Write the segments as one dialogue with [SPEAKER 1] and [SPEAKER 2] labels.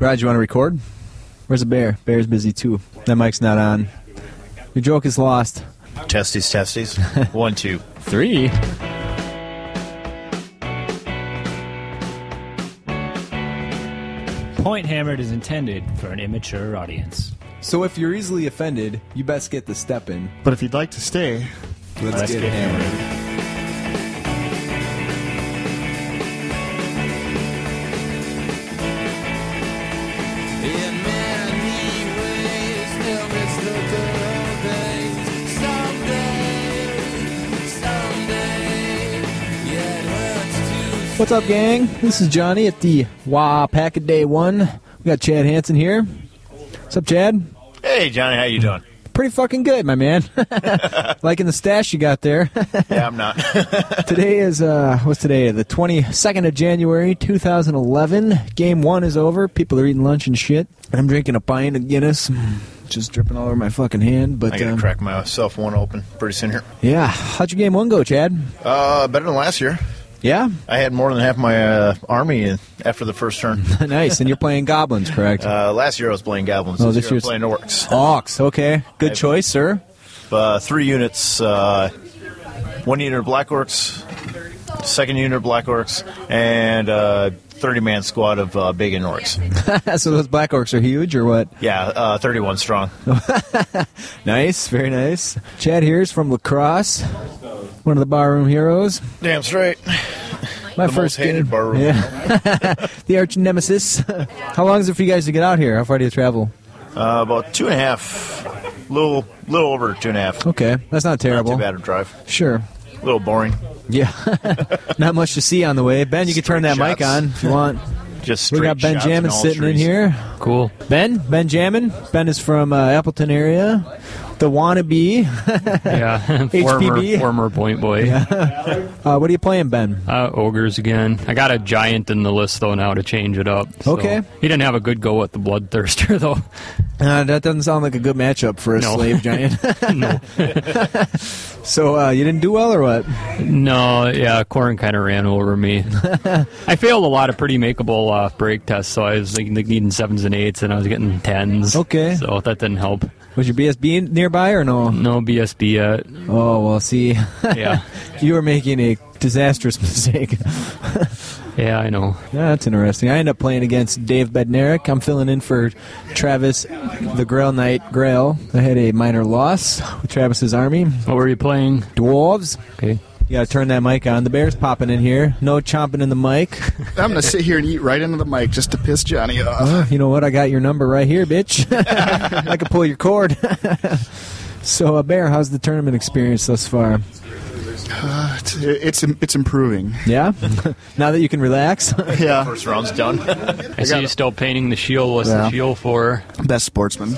[SPEAKER 1] Rod, you want to record?
[SPEAKER 2] Where's the bear? Bear's busy too.
[SPEAKER 1] That mic's not on.
[SPEAKER 2] Your joke is lost.
[SPEAKER 3] Testes, testes. One, two.
[SPEAKER 2] Three.
[SPEAKER 4] Point Hammered is intended for an immature audience.
[SPEAKER 1] So if you're easily offended, you best get the step in.
[SPEAKER 5] But if you'd like to stay,
[SPEAKER 1] Let's,
[SPEAKER 4] Let's
[SPEAKER 1] get,
[SPEAKER 4] get
[SPEAKER 1] hammered.
[SPEAKER 6] In many ways, still miss the good old days. Someday, someday, yeah, it hurts to
[SPEAKER 2] What's up, gang? This is Johnny at the Wah Pack of Day One. We got Chad Hansen here. What's up, Chad?
[SPEAKER 3] Hey, Johnny, how you doing?
[SPEAKER 2] Pretty fucking good, my man. Liking the stash you got there.
[SPEAKER 3] Yeah, I'm not.
[SPEAKER 2] today is uh, what's today? The twenty second of January, two thousand eleven. Game one is over. People are eating lunch and shit. I'm drinking a pint of Guinness, just dripping all over my fucking hand. But
[SPEAKER 3] I gotta
[SPEAKER 2] um,
[SPEAKER 3] crack myself one open pretty soon here.
[SPEAKER 2] yeah, how'd your game one go, Chad?
[SPEAKER 3] Uh, better than last year.
[SPEAKER 2] Yeah,
[SPEAKER 3] I had more than half my uh, army in after the first turn.
[SPEAKER 2] nice. And you're playing goblins, correct?
[SPEAKER 3] Uh, last year I was playing goblins.
[SPEAKER 2] Oh, this
[SPEAKER 3] this year I'm
[SPEAKER 2] year's-
[SPEAKER 3] playing orcs.
[SPEAKER 2] Ox. Okay, good
[SPEAKER 3] I've-
[SPEAKER 2] choice, sir.
[SPEAKER 3] Uh, three units. Uh, one unit of black orcs. Second unit of black orcs and uh, 30 man squad of uh, big and orcs.
[SPEAKER 2] so those black orcs are huge, or what?
[SPEAKER 3] Yeah, uh, 31 strong.
[SPEAKER 2] Nice, very nice. Chad here is from Lacrosse, one of the barroom heroes.
[SPEAKER 3] Damn straight.
[SPEAKER 2] My
[SPEAKER 3] The
[SPEAKER 2] first
[SPEAKER 3] most hated
[SPEAKER 2] game.
[SPEAKER 3] barroom
[SPEAKER 2] Yeah. the arch nemesis. How long is it for you guys to get out here? How far do you travel?
[SPEAKER 3] Uh, about two and a half, little little over two and a half.
[SPEAKER 2] Okay, that's not
[SPEAKER 3] Not
[SPEAKER 2] terrible.
[SPEAKER 3] too bad of a drive.
[SPEAKER 2] Sure.
[SPEAKER 3] A little boring.
[SPEAKER 2] Yeah. not much to see on the way. Ben, you can turn that
[SPEAKER 3] Straight
[SPEAKER 2] mic
[SPEAKER 3] shots.
[SPEAKER 2] on if you want.
[SPEAKER 3] Just
[SPEAKER 2] We
[SPEAKER 3] straight
[SPEAKER 2] got Ben
[SPEAKER 3] shots and
[SPEAKER 2] Jammin
[SPEAKER 3] all
[SPEAKER 2] sitting in
[SPEAKER 3] trees.
[SPEAKER 2] here.
[SPEAKER 4] Cool.
[SPEAKER 2] Ben, Benjamin. Ben is from uh, Appleton area. The wannabe.
[SPEAKER 7] Yeah,
[SPEAKER 2] HPB.
[SPEAKER 7] former former point boy.
[SPEAKER 2] Uh, what are you playing, Ben?
[SPEAKER 7] Uh, ogres again. I got a giant in the list though now to change it up. so.
[SPEAKER 2] Okay.
[SPEAKER 7] He didn't have a good go at the bloodthirster though.
[SPEAKER 2] Uh, that doesn't sound like a good matchup for a
[SPEAKER 7] No.
[SPEAKER 2] slave giant.
[SPEAKER 7] no.
[SPEAKER 2] so uh, you didn't do well or what?
[SPEAKER 7] No. Yeah. Corn kind of ran over me. I failed a lot of pretty makeable uh, break tests, so I was like, needing sevens and eights, and I was getting tens.
[SPEAKER 2] Okay.
[SPEAKER 7] So that didn't help.
[SPEAKER 2] Was your BSB in- nearby or no?
[SPEAKER 7] No BSB yet.
[SPEAKER 2] Oh, well, see,
[SPEAKER 7] Yeah.
[SPEAKER 2] you were making a disastrous mistake.
[SPEAKER 7] yeah. I know.
[SPEAKER 2] Yeah, that's interesting. I end up playing against Dave Bednarik. I'm filling in for Travis, the Grail Knight Grail. I had a minor loss with Travis's army.
[SPEAKER 7] What were you playing?
[SPEAKER 2] Dwarves.
[SPEAKER 7] Okay.
[SPEAKER 2] You gotta turn that mic on. The bear's popping in here. No chomping in the mic.
[SPEAKER 5] I'm gonna sit here and eat right into the mic just to piss Johnny off.
[SPEAKER 2] Ah, You know what? I got your number right here, bitch. I can pull your cord. so, uh, Bear, how's the tournament experience thus far?
[SPEAKER 5] Uh, It's it's, it's improving.
[SPEAKER 2] Yeah? now that you can relax?
[SPEAKER 5] Yeah,
[SPEAKER 3] First round's done.
[SPEAKER 7] I see you still painting the shield. What's
[SPEAKER 5] Yeah.
[SPEAKER 7] the shield for?
[SPEAKER 5] best sportsman.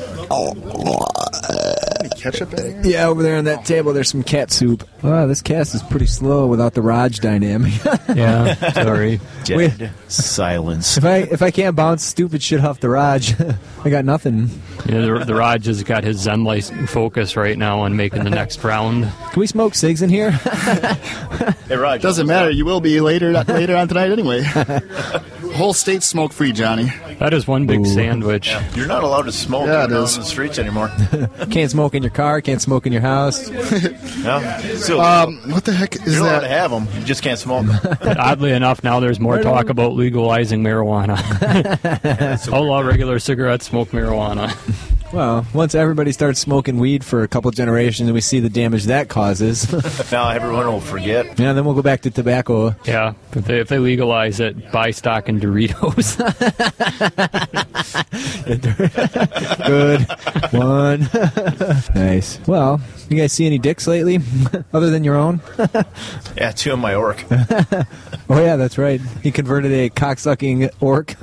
[SPEAKER 5] Any ketchup in here?
[SPEAKER 2] yeah, over there on that table, there's some cat soup. Wow, this cast is pretty slow without the Raj dynamic.
[SPEAKER 7] Yeah. Sorry.
[SPEAKER 3] Dead
[SPEAKER 2] Wait.
[SPEAKER 3] silence.
[SPEAKER 2] If I if I can't bounce stupid shit off the Raj, I got nothing.
[SPEAKER 7] Yeah, the, the Raj has got his Zen life focus right now on making the next round.
[SPEAKER 2] Can we smoke cigs in here?
[SPEAKER 3] Hey, Raj.
[SPEAKER 5] Doesn't matter. You will be later later on tonight anyway. Whole state smoke free, Johnny.
[SPEAKER 7] That is one big sandwich.
[SPEAKER 3] You're not allowed to smoke
[SPEAKER 5] Yeah, it
[SPEAKER 3] around on
[SPEAKER 5] is.
[SPEAKER 3] the streets anymore.
[SPEAKER 2] can't smoke in your car. Can't smoke in your house. Uh,
[SPEAKER 3] No? So,
[SPEAKER 5] Um, what the heck is
[SPEAKER 3] you're allowed to
[SPEAKER 5] that?
[SPEAKER 3] have them. You just can't smoke 'em.
[SPEAKER 7] But oddly enough, now there's more talk about legalizing marijuana. Outlaw regular cigarettes, smoke marijuana.
[SPEAKER 2] Well, once everybody starts smoking weed for a couple generations, and we see the damage that causes,
[SPEAKER 3] now everyone will forget.
[SPEAKER 2] yeah, then we'll go back to tobacco.
[SPEAKER 7] Yeah, if they, if they legalize it, buy stock in Doritos.
[SPEAKER 2] Good one. nice. Well, you guys see any dicks lately, other than your own?
[SPEAKER 3] Yeah, two of my orc.
[SPEAKER 2] Oh yeah, that's right. He converted a cocksucking orc.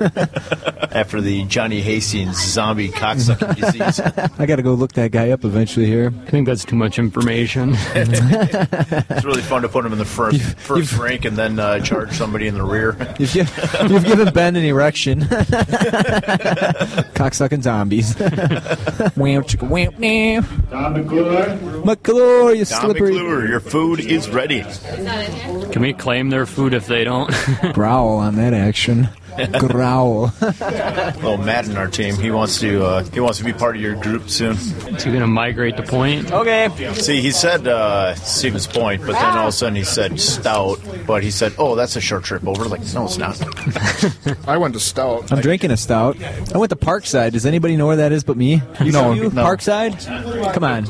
[SPEAKER 3] After the Johnny Hastings zombie cocksucking disease.
[SPEAKER 2] I got to go look that guy up eventually here.
[SPEAKER 7] I think that's too much information.
[SPEAKER 3] It's really fun to put them in the first, first rank and then uh, charge somebody in the rear.
[SPEAKER 2] You've, gi- you've given Ben an erection. Cocksucking zombies. wham, chicka, wham, wham. McClure, Oh, you
[SPEAKER 3] Don
[SPEAKER 2] slippery
[SPEAKER 3] McClure, your food is ready.
[SPEAKER 7] Can we claim their food if they don't?
[SPEAKER 2] growl on that action. growl.
[SPEAKER 3] Well, Matt in our team, he wants to uh, he wants to be part of your group soon.
[SPEAKER 7] So you're gonna migrate to point.
[SPEAKER 2] okay.
[SPEAKER 3] See, he said uh, Stevens Point, but then all of a sudden he said Stout, but he said, "Oh, that's a short trip over." Like, no, it's not.
[SPEAKER 5] I went to Stout.
[SPEAKER 2] I'm drinking a stout. I went to Parkside. Does anybody know where that is but me? You
[SPEAKER 5] No,
[SPEAKER 2] you?
[SPEAKER 5] no.
[SPEAKER 2] Parkside? Come on.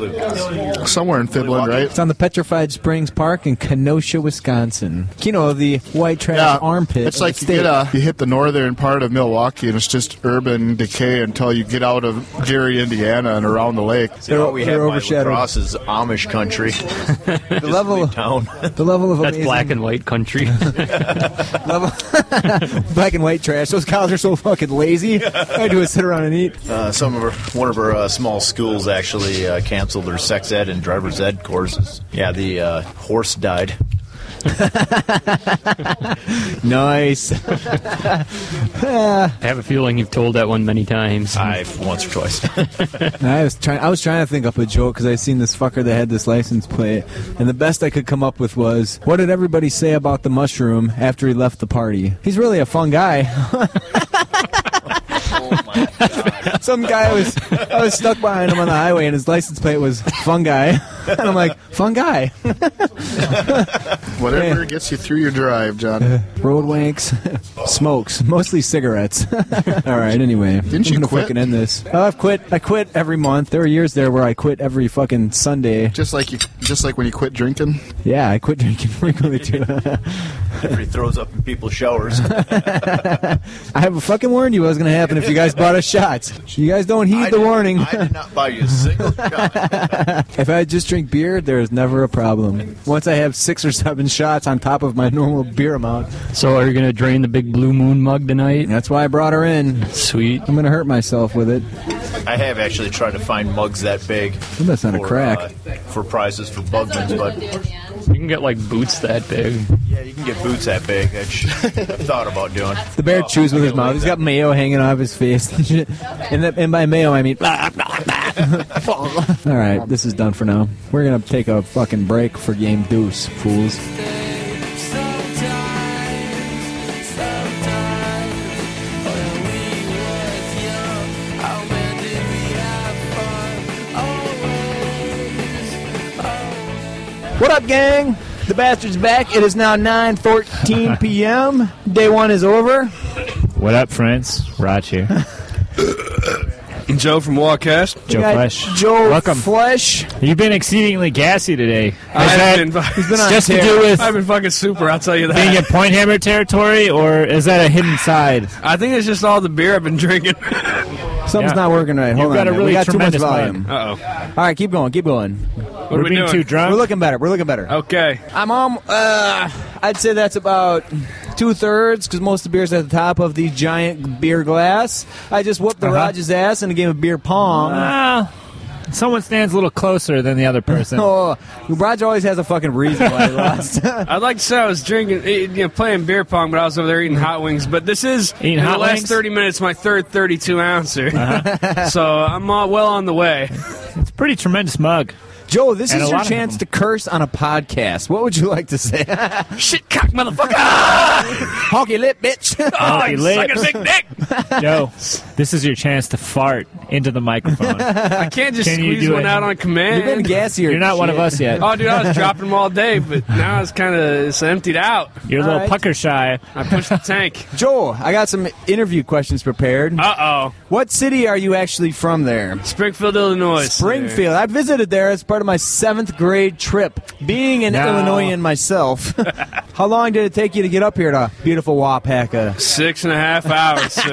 [SPEAKER 5] Somewhere in Fibland, right?
[SPEAKER 2] It's on the Petrified Springs Park in Kenosha, Wisconsin. You know, the white trash armpit.
[SPEAKER 5] It's
[SPEAKER 2] of
[SPEAKER 5] like
[SPEAKER 2] the
[SPEAKER 5] you
[SPEAKER 2] state.
[SPEAKER 5] get uh, you hit the northern part of Milwaukee, and it's just urban decay until you get out of Gary, Indiana, and around the lake.
[SPEAKER 3] See, all we
[SPEAKER 2] they're
[SPEAKER 3] have by
[SPEAKER 2] overshadowed.
[SPEAKER 3] lacrosse is Amish country.
[SPEAKER 2] the level,
[SPEAKER 3] Town.
[SPEAKER 2] the level of
[SPEAKER 7] That's
[SPEAKER 2] amazing-
[SPEAKER 7] black and white country.
[SPEAKER 2] level, black and white trash. Those cows are so fucking lazy. I do is sit around and eat.
[SPEAKER 3] Uh, some of our, one of our uh, small schools actually uh, canceled their sex ed and driver's ed courses. Yeah, the uh, horse died.
[SPEAKER 2] Nice.
[SPEAKER 7] I have a feeling you've told that one many times.
[SPEAKER 3] I've once or twice.
[SPEAKER 2] And I was trying. I was trying to think up a joke because I seen this fucker that had this license plate, and the best I could come up with was, "What did everybody say about the mushroom after he left the party? He's really a fun guy." Some guy was. I was stuck behind him on the highway, and his license plate was "fun guy," and I'm like, "Fun guy,
[SPEAKER 5] Whatever
[SPEAKER 2] Yeah.
[SPEAKER 5] gets you through your drive, John.
[SPEAKER 2] Uh, road wanks, smokes, mostly cigarettes." All right. Anyway,
[SPEAKER 5] Didn't
[SPEAKER 2] I'm
[SPEAKER 5] you
[SPEAKER 2] gonna
[SPEAKER 5] quit?
[SPEAKER 2] fucking end this. Oh, I've quit. I quit every month. There were years there where I quit every fucking Sunday.
[SPEAKER 5] Just like you, just like when you quit drinking.
[SPEAKER 2] Yeah, I quit drinking frequently too.
[SPEAKER 3] Everybody throws up in people's showers.
[SPEAKER 2] I have fucking warned you what was going to happen if you guys bought us shots. You guys don't heed
[SPEAKER 3] I
[SPEAKER 2] the
[SPEAKER 3] did-
[SPEAKER 2] warning.
[SPEAKER 3] I did not buy you a single shot.
[SPEAKER 2] if I just drink beer, there is never a problem. Once I have six or seven shots on top of my normal beer amount,
[SPEAKER 7] So are you gonna drain the big blue moon mug tonight?
[SPEAKER 2] that's why I brought her in.
[SPEAKER 7] Sweet.
[SPEAKER 2] I'm going to hurt myself with it.
[SPEAKER 3] I have actually tried to find mugs that big. uh,
[SPEAKER 2] Well, that's not a crack.
[SPEAKER 3] for prizes for Bugman's, but
[SPEAKER 7] You can get like boots that big.
[SPEAKER 3] yeah, you can get boots that big. I sh- I've thought about doing.
[SPEAKER 2] The bear
[SPEAKER 3] Oh,
[SPEAKER 2] chews with
[SPEAKER 3] I
[SPEAKER 2] his
[SPEAKER 3] gotta
[SPEAKER 2] mouth.
[SPEAKER 3] leave
[SPEAKER 2] He's
[SPEAKER 3] that.
[SPEAKER 2] got mayo hanging off his face and shit. And, that, and by mayo, I mean. All right, this is done for now. We're going to take a fucking break for game deuce, fools.
[SPEAKER 6] Sometimes, sometimes, when we was young, oh man, did we have fun? Always,
[SPEAKER 2] What up, gang? The bastard's back. It is now 9:14 p.m. Day one is over.
[SPEAKER 4] What up, friends? Raj here.
[SPEAKER 8] Joe from Wallcast.
[SPEAKER 4] Joe
[SPEAKER 2] We got
[SPEAKER 4] Flesh.
[SPEAKER 2] Joe
[SPEAKER 4] Welcome.
[SPEAKER 2] Flesh.
[SPEAKER 4] You've been exceedingly gassy today. Has
[SPEAKER 8] I've
[SPEAKER 4] that
[SPEAKER 8] been, I've
[SPEAKER 2] been on
[SPEAKER 4] just to
[SPEAKER 2] tear.
[SPEAKER 4] do with
[SPEAKER 8] been fucking super. I'll tell you
[SPEAKER 4] being in
[SPEAKER 8] that.
[SPEAKER 4] point hammer territory, or is that a hidden side?
[SPEAKER 8] I think it's just all the beer I've been drinking.
[SPEAKER 2] Something's
[SPEAKER 4] Yeah.
[SPEAKER 2] not working right. Hold
[SPEAKER 4] You've
[SPEAKER 2] on.
[SPEAKER 4] got a
[SPEAKER 2] man. we
[SPEAKER 4] really
[SPEAKER 2] got too much
[SPEAKER 4] tremendous
[SPEAKER 2] volume.
[SPEAKER 8] Uh
[SPEAKER 2] All right, keep going. Keep going.
[SPEAKER 8] oh. What
[SPEAKER 4] We're
[SPEAKER 8] are we
[SPEAKER 4] being
[SPEAKER 8] doing?
[SPEAKER 4] too drunk.
[SPEAKER 2] We're looking better. We're looking better.
[SPEAKER 8] Okay.
[SPEAKER 2] I'm on. Uh, I'd say that's about two thirds because most of the beer's at the top of the giant beer glass. I just whooped the Rogers ass in a game of beer pong.
[SPEAKER 4] Uh-huh. Ah, someone stands a little closer than the other person.
[SPEAKER 2] Oh, Roger always has a fucking reason why he lost.
[SPEAKER 8] I'd like to say I was drinking, eh, you know, playing beer pong, but I was over there eating hot wings. But this is
[SPEAKER 4] Eating
[SPEAKER 8] in the
[SPEAKER 4] hot
[SPEAKER 8] last
[SPEAKER 4] wings? Uh-huh.
[SPEAKER 8] 30 minutes my third 32 ouncer, so I'm uh, well on the way.
[SPEAKER 4] It's a pretty tremendous mug.
[SPEAKER 2] Joe, this
[SPEAKER 4] And
[SPEAKER 2] is
[SPEAKER 4] a
[SPEAKER 2] your
[SPEAKER 4] lot of
[SPEAKER 2] chance
[SPEAKER 4] them.
[SPEAKER 2] to curse on a podcast. What would you like to say?
[SPEAKER 8] Shit, cock, motherfucker!
[SPEAKER 2] Honky lip, bitch.
[SPEAKER 8] Oh,
[SPEAKER 4] you
[SPEAKER 8] you
[SPEAKER 4] lit.
[SPEAKER 8] suck a big dick!
[SPEAKER 4] Joe, this is your chance to fart into the microphone.
[SPEAKER 8] I can't just
[SPEAKER 4] Can you
[SPEAKER 8] squeeze
[SPEAKER 4] do
[SPEAKER 8] one
[SPEAKER 4] it?
[SPEAKER 8] out on
[SPEAKER 2] You've
[SPEAKER 8] command.
[SPEAKER 2] been gassier.
[SPEAKER 4] You're not one of
[SPEAKER 2] shit.
[SPEAKER 4] us yet.
[SPEAKER 8] Oh, dude, I was dropping them all day, but now it's kind of it's emptied out.
[SPEAKER 4] You're a little
[SPEAKER 2] All right.
[SPEAKER 4] pucker shy.
[SPEAKER 8] I pushed the tank.
[SPEAKER 2] Joe, I got some interview questions prepared.
[SPEAKER 8] Uh oh,
[SPEAKER 2] what city are you actually from there?
[SPEAKER 8] Springfield, Illinois.
[SPEAKER 2] Springfield. I visited there as part of my seventh grade trip. Being an
[SPEAKER 4] No.
[SPEAKER 2] Illinoisan myself, how long did it take you to get up here to beautiful Wapaka?
[SPEAKER 8] Six and a half hours, sir.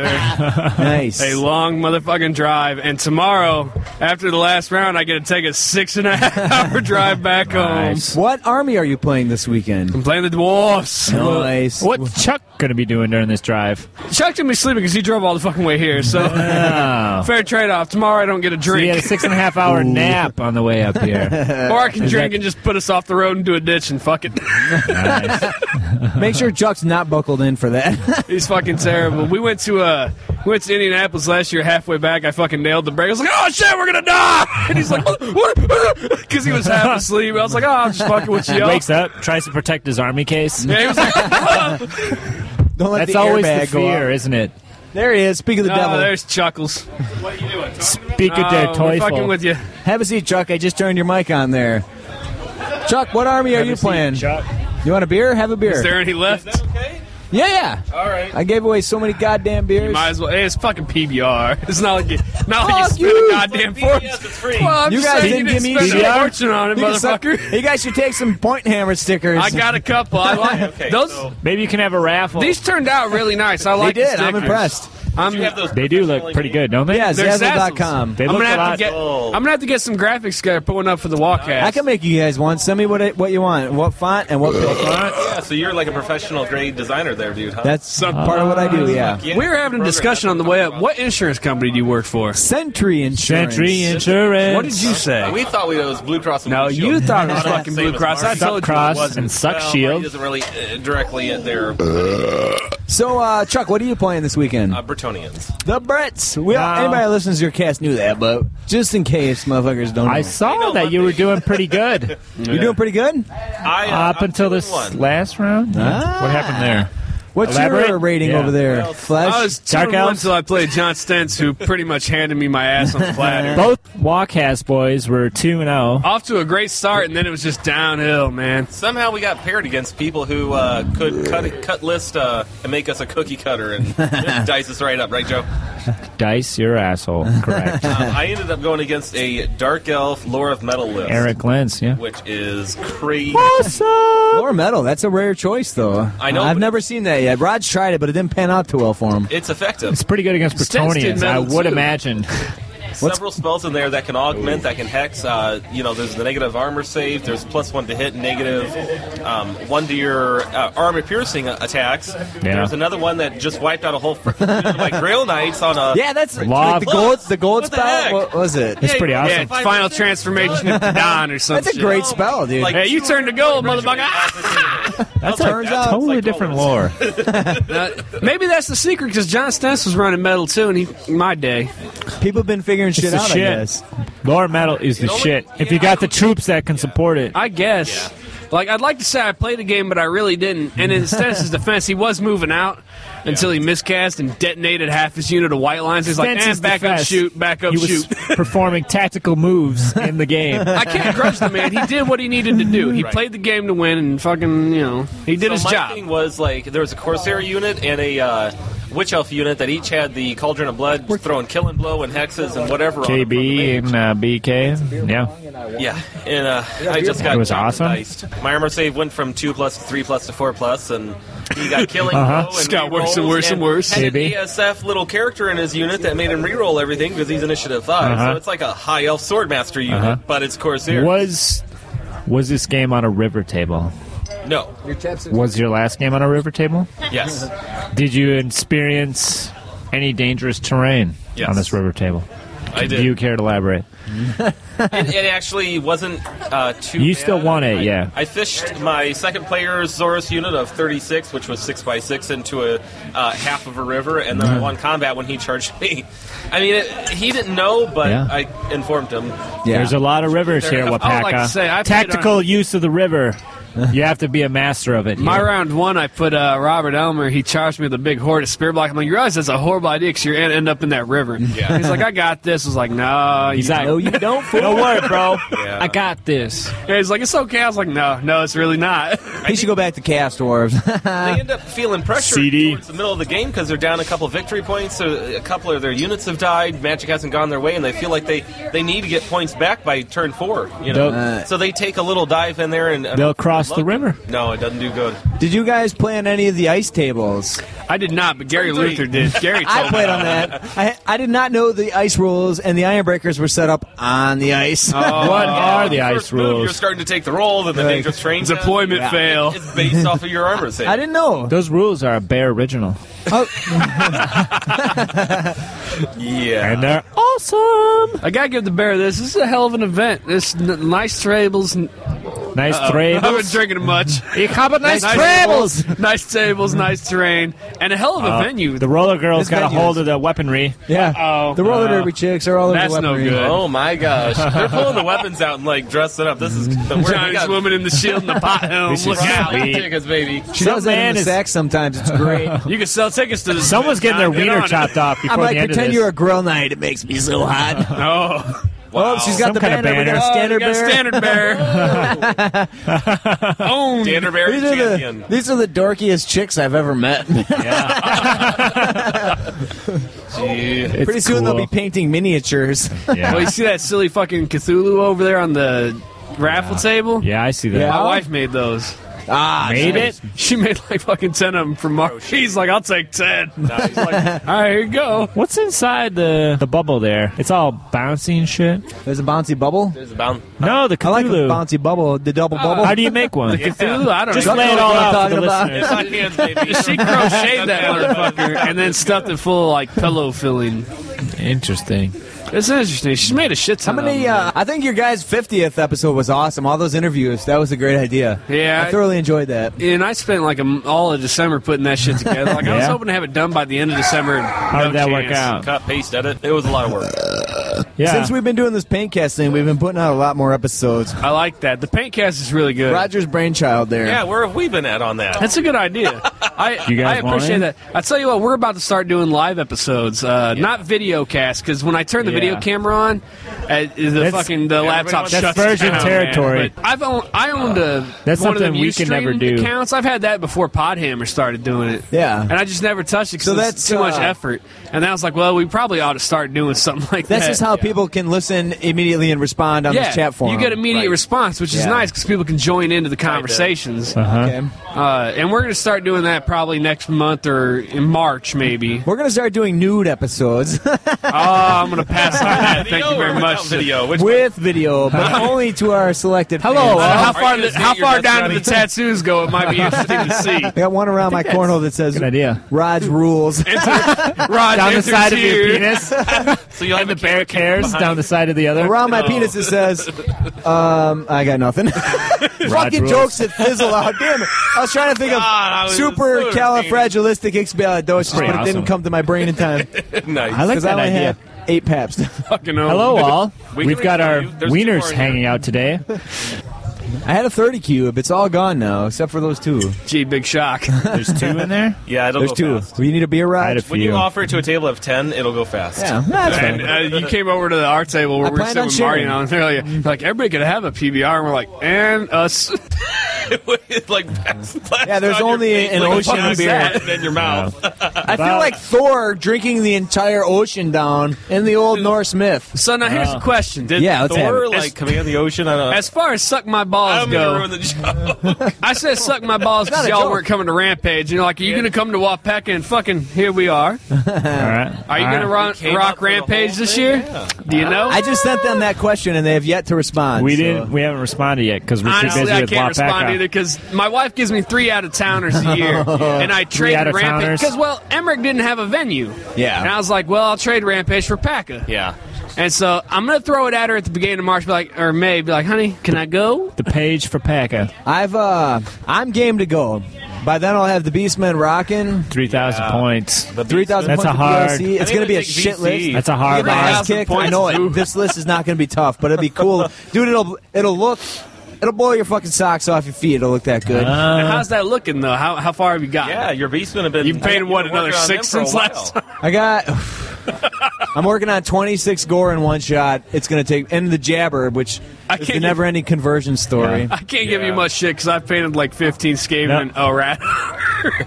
[SPEAKER 2] Nice.
[SPEAKER 8] a long motherfucking drive. And tomorrow, after the last round, I get to take a six and a half hour drive back home.
[SPEAKER 2] what army are you playing this weekend?
[SPEAKER 8] I'm playing the dwarfs.
[SPEAKER 2] Nice.
[SPEAKER 4] What's Chuck going to be doing during this drive?
[SPEAKER 8] Chuck didn't be sleeping because he drove all the fucking way here. So fair trade off. Tomorrow I don't get a
[SPEAKER 4] So you had
[SPEAKER 8] drink,
[SPEAKER 4] a six and a half hour nap on the way up
[SPEAKER 2] Uh,
[SPEAKER 4] here.
[SPEAKER 8] or I can drink and just put us off the road into a ditch and fuck it.
[SPEAKER 2] Make sure Chuck's not buckled in for that.
[SPEAKER 8] He's fucking terrible. We went to uh, we went to Indianapolis last year. Halfway back, I fucking nailed the brake. I was like, "Oh shit, we're gonna die!" And he's like, "What?" Because he was half asleep. I was like, "Oh, I'm just fucking with you."
[SPEAKER 4] Wakes up, tries to protect his army case.
[SPEAKER 8] Yeah, he was like,
[SPEAKER 2] Don't let
[SPEAKER 4] That's
[SPEAKER 2] the
[SPEAKER 4] always the
[SPEAKER 2] airbag go
[SPEAKER 4] fear,
[SPEAKER 2] out.
[SPEAKER 4] isn't it?
[SPEAKER 2] There he is. Speak of the
[SPEAKER 8] Oh,
[SPEAKER 2] devil.
[SPEAKER 8] there's Chuckles.
[SPEAKER 4] Speak of
[SPEAKER 8] Oh,
[SPEAKER 4] their
[SPEAKER 8] we're
[SPEAKER 4] toy
[SPEAKER 8] fucking with you.
[SPEAKER 2] Have a seat, Chuck. I just turned your mic on there. Chuck, what army are you playing? You want a beer? Have a beer.
[SPEAKER 8] Is there any left?
[SPEAKER 2] yeah, yeah.
[SPEAKER 8] All right.
[SPEAKER 2] I gave away so many goddamn beers.
[SPEAKER 8] Might as well. Hey, it's fucking PBR. It's not like you, not like you
[SPEAKER 2] Fuck
[SPEAKER 8] spent
[SPEAKER 2] you.
[SPEAKER 8] a goddamn fortune. Well, I'm
[SPEAKER 2] You
[SPEAKER 8] just
[SPEAKER 2] guys
[SPEAKER 8] saying
[SPEAKER 2] didn't
[SPEAKER 8] you
[SPEAKER 2] give me
[SPEAKER 8] spend a
[SPEAKER 2] PBR?
[SPEAKER 8] fortune on it,
[SPEAKER 2] You guys-
[SPEAKER 8] motherfucker.
[SPEAKER 2] You guys should take some point hammer stickers.
[SPEAKER 8] I got a couple. I like those.
[SPEAKER 4] Maybe you can have a raffle.
[SPEAKER 8] These turned out really nice. I
[SPEAKER 2] They
[SPEAKER 8] like. the
[SPEAKER 2] did. I'm
[SPEAKER 8] stickers.
[SPEAKER 2] impressed.
[SPEAKER 8] I'm,
[SPEAKER 4] they do look pretty good, don't they?
[SPEAKER 2] Yeah,
[SPEAKER 8] they're
[SPEAKER 2] Zazzle.com.
[SPEAKER 4] They
[SPEAKER 8] I'm
[SPEAKER 4] look
[SPEAKER 8] gonna
[SPEAKER 4] a
[SPEAKER 8] have to
[SPEAKER 4] lot.
[SPEAKER 8] get. I'm gonna have to get some graphics together, put one up for the walkout.
[SPEAKER 2] I can make you guys one. Send me what it, what you want, what font, and what pick.
[SPEAKER 9] Yeah, so you're like a professional grade designer there, dude, huh?
[SPEAKER 2] That's part of what I do. Yeah.
[SPEAKER 9] Yeah.
[SPEAKER 8] we were having a discussion on the way up. What insurance company do you work for?
[SPEAKER 2] Century Insurance.
[SPEAKER 4] Century Insurance.
[SPEAKER 8] What did you say?
[SPEAKER 9] we thought we it was Blue Cross and
[SPEAKER 8] No,
[SPEAKER 9] Blue
[SPEAKER 8] you
[SPEAKER 9] Shield.
[SPEAKER 8] thought it was
[SPEAKER 9] Not
[SPEAKER 8] fucking
[SPEAKER 9] same
[SPEAKER 8] Blue
[SPEAKER 9] as
[SPEAKER 8] Cross. I
[SPEAKER 9] ours.
[SPEAKER 8] told you
[SPEAKER 4] Suck
[SPEAKER 8] it
[SPEAKER 4] Cross
[SPEAKER 8] wasn't.
[SPEAKER 4] and Suck
[SPEAKER 9] Well, It
[SPEAKER 4] Shield?
[SPEAKER 9] isn't really uh, directly at their
[SPEAKER 2] So, uh, Chuck, what are you playing this weekend?
[SPEAKER 9] uh, Bretonians.
[SPEAKER 2] the Brits. We all,
[SPEAKER 4] No.
[SPEAKER 2] anybody that listens to your cast knew that, but just in case motherfuckers don't,
[SPEAKER 4] I
[SPEAKER 2] know.
[SPEAKER 4] saw that you were doing pretty good
[SPEAKER 2] you're doing pretty good.
[SPEAKER 9] I, uh,
[SPEAKER 4] up
[SPEAKER 9] I'm
[SPEAKER 4] until
[SPEAKER 9] two and
[SPEAKER 4] this
[SPEAKER 9] One.
[SPEAKER 4] last round.
[SPEAKER 2] Ah.
[SPEAKER 4] What happened there?
[SPEAKER 2] What's
[SPEAKER 4] Elaborate?
[SPEAKER 2] your rating
[SPEAKER 4] Yeah.
[SPEAKER 2] over there, Flesh?
[SPEAKER 8] I was two
[SPEAKER 4] Dark
[SPEAKER 8] and one
[SPEAKER 4] Elves?
[SPEAKER 8] until I played John Stentz, who pretty much handed me my ass on the platter.
[SPEAKER 4] Both Walkhouse boys were oh. 2 0.
[SPEAKER 8] Off to a great start, and then it was just downhill, man.
[SPEAKER 9] Somehow we got paired against people who uh, could cut cut list uh, and make us a cookie cutter and dice us right up, right, Joe?
[SPEAKER 4] Dice your asshole.
[SPEAKER 8] Uh,
[SPEAKER 4] Correct.
[SPEAKER 9] Um, I ended up going against a dark elf lore of metal list,
[SPEAKER 4] Eric Lentz, yeah.
[SPEAKER 9] which is crazy.
[SPEAKER 2] Lower metal. That's a rare choice, though.
[SPEAKER 9] I know,
[SPEAKER 2] I've
[SPEAKER 9] but-
[SPEAKER 2] never seen that yet. Raj tried it, but it didn't pan out too well for him.
[SPEAKER 9] It's effective.
[SPEAKER 4] It's pretty good against
[SPEAKER 8] Stents did
[SPEAKER 4] Bretonians, I
[SPEAKER 8] metal
[SPEAKER 4] would
[SPEAKER 8] too.
[SPEAKER 4] imagine.
[SPEAKER 9] Several spells in there that can augment, that can hex. Uh, you know, there's the negative armor save. There's plus one to hit, negative um, one to your uh, armor piercing attacks. There's another one that just wiped out a whole frickin' like Grail Knights on a
[SPEAKER 2] Uh, Yeah, that's
[SPEAKER 4] Law
[SPEAKER 2] like
[SPEAKER 4] of-
[SPEAKER 2] the gold. The gold
[SPEAKER 9] What the
[SPEAKER 2] spell.
[SPEAKER 9] heck?
[SPEAKER 2] what was it?
[SPEAKER 4] It's pretty
[SPEAKER 8] Yeah,
[SPEAKER 4] awesome.
[SPEAKER 8] it's final transformation of Don or something.
[SPEAKER 2] That's a great spell, dude.
[SPEAKER 8] Hey, you turned to gold, motherfucker!
[SPEAKER 4] That's
[SPEAKER 2] Turns
[SPEAKER 4] a
[SPEAKER 2] out-
[SPEAKER 4] totally
[SPEAKER 9] like
[SPEAKER 4] different
[SPEAKER 9] Dolan.
[SPEAKER 4] lore.
[SPEAKER 8] Maybe that's the secret because John Stentz was running metal too, and he my day.
[SPEAKER 2] People have been figuring shit
[SPEAKER 4] It's the
[SPEAKER 2] out. I guess.
[SPEAKER 4] shit. Lore metal is the
[SPEAKER 9] only-
[SPEAKER 4] shit. If you got the troops that can support it.
[SPEAKER 8] I guess. Like I'd like to say I played a game, but I really didn't. And in Stentz's defense, he was moving out until he miscast and detonated half his unit of white lines. He's like, eh,
[SPEAKER 4] Stentz's
[SPEAKER 8] back up,
[SPEAKER 4] defense,
[SPEAKER 8] shoot, back up,
[SPEAKER 4] He was
[SPEAKER 8] shoot.
[SPEAKER 4] performing tactical moves in the game.
[SPEAKER 8] I can't grudge the man. He did what he needed to do. He played the game to win, and fucking, you know, he did
[SPEAKER 9] so
[SPEAKER 8] his
[SPEAKER 9] my
[SPEAKER 8] job.
[SPEAKER 9] thing was like there was a Corsair unit and a uh, Witch Elf unit that each had the Cauldron of Blood throwing killing blow and hexes and whatever. on them from the
[SPEAKER 4] KB
[SPEAKER 9] main.
[SPEAKER 4] and uh, BK. Yeah.
[SPEAKER 9] yeah, and uh, I just got
[SPEAKER 4] It was
[SPEAKER 9] chopped
[SPEAKER 4] awesome.
[SPEAKER 9] and diced. My armor save went from two plus to three plus to four plus, and he got killing
[SPEAKER 4] Uh-huh.
[SPEAKER 9] blow and
[SPEAKER 8] Just got worse and
[SPEAKER 9] rerolls
[SPEAKER 8] worse and worse.
[SPEAKER 9] Had
[SPEAKER 4] KB.
[SPEAKER 9] an ESF little character in his unit that made him reroll everything because he's initiative 5
[SPEAKER 4] Uh-huh.
[SPEAKER 9] so it's like a high elf swordmaster unit,
[SPEAKER 4] Uh-huh.
[SPEAKER 9] but it's Corsair.
[SPEAKER 4] Was was this game on a river table?
[SPEAKER 9] No,
[SPEAKER 4] Was your last game on a river table?
[SPEAKER 9] yes,
[SPEAKER 4] Did you experience any dangerous terrain
[SPEAKER 9] Yes.
[SPEAKER 4] on this river table?
[SPEAKER 9] I did.
[SPEAKER 4] Do you care to elaborate?
[SPEAKER 9] it, it actually wasn't uh, too.
[SPEAKER 4] You
[SPEAKER 9] bad.
[SPEAKER 4] still won it,
[SPEAKER 9] I-
[SPEAKER 4] yeah.
[SPEAKER 9] I fished my second player's Zorus unit of 36, which was six by six, into a uh, half of a river, and then
[SPEAKER 4] Mm.
[SPEAKER 9] I won combat when he charged me. I mean, it, he didn't know, but
[SPEAKER 4] Yeah.
[SPEAKER 9] I informed him.
[SPEAKER 2] Yeah.
[SPEAKER 4] There's a lot of rivers here,
[SPEAKER 8] I'd
[SPEAKER 4] Wapaka.
[SPEAKER 8] like to say, I played
[SPEAKER 4] Tactical use of the river. You have to be a master of it.
[SPEAKER 8] My
[SPEAKER 4] here.
[SPEAKER 8] round one, I put uh, Robert Elmer. He charged me with a big horde of spear block. I'm like, you realize that's a horrible idea because you're gonna end up in that river. Yeah. He's like, I got this. I was like, no.
[SPEAKER 4] He's
[SPEAKER 8] you
[SPEAKER 4] like,
[SPEAKER 2] No, you don't. fool.
[SPEAKER 4] don't worry, bro.
[SPEAKER 9] Yeah.
[SPEAKER 4] I got this.
[SPEAKER 8] don't." He's like, it's okay. I was like, no, no, it's really not.
[SPEAKER 2] He should go back to Cast Dwarves.
[SPEAKER 4] Uh,
[SPEAKER 9] they end up feeling pressure
[SPEAKER 4] CD.
[SPEAKER 9] towards the middle of the game because they're down a couple victory points. Or a couple of their units have died. Magic hasn't gone their way, and they feel like they, they need to get points back by turn four. You know,
[SPEAKER 4] They'll-
[SPEAKER 9] so they take a little dive in there and and
[SPEAKER 4] They'll cross the river.
[SPEAKER 9] No, it doesn't do good.
[SPEAKER 2] Did you guys play on any of the ice tables?
[SPEAKER 8] I did not, but Gary Luther did. Gary told
[SPEAKER 2] I
[SPEAKER 8] me.
[SPEAKER 2] played on that. I, I did not know the ice rules, and the iron breakers were set up on the ice.
[SPEAKER 8] Oh,
[SPEAKER 4] what are the
[SPEAKER 9] Oh. First
[SPEAKER 4] ice
[SPEAKER 9] move, You're
[SPEAKER 4] rules?
[SPEAKER 9] starting to take the roll, then the
[SPEAKER 2] Right.
[SPEAKER 9] dangerous train. does.
[SPEAKER 8] Deployment
[SPEAKER 2] Yeah.
[SPEAKER 8] fail.
[SPEAKER 9] It's based off of your armor save.
[SPEAKER 2] I didn't know.
[SPEAKER 4] Those rules are a bare original.
[SPEAKER 2] Oh,
[SPEAKER 9] Yeah.
[SPEAKER 4] And they're awesome.
[SPEAKER 8] I gotta give the bear this. This is a hell of an event. This n- nice tables, n-
[SPEAKER 4] Nice
[SPEAKER 8] I've been
[SPEAKER 4] trade.
[SPEAKER 8] drinking much.
[SPEAKER 4] Ich habe nice
[SPEAKER 8] tables, nice tables, nice terrain, and a hell of a venue.
[SPEAKER 4] Uh, The roller girls
[SPEAKER 2] This
[SPEAKER 4] got a
[SPEAKER 2] venue
[SPEAKER 4] hold of the weaponry. Uh-huh.
[SPEAKER 2] Yeah.
[SPEAKER 8] Uh-oh.
[SPEAKER 2] The roller
[SPEAKER 8] Uh,
[SPEAKER 2] derby chicks are all over
[SPEAKER 8] that's
[SPEAKER 2] the
[SPEAKER 8] no
[SPEAKER 2] weaponry.
[SPEAKER 8] good.
[SPEAKER 9] Oh my gosh! They're pulling the weapons out and like dressing up. This is the word we
[SPEAKER 8] Johnny's
[SPEAKER 9] got.
[SPEAKER 8] Mm-hmm. woman in the shield and the pot helm.
[SPEAKER 4] This is
[SPEAKER 8] Look out!
[SPEAKER 4] sweet.
[SPEAKER 9] Tickets, baby.
[SPEAKER 2] She
[SPEAKER 4] Some
[SPEAKER 2] does that
[SPEAKER 4] man
[SPEAKER 2] in the
[SPEAKER 4] is-
[SPEAKER 2] sack sometimes. It's great.
[SPEAKER 8] You can sell tickets to. This
[SPEAKER 4] Someone's getting their
[SPEAKER 8] Get on
[SPEAKER 4] wiener
[SPEAKER 8] it.
[SPEAKER 4] chopped off before
[SPEAKER 2] I'm like,
[SPEAKER 4] the end of
[SPEAKER 2] pretend
[SPEAKER 4] this.
[SPEAKER 2] you're a grill night. It makes me so hot.
[SPEAKER 8] Oh,
[SPEAKER 9] Wow.
[SPEAKER 2] Oh, she's got
[SPEAKER 4] Some
[SPEAKER 2] the
[SPEAKER 4] kind
[SPEAKER 2] banner.
[SPEAKER 4] of
[SPEAKER 2] We got
[SPEAKER 4] banner.
[SPEAKER 2] a
[SPEAKER 4] Oh,
[SPEAKER 2] standard
[SPEAKER 8] you got a Oh.
[SPEAKER 2] bearer.
[SPEAKER 8] standard bear. Owned.
[SPEAKER 9] Dander Barry
[SPEAKER 2] These are
[SPEAKER 9] champion.
[SPEAKER 2] the these are the dorkiest chicks I've ever met.
[SPEAKER 9] Gee.
[SPEAKER 4] It's
[SPEAKER 2] Pretty soon they'll
[SPEAKER 4] cool.
[SPEAKER 2] be painting miniatures.
[SPEAKER 8] Well,
[SPEAKER 4] Yeah.
[SPEAKER 8] you see that silly fucking Cthulhu over there on the raffle table?
[SPEAKER 4] yeah, I see that.
[SPEAKER 2] Yeah.
[SPEAKER 8] My wife made those.
[SPEAKER 2] ah,
[SPEAKER 4] Made it.
[SPEAKER 8] She made like fucking ten of them for Mark. He's like, I'll take ten.
[SPEAKER 9] Nice.
[SPEAKER 8] All right, here you go.
[SPEAKER 4] What's inside the the bubble there? It's all bouncy and shit.
[SPEAKER 2] there's a bouncy bubble.
[SPEAKER 9] There's a bound.
[SPEAKER 4] No, the Cthulhu.
[SPEAKER 2] I like the bouncy bubble, the double
[SPEAKER 8] Oh.
[SPEAKER 2] bubble.
[SPEAKER 4] How do you make one?
[SPEAKER 8] Cthulhu, I don't
[SPEAKER 4] Just
[SPEAKER 8] know.
[SPEAKER 4] lay it all
[SPEAKER 2] what I'm
[SPEAKER 4] out for the
[SPEAKER 2] talking about.
[SPEAKER 4] listeners.
[SPEAKER 9] My hands, baby.
[SPEAKER 8] She crocheted that motherfucker and then stuffed it full of like pillow filling.
[SPEAKER 4] Interesting.
[SPEAKER 8] It's interesting. She's made a shit
[SPEAKER 2] How
[SPEAKER 8] ton.
[SPEAKER 2] many?
[SPEAKER 8] Of them.
[SPEAKER 2] Uh, I think your guys' 50th episode was awesome. All those interviews. That was a great idea.
[SPEAKER 8] Yeah.
[SPEAKER 2] I thoroughly enjoyed that.
[SPEAKER 8] and I spent like a m all of December putting that shit together. Like I was
[SPEAKER 4] Yeah.
[SPEAKER 8] hoping to have it done by the end of December.
[SPEAKER 4] How did that work out?
[SPEAKER 9] Cut, paste, edit. It was a lot of work.
[SPEAKER 4] Yeah.
[SPEAKER 2] Since we've been doing this paint casting, we've been putting out a lot more episodes.
[SPEAKER 8] I like that. The paint cast is really Oh, good.
[SPEAKER 2] Roger's brainchild there.
[SPEAKER 9] Yeah, where have we been at on that?
[SPEAKER 8] That's a good idea. I,
[SPEAKER 4] You guys
[SPEAKER 8] I appreciate
[SPEAKER 4] want
[SPEAKER 8] that. I tell you what, we're about to start doing live episodes, uh, not video cast, because when I turn the video
[SPEAKER 4] Yeah.
[SPEAKER 8] camera on, uh, the
[SPEAKER 4] That's-
[SPEAKER 8] fucking the laptop
[SPEAKER 9] wants- that's
[SPEAKER 8] shuts
[SPEAKER 4] virgin
[SPEAKER 8] down,
[SPEAKER 4] territory.
[SPEAKER 8] man. But I've owned, I owned a
[SPEAKER 4] That's
[SPEAKER 8] one of them
[SPEAKER 4] something we can
[SPEAKER 8] Ustream
[SPEAKER 4] never do.
[SPEAKER 8] Accounts. I've had that before. Podhammer started doing it.
[SPEAKER 2] Yeah.
[SPEAKER 8] and I just never touched it because
[SPEAKER 2] So
[SPEAKER 8] that's
[SPEAKER 2] that's,
[SPEAKER 8] too much
[SPEAKER 2] uh,
[SPEAKER 8] effort. And I was like, well, we probably ought to start doing something like
[SPEAKER 2] This
[SPEAKER 8] that.
[SPEAKER 2] is how people can listen immediately and respond on
[SPEAKER 8] yeah,
[SPEAKER 2] this chat forum.
[SPEAKER 8] you get immediate
[SPEAKER 9] Right.
[SPEAKER 8] response, which is
[SPEAKER 2] Yeah.
[SPEAKER 8] nice because people can join into the conversations.
[SPEAKER 4] uh-huh.
[SPEAKER 2] Okay.
[SPEAKER 8] Uh, and we're going to start doing that probably next month or in March, maybe.
[SPEAKER 2] We're gonna start doing nude episodes
[SPEAKER 8] oh, I'm going to pass on that. Thank you very much.
[SPEAKER 9] Video. Which
[SPEAKER 2] with video, but only to our selected.
[SPEAKER 8] Hello.
[SPEAKER 2] fans.
[SPEAKER 8] uh, how
[SPEAKER 9] Are
[SPEAKER 8] far,
[SPEAKER 9] you gonna
[SPEAKER 8] the, how
[SPEAKER 9] get your
[SPEAKER 8] far
[SPEAKER 9] best
[SPEAKER 8] down
[SPEAKER 9] buddy?
[SPEAKER 8] do the tattoos go? It might be interesting to see.
[SPEAKER 2] I got one around my cornhole that says
[SPEAKER 4] Good idea.
[SPEAKER 2] Raj rules.
[SPEAKER 8] Rod
[SPEAKER 4] Down the
[SPEAKER 8] enters
[SPEAKER 4] side of your
[SPEAKER 8] here.
[SPEAKER 4] penis,
[SPEAKER 9] So you'll have
[SPEAKER 4] the
[SPEAKER 9] a
[SPEAKER 4] bear cares down the side of the other.
[SPEAKER 2] around my penis it says, um, I got nothing. Fucking
[SPEAKER 4] rules.
[SPEAKER 2] jokes that fizzle out. Damn it. I was trying to think
[SPEAKER 9] God, I
[SPEAKER 2] of
[SPEAKER 9] was
[SPEAKER 2] super
[SPEAKER 9] so
[SPEAKER 2] califragilisticexpialidocious, but
[SPEAKER 4] pretty
[SPEAKER 2] it didn't
[SPEAKER 4] awesome.
[SPEAKER 2] come to my brain in time
[SPEAKER 9] night.
[SPEAKER 4] I like
[SPEAKER 2] because I
[SPEAKER 4] that
[SPEAKER 2] only
[SPEAKER 4] idea.
[SPEAKER 2] had eight paps.
[SPEAKER 8] Fucking hell.
[SPEAKER 4] Hello, all.
[SPEAKER 9] We
[SPEAKER 4] We've
[SPEAKER 9] can
[SPEAKER 4] got
[SPEAKER 9] refer
[SPEAKER 4] our
[SPEAKER 9] you. There's two more in
[SPEAKER 4] wieners
[SPEAKER 9] here.
[SPEAKER 4] hanging out today.
[SPEAKER 2] I had a 30 cube. It's all gone now, except for those two.
[SPEAKER 8] Gee, big shock.
[SPEAKER 4] There's two in there.
[SPEAKER 9] Yeah, it'll
[SPEAKER 2] There's
[SPEAKER 9] go
[SPEAKER 2] two.
[SPEAKER 9] fast.
[SPEAKER 2] We need a beer
[SPEAKER 4] I had
[SPEAKER 2] ride.
[SPEAKER 4] a
[SPEAKER 9] When you
[SPEAKER 4] few.
[SPEAKER 9] offer it to a table of ten, it'll go fast.
[SPEAKER 2] Yeah, that's
[SPEAKER 8] And
[SPEAKER 2] fine.
[SPEAKER 8] uh, you came over to the art table where
[SPEAKER 2] I
[SPEAKER 8] we were
[SPEAKER 2] planned
[SPEAKER 8] sitting
[SPEAKER 2] on
[SPEAKER 8] with Marty
[SPEAKER 2] sharing.
[SPEAKER 8] and I was like, like, everybody could have a PBR. And we're like, and us.
[SPEAKER 9] It's
[SPEAKER 8] Mm-hmm.
[SPEAKER 9] like splashed
[SPEAKER 2] Yeah, there's
[SPEAKER 9] on your
[SPEAKER 2] only
[SPEAKER 9] face
[SPEAKER 2] an
[SPEAKER 9] like a
[SPEAKER 2] ocean of
[SPEAKER 9] fucking
[SPEAKER 2] beer.
[SPEAKER 9] cat and in your mouth.
[SPEAKER 2] I feel like Thor drinking the entire ocean down in the old Norse myth.
[SPEAKER 8] So now
[SPEAKER 4] Oh.
[SPEAKER 8] here's the question. Did
[SPEAKER 2] uh, Yeah, let's have
[SPEAKER 9] Thor
[SPEAKER 2] it.
[SPEAKER 9] like command the ocean. I don't know.
[SPEAKER 8] As far as suck my balls
[SPEAKER 9] Uh, I'm
[SPEAKER 8] go,
[SPEAKER 9] gonna ruin the joke.
[SPEAKER 8] I said suck my balls because
[SPEAKER 2] not a
[SPEAKER 8] y'all
[SPEAKER 2] joke.
[SPEAKER 8] weren't coming to Rampage. And you're like, are you going to come to Wapaka and fucking here we are?
[SPEAKER 4] All right.
[SPEAKER 8] Are you
[SPEAKER 4] All
[SPEAKER 8] going
[SPEAKER 4] right.
[SPEAKER 8] to rock,
[SPEAKER 9] Uh, came up
[SPEAKER 8] rock
[SPEAKER 9] for the
[SPEAKER 8] Rampage
[SPEAKER 9] whole
[SPEAKER 8] this
[SPEAKER 9] thing,
[SPEAKER 8] year?
[SPEAKER 9] yeah.
[SPEAKER 8] Do you know?
[SPEAKER 2] I just sent them that question and they have yet to respond.
[SPEAKER 4] We
[SPEAKER 2] so-
[SPEAKER 4] didn't. We haven't responded yet because we're too
[SPEAKER 8] Honestly,
[SPEAKER 4] busy
[SPEAKER 8] I
[SPEAKER 4] with
[SPEAKER 8] can't respond
[SPEAKER 4] Wapaka.
[SPEAKER 8] either because my wife gives me three out of towners a year, and I trade
[SPEAKER 4] out of
[SPEAKER 8] Rampage
[SPEAKER 4] towners.
[SPEAKER 8] because well, Emmerich didn't have a venue.
[SPEAKER 2] Yeah.
[SPEAKER 8] and I was like, well, I'll trade Rampage for Paca.
[SPEAKER 9] yeah.
[SPEAKER 8] and so I'm gonna throw it at her at the beginning of March, be like, or May, be like, honey, can I go?
[SPEAKER 4] The page for Paka.
[SPEAKER 2] I've uh I'm game to go. By then I'll have the Beastmen rocking.
[SPEAKER 4] Three thousand points.
[SPEAKER 2] Three thousand
[SPEAKER 4] That's
[SPEAKER 2] points
[SPEAKER 4] a
[SPEAKER 2] of
[SPEAKER 4] hard-
[SPEAKER 2] DLC. It's
[SPEAKER 9] think
[SPEAKER 2] gonna
[SPEAKER 9] I'm
[SPEAKER 2] be a
[SPEAKER 9] gonna take
[SPEAKER 2] shit
[SPEAKER 9] VC.
[SPEAKER 2] list.
[SPEAKER 4] That's a
[SPEAKER 2] I'll
[SPEAKER 4] hard
[SPEAKER 2] get my ass
[SPEAKER 4] list.
[SPEAKER 2] kicked. I know it. This list is not gonna be tough, but it'd be cool, dude. It'll it'll look it'll blow your fucking socks off your feet. It'll look that good.
[SPEAKER 4] Uh.
[SPEAKER 8] And how's that looking though? How how far have you gotten?
[SPEAKER 9] Uh. Yeah, your beastmen have been.
[SPEAKER 8] You've painted, what,
[SPEAKER 9] been working
[SPEAKER 8] another
[SPEAKER 9] on them
[SPEAKER 8] six
[SPEAKER 9] for a
[SPEAKER 8] since last
[SPEAKER 9] while.
[SPEAKER 2] I got. I'm working on 26 gore in one shot. It's gonna take and the jabber, which
[SPEAKER 8] I
[SPEAKER 2] is
[SPEAKER 8] can't
[SPEAKER 2] the
[SPEAKER 8] get-
[SPEAKER 2] never-ending conversion story.
[SPEAKER 8] I can't give
[SPEAKER 9] Yeah.
[SPEAKER 8] you much shit because I've painted like 15 Skaven
[SPEAKER 4] No.
[SPEAKER 8] and oh rat.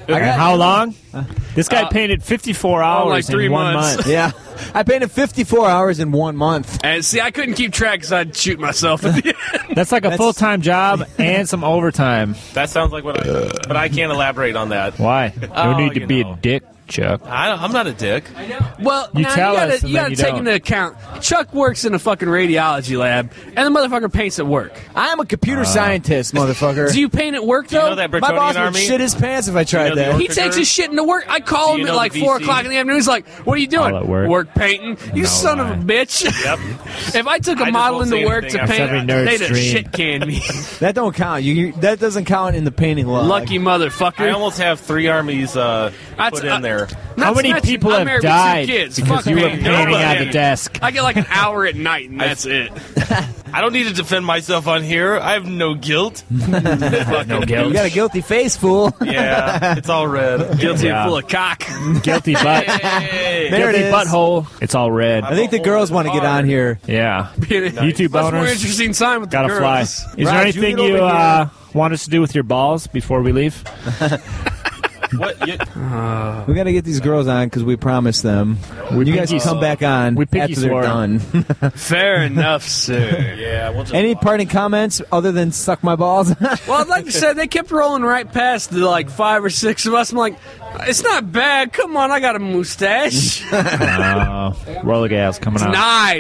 [SPEAKER 4] And how long?
[SPEAKER 9] Uh,
[SPEAKER 4] This guy painted 54 hours
[SPEAKER 8] oh, like three
[SPEAKER 4] in one
[SPEAKER 8] months.
[SPEAKER 4] month.
[SPEAKER 2] Yeah, I painted 54 hours in one month.
[SPEAKER 8] And see, I couldn't keep track because I'd shoot myself at the end.
[SPEAKER 4] That's like a full time job and some overtime.
[SPEAKER 9] That sounds like what I. But I can't elaborate on that.
[SPEAKER 4] Why? No
[SPEAKER 9] Oh,
[SPEAKER 4] need to
[SPEAKER 9] you
[SPEAKER 4] be
[SPEAKER 9] know.
[SPEAKER 4] a dick.
[SPEAKER 10] Chuck.
[SPEAKER 9] I don't, I'm not a dick.
[SPEAKER 8] Well,
[SPEAKER 11] You
[SPEAKER 8] now
[SPEAKER 11] tell
[SPEAKER 8] you gotta,
[SPEAKER 11] us and
[SPEAKER 8] you
[SPEAKER 11] then
[SPEAKER 8] gotta
[SPEAKER 11] you
[SPEAKER 8] take
[SPEAKER 11] don't.
[SPEAKER 8] into account Chuck works in a fucking radiology lab, and the motherfucker paints at work.
[SPEAKER 2] I'm a computer scientist, motherfucker.
[SPEAKER 8] Do you paint at work though?
[SPEAKER 9] Uh. You know that
[SPEAKER 2] My boss
[SPEAKER 9] Bretonian
[SPEAKER 2] would
[SPEAKER 9] army?
[SPEAKER 2] shit his pants if I tried
[SPEAKER 9] know the
[SPEAKER 2] that.
[SPEAKER 9] or-
[SPEAKER 8] he takes his shit into work. I call
[SPEAKER 9] Do you
[SPEAKER 8] him at
[SPEAKER 9] know
[SPEAKER 8] like
[SPEAKER 9] the
[SPEAKER 8] four
[SPEAKER 9] VC?
[SPEAKER 8] o'clock in the afternoon. He's like, "What are you doing?
[SPEAKER 11] All at work.
[SPEAKER 8] painting? You son
[SPEAKER 11] lie.
[SPEAKER 8] of a bitch!"
[SPEAKER 9] uh, Yep.
[SPEAKER 8] if I took a
[SPEAKER 9] I just
[SPEAKER 8] model
[SPEAKER 9] won't say
[SPEAKER 8] into work to
[SPEAKER 9] anything after
[SPEAKER 8] paint,
[SPEAKER 11] every nerd's
[SPEAKER 8] they'd have
[SPEAKER 11] dream.
[SPEAKER 8] shit canned me.
[SPEAKER 2] that don't count. You, you that doesn't count in the painting log.
[SPEAKER 8] Lucky
[SPEAKER 9] I
[SPEAKER 8] motherfucker.
[SPEAKER 9] almost have three armies uh,
[SPEAKER 8] That's-
[SPEAKER 9] put
[SPEAKER 8] uh,
[SPEAKER 9] in there.
[SPEAKER 8] Not
[SPEAKER 11] How
[SPEAKER 8] to
[SPEAKER 11] many
[SPEAKER 8] mention,
[SPEAKER 11] people
[SPEAKER 8] I'm
[SPEAKER 11] have
[SPEAKER 8] married with two
[SPEAKER 11] died
[SPEAKER 8] kids.
[SPEAKER 11] because
[SPEAKER 8] Fuck
[SPEAKER 11] you were
[SPEAKER 8] painting.
[SPEAKER 11] painting
[SPEAKER 9] Nobody.
[SPEAKER 11] at the desk?
[SPEAKER 8] I get like an hour at night, and that's it.
[SPEAKER 9] I don't need to defend myself on here. I have no guilt.
[SPEAKER 11] No
[SPEAKER 2] you
[SPEAKER 11] guilt.
[SPEAKER 2] got a guilty face, fool.
[SPEAKER 9] Yeah, it's all red.
[SPEAKER 8] Guilty
[SPEAKER 11] Yeah.
[SPEAKER 8] and full of cock.
[SPEAKER 11] Guilty butt.
[SPEAKER 9] Hey.
[SPEAKER 2] There it
[SPEAKER 11] Guilty
[SPEAKER 2] is.
[SPEAKER 11] butthole. It's all
[SPEAKER 2] I
[SPEAKER 11] red.
[SPEAKER 2] think the girls want to get on here.
[SPEAKER 11] Yeah.
[SPEAKER 8] You
[SPEAKER 11] two
[SPEAKER 8] Much more
[SPEAKER 11] boners.
[SPEAKER 8] interesting time with
[SPEAKER 11] Gotta
[SPEAKER 8] the
[SPEAKER 11] fly.
[SPEAKER 8] girls.
[SPEAKER 11] Is there
[SPEAKER 2] Raj, you
[SPEAKER 11] anything
[SPEAKER 2] get
[SPEAKER 11] you,
[SPEAKER 2] over
[SPEAKER 11] uh, want us to do with your balls before we leave?
[SPEAKER 9] What, you,
[SPEAKER 2] We got to get these girls on because we promised them. you guys can come back on
[SPEAKER 11] we pinky
[SPEAKER 2] after they're
[SPEAKER 11] swore.
[SPEAKER 2] done.
[SPEAKER 8] Uh, Fair enough, sir.
[SPEAKER 9] yeah, we'll just
[SPEAKER 2] Any parting comments other than suck my balls?
[SPEAKER 8] Well, I'd like to say they kept rolling right past the like five or six of us. I'm like, it's not bad. Come on, I got a mustache.
[SPEAKER 11] Uh, roller gas coming out.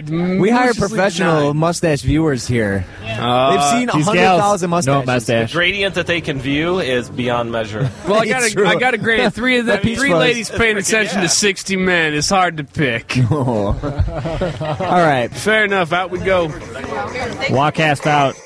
[SPEAKER 8] Denied.
[SPEAKER 2] we hire professional mustache viewers here. They've seen
[SPEAKER 11] Uh, These gals,
[SPEAKER 2] 100,000 mustaches.
[SPEAKER 11] no mustache.
[SPEAKER 9] Uh, gradient that they can view is beyond measure.
[SPEAKER 8] Well, I
[SPEAKER 2] It's
[SPEAKER 8] got a,
[SPEAKER 2] true.
[SPEAKER 8] I got a grade three of the
[SPEAKER 2] That piece
[SPEAKER 8] three
[SPEAKER 2] was-
[SPEAKER 8] ladies paying
[SPEAKER 9] freaking-
[SPEAKER 8] attention
[SPEAKER 9] yeah.
[SPEAKER 8] to sixty men. It's hard to pick.
[SPEAKER 2] All right.
[SPEAKER 8] Fair enough. Out we go.
[SPEAKER 11] Walk cast out.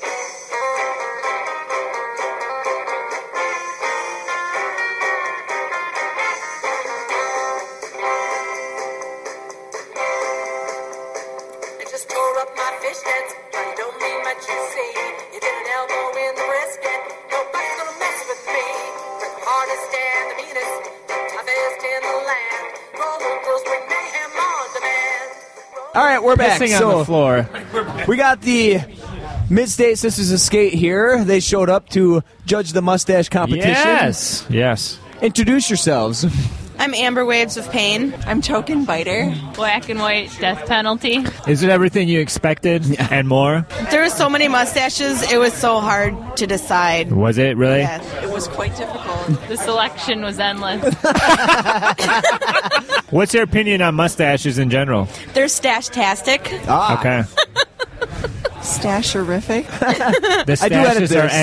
[SPEAKER 12] I just tore up my fishnets, but you don't mean much you see. You did an elbow in the brisket. Nobody's gonna mess with me. With the hardest and the meanest, toughest in the land. Roller girls bring mayhem on demand.
[SPEAKER 2] All right, we're back.
[SPEAKER 11] Pissing
[SPEAKER 2] so
[SPEAKER 11] on the floor.
[SPEAKER 2] we got the Midstate Sisters of Skate here. They showed up to judge the mustache competition.
[SPEAKER 11] Yes. Yes.
[SPEAKER 2] Introduce yourselves.
[SPEAKER 13] I'm Amber Waves of Pain. I'm Token Biter. Black and White Death Penalty.
[SPEAKER 11] Is it everything you expected and more?
[SPEAKER 13] There were so many mustaches, it was so hard to decide.
[SPEAKER 11] Was it really?
[SPEAKER 13] It was quite difficult.
[SPEAKER 12] The selection was endless.
[SPEAKER 11] What's your opinion on mustaches in general?
[SPEAKER 13] They're stash-tastic.
[SPEAKER 2] Ah,
[SPEAKER 11] Okay.
[SPEAKER 13] Stasherific.
[SPEAKER 11] The
[SPEAKER 2] I do edit
[SPEAKER 11] stashes are
[SPEAKER 2] this.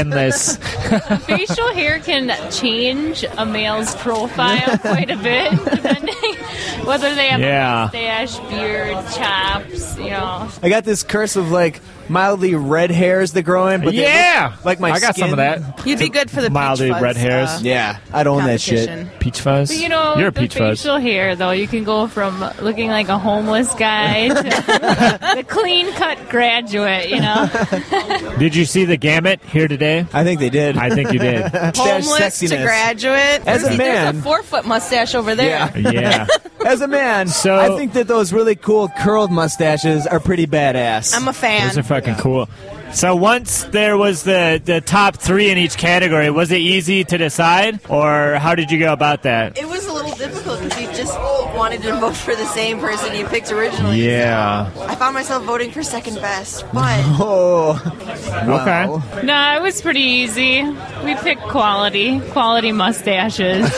[SPEAKER 11] endless.
[SPEAKER 12] Facial hair can change a male's profile quite a bit, depending whether they have
[SPEAKER 11] Yeah.
[SPEAKER 12] a mustache, beard, chops, you know.
[SPEAKER 2] I got this curse of like mildly red hairs that grow in, but they
[SPEAKER 11] yeah.
[SPEAKER 2] look like my
[SPEAKER 11] I got some of
[SPEAKER 2] skin.
[SPEAKER 11] that.
[SPEAKER 13] You'd be good for the
[SPEAKER 11] Mildly
[SPEAKER 13] peach fuzz,
[SPEAKER 11] red hairs.
[SPEAKER 13] uh,
[SPEAKER 2] look- yeah, I'd own that shit.
[SPEAKER 13] competition.
[SPEAKER 11] Peach fuzz.
[SPEAKER 12] But, you know,
[SPEAKER 11] You're a
[SPEAKER 12] the
[SPEAKER 11] peach fuzz.
[SPEAKER 12] facial hair, though, you can go from looking like a homeless guy to the clean cut graduate, you know.
[SPEAKER 11] Did you see the gamut here today?
[SPEAKER 2] I think they did.
[SPEAKER 11] I think you did.
[SPEAKER 2] Mustache
[SPEAKER 13] Homeless to
[SPEAKER 2] sexiness.
[SPEAKER 13] graduate.
[SPEAKER 2] As a
[SPEAKER 13] there's, there's
[SPEAKER 2] man-
[SPEAKER 13] a four-foot mustache over there.
[SPEAKER 2] Yeah.
[SPEAKER 11] Yeah.
[SPEAKER 2] As a man,
[SPEAKER 11] So-
[SPEAKER 2] I think that those really cool curled mustaches are pretty badass.
[SPEAKER 13] I'm a fan.
[SPEAKER 11] Those are fucking cool. So once there was the, the top three in each category, was it easy to decide, or how did you go about that?
[SPEAKER 13] It was a little difficult because you just wanted to vote for the same person you picked originally.
[SPEAKER 11] Yeah.
[SPEAKER 13] I found myself voting for second best, but
[SPEAKER 2] oh, wow.
[SPEAKER 11] Okay.
[SPEAKER 12] no, it was pretty easy. We picked quality, quality mustaches.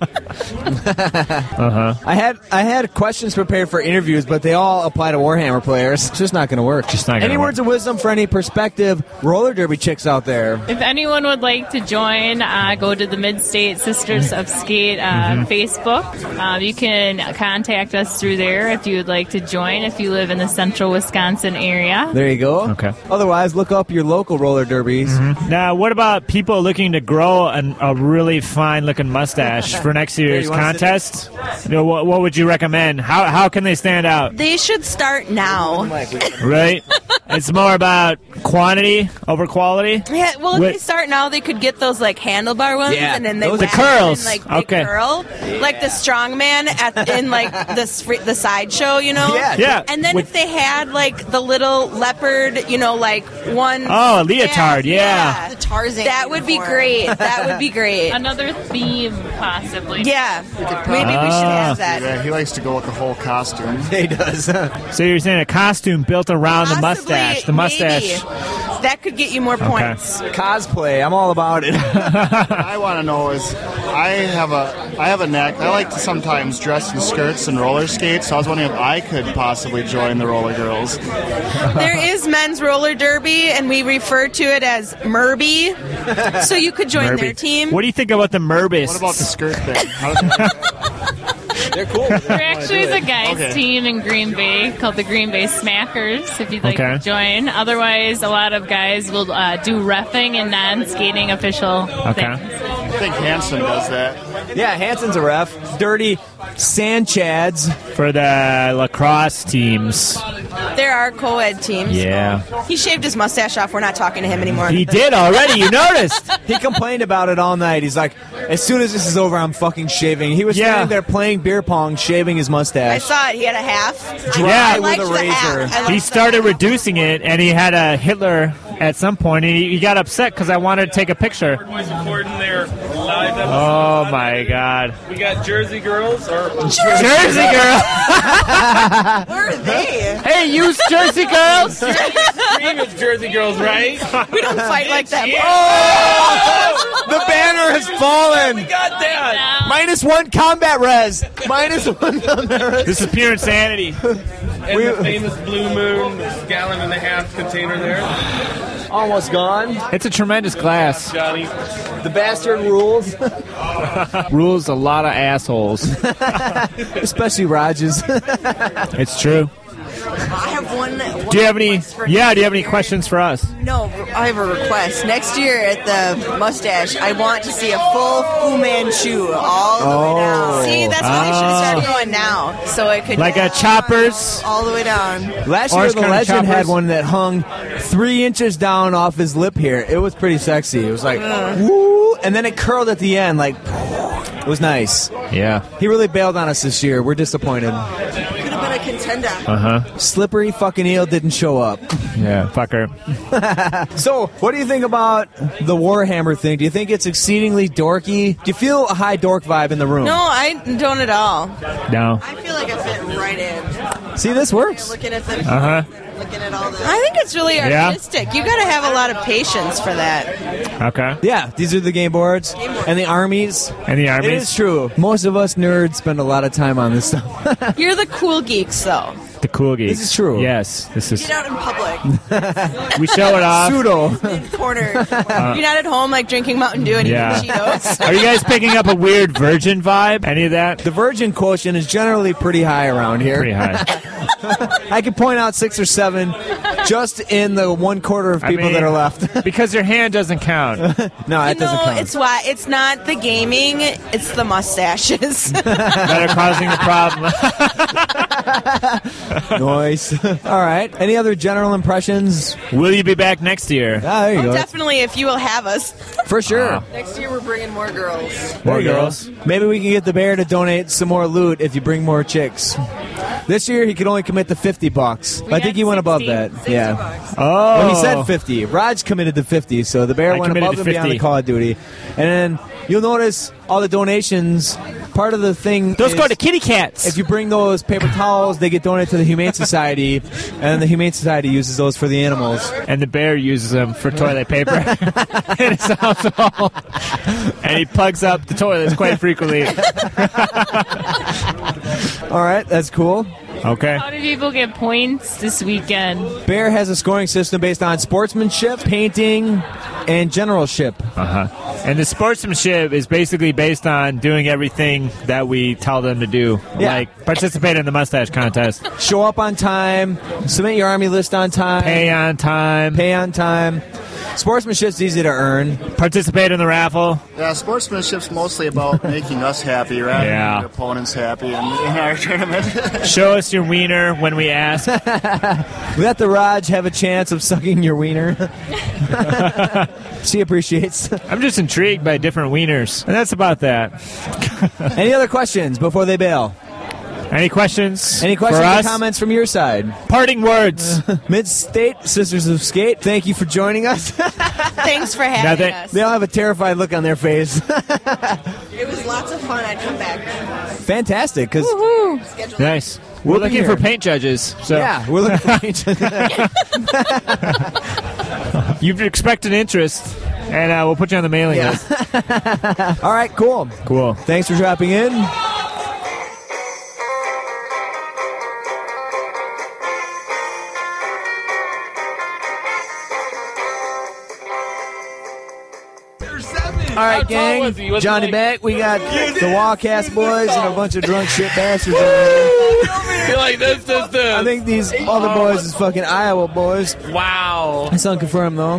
[SPEAKER 11] Uh-huh.
[SPEAKER 2] I had I had questions prepared for interviews, but they all apply to Warhammer players. It's just not going to work.
[SPEAKER 11] Just not gonna
[SPEAKER 2] any
[SPEAKER 11] work.
[SPEAKER 2] words of wisdom for any prospective roller derby chicks out there?
[SPEAKER 12] If anyone would like to join, uh, go to the Midstate Sisters of Skate uh, Facebook. Um, you can contact us through there if you would like to join if you live in the central Wisconsin area.
[SPEAKER 2] There you go.
[SPEAKER 11] Okay. Mm-hmm.
[SPEAKER 2] Otherwise, look up your local roller derbies.
[SPEAKER 11] Now, what about people looking to grow an, a really fine looking mustache for next year's
[SPEAKER 2] you wanna sit there?
[SPEAKER 11] contest? You know, what, what would you recommend? How, how can they stand out?
[SPEAKER 13] they should start now.
[SPEAKER 11] Right? it's more about quantity over quality.
[SPEAKER 13] Yeah, well, if
[SPEAKER 11] Wait.
[SPEAKER 13] they start now, they could get those like handlebar ones,
[SPEAKER 2] Yeah,
[SPEAKER 13] and then they
[SPEAKER 2] those-
[SPEAKER 13] wax
[SPEAKER 2] The
[SPEAKER 13] them
[SPEAKER 11] curls.
[SPEAKER 13] and, like they
[SPEAKER 11] Okay.
[SPEAKER 13] curl, like the strongman at in like the s- the sideshow, you know.
[SPEAKER 2] Yeah.
[SPEAKER 11] Yeah.
[SPEAKER 13] And then
[SPEAKER 11] With-
[SPEAKER 13] if they had like the little leopard, you know, like one
[SPEAKER 11] Oh, a leotard, yeah.
[SPEAKER 13] the Tarzan. That would be great. That would be great.
[SPEAKER 12] Another theme, possibly.
[SPEAKER 13] Yeah, maybe we should
[SPEAKER 11] Ah.
[SPEAKER 13] have that.
[SPEAKER 5] Yeah, he likes to go with the whole costume.
[SPEAKER 2] He does.
[SPEAKER 11] So you're saying a costume built around the
[SPEAKER 13] Possibly,
[SPEAKER 11] mustache. The mustache.
[SPEAKER 13] maybe. That could get you more points.
[SPEAKER 2] Cosplay. I'm all about it.
[SPEAKER 5] I want to know is I have a I have a knack. I like to sometimes dress in skirts and roller skates. So I was wondering if I could possibly join the roller girls.
[SPEAKER 13] There is men's roller derby, and we refer to it as Merby. So you could join their
[SPEAKER 4] Merby.
[SPEAKER 13] team.
[SPEAKER 4] What do you think about the Merbists?
[SPEAKER 5] What about the skirt thing?
[SPEAKER 9] They're cool.
[SPEAKER 12] There actually is a guys team in Green Bay called the Green Bay Smackers. If you'd like
[SPEAKER 4] Okay.
[SPEAKER 12] to join, otherwise a lot of guys will uh, do refing and non-skating official. Things.
[SPEAKER 5] I think Hanson does that.
[SPEAKER 2] Yeah, Hanson's a ref. Dirty Sanchads.
[SPEAKER 4] For the lacrosse teams.
[SPEAKER 13] There are co-ed teams.
[SPEAKER 4] Yeah.
[SPEAKER 13] He shaved his mustache off. We're not talking to him anymore.
[SPEAKER 2] noticed. he complained about it all night. He's like, as soon as this is over, I'm fucking shaving. He was standing there playing beer pong, shaving his
[SPEAKER 13] I
[SPEAKER 2] mustache.
[SPEAKER 13] saw it. He had a half. I- I liked the half. I liked
[SPEAKER 4] He
[SPEAKER 13] the
[SPEAKER 4] started reducing it, and he had a Hitler at some point, and he, he got upset because I wanted to take a picture.
[SPEAKER 9] Boys recording their live episode.
[SPEAKER 4] Oh my God!
[SPEAKER 9] We got Jersey girls or
[SPEAKER 4] Jersey girl.
[SPEAKER 13] Where are they?
[SPEAKER 4] Hey, you Jersey girls!
[SPEAKER 9] you scream at Jersey girls, right?
[SPEAKER 13] We don't fight like that.
[SPEAKER 2] Oh! The banner has fallen. We
[SPEAKER 9] got that.
[SPEAKER 2] Minus one combat res. Minus one combat res.
[SPEAKER 4] This is pure insanity.
[SPEAKER 9] And the famous blue moon gallon and a half container there.
[SPEAKER 2] Almost gone.
[SPEAKER 4] It's a tremendous glass.
[SPEAKER 9] Johnny.
[SPEAKER 2] The bastard rules.
[SPEAKER 4] Rules a lot of assholes.
[SPEAKER 2] Especially Rogers.
[SPEAKER 4] it's true.
[SPEAKER 13] I have one. one
[SPEAKER 4] Do you have any?
[SPEAKER 13] request for
[SPEAKER 4] Yeah.
[SPEAKER 13] next
[SPEAKER 4] Do you have any
[SPEAKER 13] year.
[SPEAKER 4] questions for us?
[SPEAKER 13] No, I have a request. Next year at the mustache, I want to see a full Fu Manchu all the way
[SPEAKER 4] Oh.
[SPEAKER 13] down. See, that's why we should start
[SPEAKER 4] Ah.
[SPEAKER 13] going now, so it could
[SPEAKER 4] Like a choppers.
[SPEAKER 13] all the way down.
[SPEAKER 2] Last
[SPEAKER 4] Orange
[SPEAKER 2] year, the
[SPEAKER 4] County
[SPEAKER 2] legend
[SPEAKER 4] Choppers.
[SPEAKER 2] had one that hung three inches down off his lip here. It was pretty sexy. It was like, woo, and then it curled at the end, like, it was nice.
[SPEAKER 4] Yeah.
[SPEAKER 2] He really bailed on us this year. We're disappointed.
[SPEAKER 13] Could have been a contender.
[SPEAKER 4] Uh huh.
[SPEAKER 2] Slippery fucking eel didn't show up.
[SPEAKER 4] Yeah. Fucker.
[SPEAKER 2] so, what do you think about the Warhammer thing? Do you think it's exceedingly dorky? Do you feel a high dork vibe in the room?
[SPEAKER 13] No, I don't at all.
[SPEAKER 4] No.
[SPEAKER 13] I feel like I fit right in.
[SPEAKER 2] See, this works.
[SPEAKER 13] Looking at the.
[SPEAKER 4] Uh huh.
[SPEAKER 13] Looking at all this. I think it's really
[SPEAKER 4] Yeah.
[SPEAKER 13] artistic. You got to have a lot of patience for that.
[SPEAKER 4] Okay.
[SPEAKER 2] Yeah, these are the game boards and the armies.
[SPEAKER 4] And the armies.
[SPEAKER 2] It is true. Most of us nerds spend a lot of time on this stuff.
[SPEAKER 13] You're the cool geeks, though.
[SPEAKER 4] The cool geeks.
[SPEAKER 2] This is true.
[SPEAKER 4] Yes. This is.
[SPEAKER 13] Get out in public,
[SPEAKER 4] We show it off.
[SPEAKER 2] Pseudo.
[SPEAKER 13] corner.
[SPEAKER 2] Uh,
[SPEAKER 13] You're not at home like drinking Mountain Dew and
[SPEAKER 4] Yeah.
[SPEAKER 13] eating Cheetos.
[SPEAKER 4] Are you guys picking up a weird virgin vibe? Any of that?
[SPEAKER 2] The virgin quotient is generally pretty high around here.
[SPEAKER 4] Pretty high.
[SPEAKER 2] I could point out six or seven just in the one quarter of
[SPEAKER 4] I
[SPEAKER 2] people
[SPEAKER 4] mean,
[SPEAKER 2] that are left.
[SPEAKER 4] because your hand doesn't count.
[SPEAKER 2] No, that doesn't
[SPEAKER 13] no,
[SPEAKER 2] count.
[SPEAKER 13] it's why it's not the gaming; it's the mustaches.
[SPEAKER 4] that are causing the problem.
[SPEAKER 2] nice. All right. Any other general impressions?
[SPEAKER 4] Will you be back next year?
[SPEAKER 2] Ah, there you
[SPEAKER 13] oh,
[SPEAKER 2] go.
[SPEAKER 13] definitely, if you will have us
[SPEAKER 2] For sure.
[SPEAKER 4] Ah.
[SPEAKER 13] next year, we're bringing more girls.
[SPEAKER 2] There
[SPEAKER 4] More
[SPEAKER 2] you go.
[SPEAKER 4] girls.
[SPEAKER 2] Maybe we can get the bear to donate some more loot if you bring more chicks. This year he could only commit to fifty bucks. I think
[SPEAKER 12] had
[SPEAKER 2] he went above
[SPEAKER 12] 60.
[SPEAKER 2] that. yeah.
[SPEAKER 4] Oh.
[SPEAKER 2] Well, he said 50. Raj committed to 50, so the bear
[SPEAKER 4] I
[SPEAKER 2] went
[SPEAKER 4] committed
[SPEAKER 2] above
[SPEAKER 4] to
[SPEAKER 2] and beyond
[SPEAKER 4] 50.
[SPEAKER 2] the Call of Duty. And then you'll notice all the donations. Part of the thing
[SPEAKER 4] Those
[SPEAKER 2] is
[SPEAKER 4] go to kitty cats.
[SPEAKER 2] if you bring those paper towels, they get donated to the Humane Society, and the Humane Society uses those for the animals.
[SPEAKER 4] and the bear uses them for toilet paper in his household. and he plugs up the toilets quite frequently.
[SPEAKER 2] All right, that's cool.
[SPEAKER 4] Okay.
[SPEAKER 12] How do people get points this weekend?
[SPEAKER 2] Bear has a scoring system based on sportsmanship, painting, and generalship.
[SPEAKER 4] Uh huh. And the sportsmanship is basically based on doing everything that we tell them to do,
[SPEAKER 2] Yeah.
[SPEAKER 4] like participate in the mustache contest,
[SPEAKER 2] Show up on time, submit your army list on time,
[SPEAKER 4] pay on time,
[SPEAKER 2] pay on time. Sportsmanship's easy to earn.
[SPEAKER 4] participate in the raffle.
[SPEAKER 5] Yeah, sportsmanship's mostly about making us happy rather
[SPEAKER 4] Yeah.
[SPEAKER 5] than the opponents happy in, in our tournament.
[SPEAKER 4] Show us your wiener when we ask.
[SPEAKER 2] Let the Raj have a chance of sucking your wiener. she appreciates.
[SPEAKER 4] I'm just intrigued by different wieners, and that's about that.
[SPEAKER 2] Any other questions before they bail?
[SPEAKER 4] Any questions?
[SPEAKER 2] Any questions
[SPEAKER 4] for
[SPEAKER 2] or
[SPEAKER 4] us?
[SPEAKER 2] comments from your side?
[SPEAKER 4] Parting words.
[SPEAKER 2] Mid State Sisters of Skate, thank you for joining us.
[SPEAKER 13] Thanks for having
[SPEAKER 4] Nothing.
[SPEAKER 13] us.
[SPEAKER 2] they all have a terrified look on their face.
[SPEAKER 13] It was lots of fun. I'd come back.
[SPEAKER 2] Fantastic, because
[SPEAKER 4] nice. We're
[SPEAKER 2] We'll be
[SPEAKER 4] looking
[SPEAKER 2] here.
[SPEAKER 4] for paint judges. So
[SPEAKER 2] yeah, we're looking for each other.
[SPEAKER 4] You've expected interest, and uh, we'll put you on the mailing
[SPEAKER 2] Yeah.
[SPEAKER 4] list.
[SPEAKER 2] All right, cool.
[SPEAKER 4] Cool.
[SPEAKER 2] Thanks for dropping in. All right, gang. Johnny Beck, we got the Wallcast boys and a bunch of drunk shit bastards over here.
[SPEAKER 8] like this, this, this.
[SPEAKER 2] I think these other boys is fucking Iowa boys.
[SPEAKER 8] Wow.
[SPEAKER 2] It's unconfirmed though.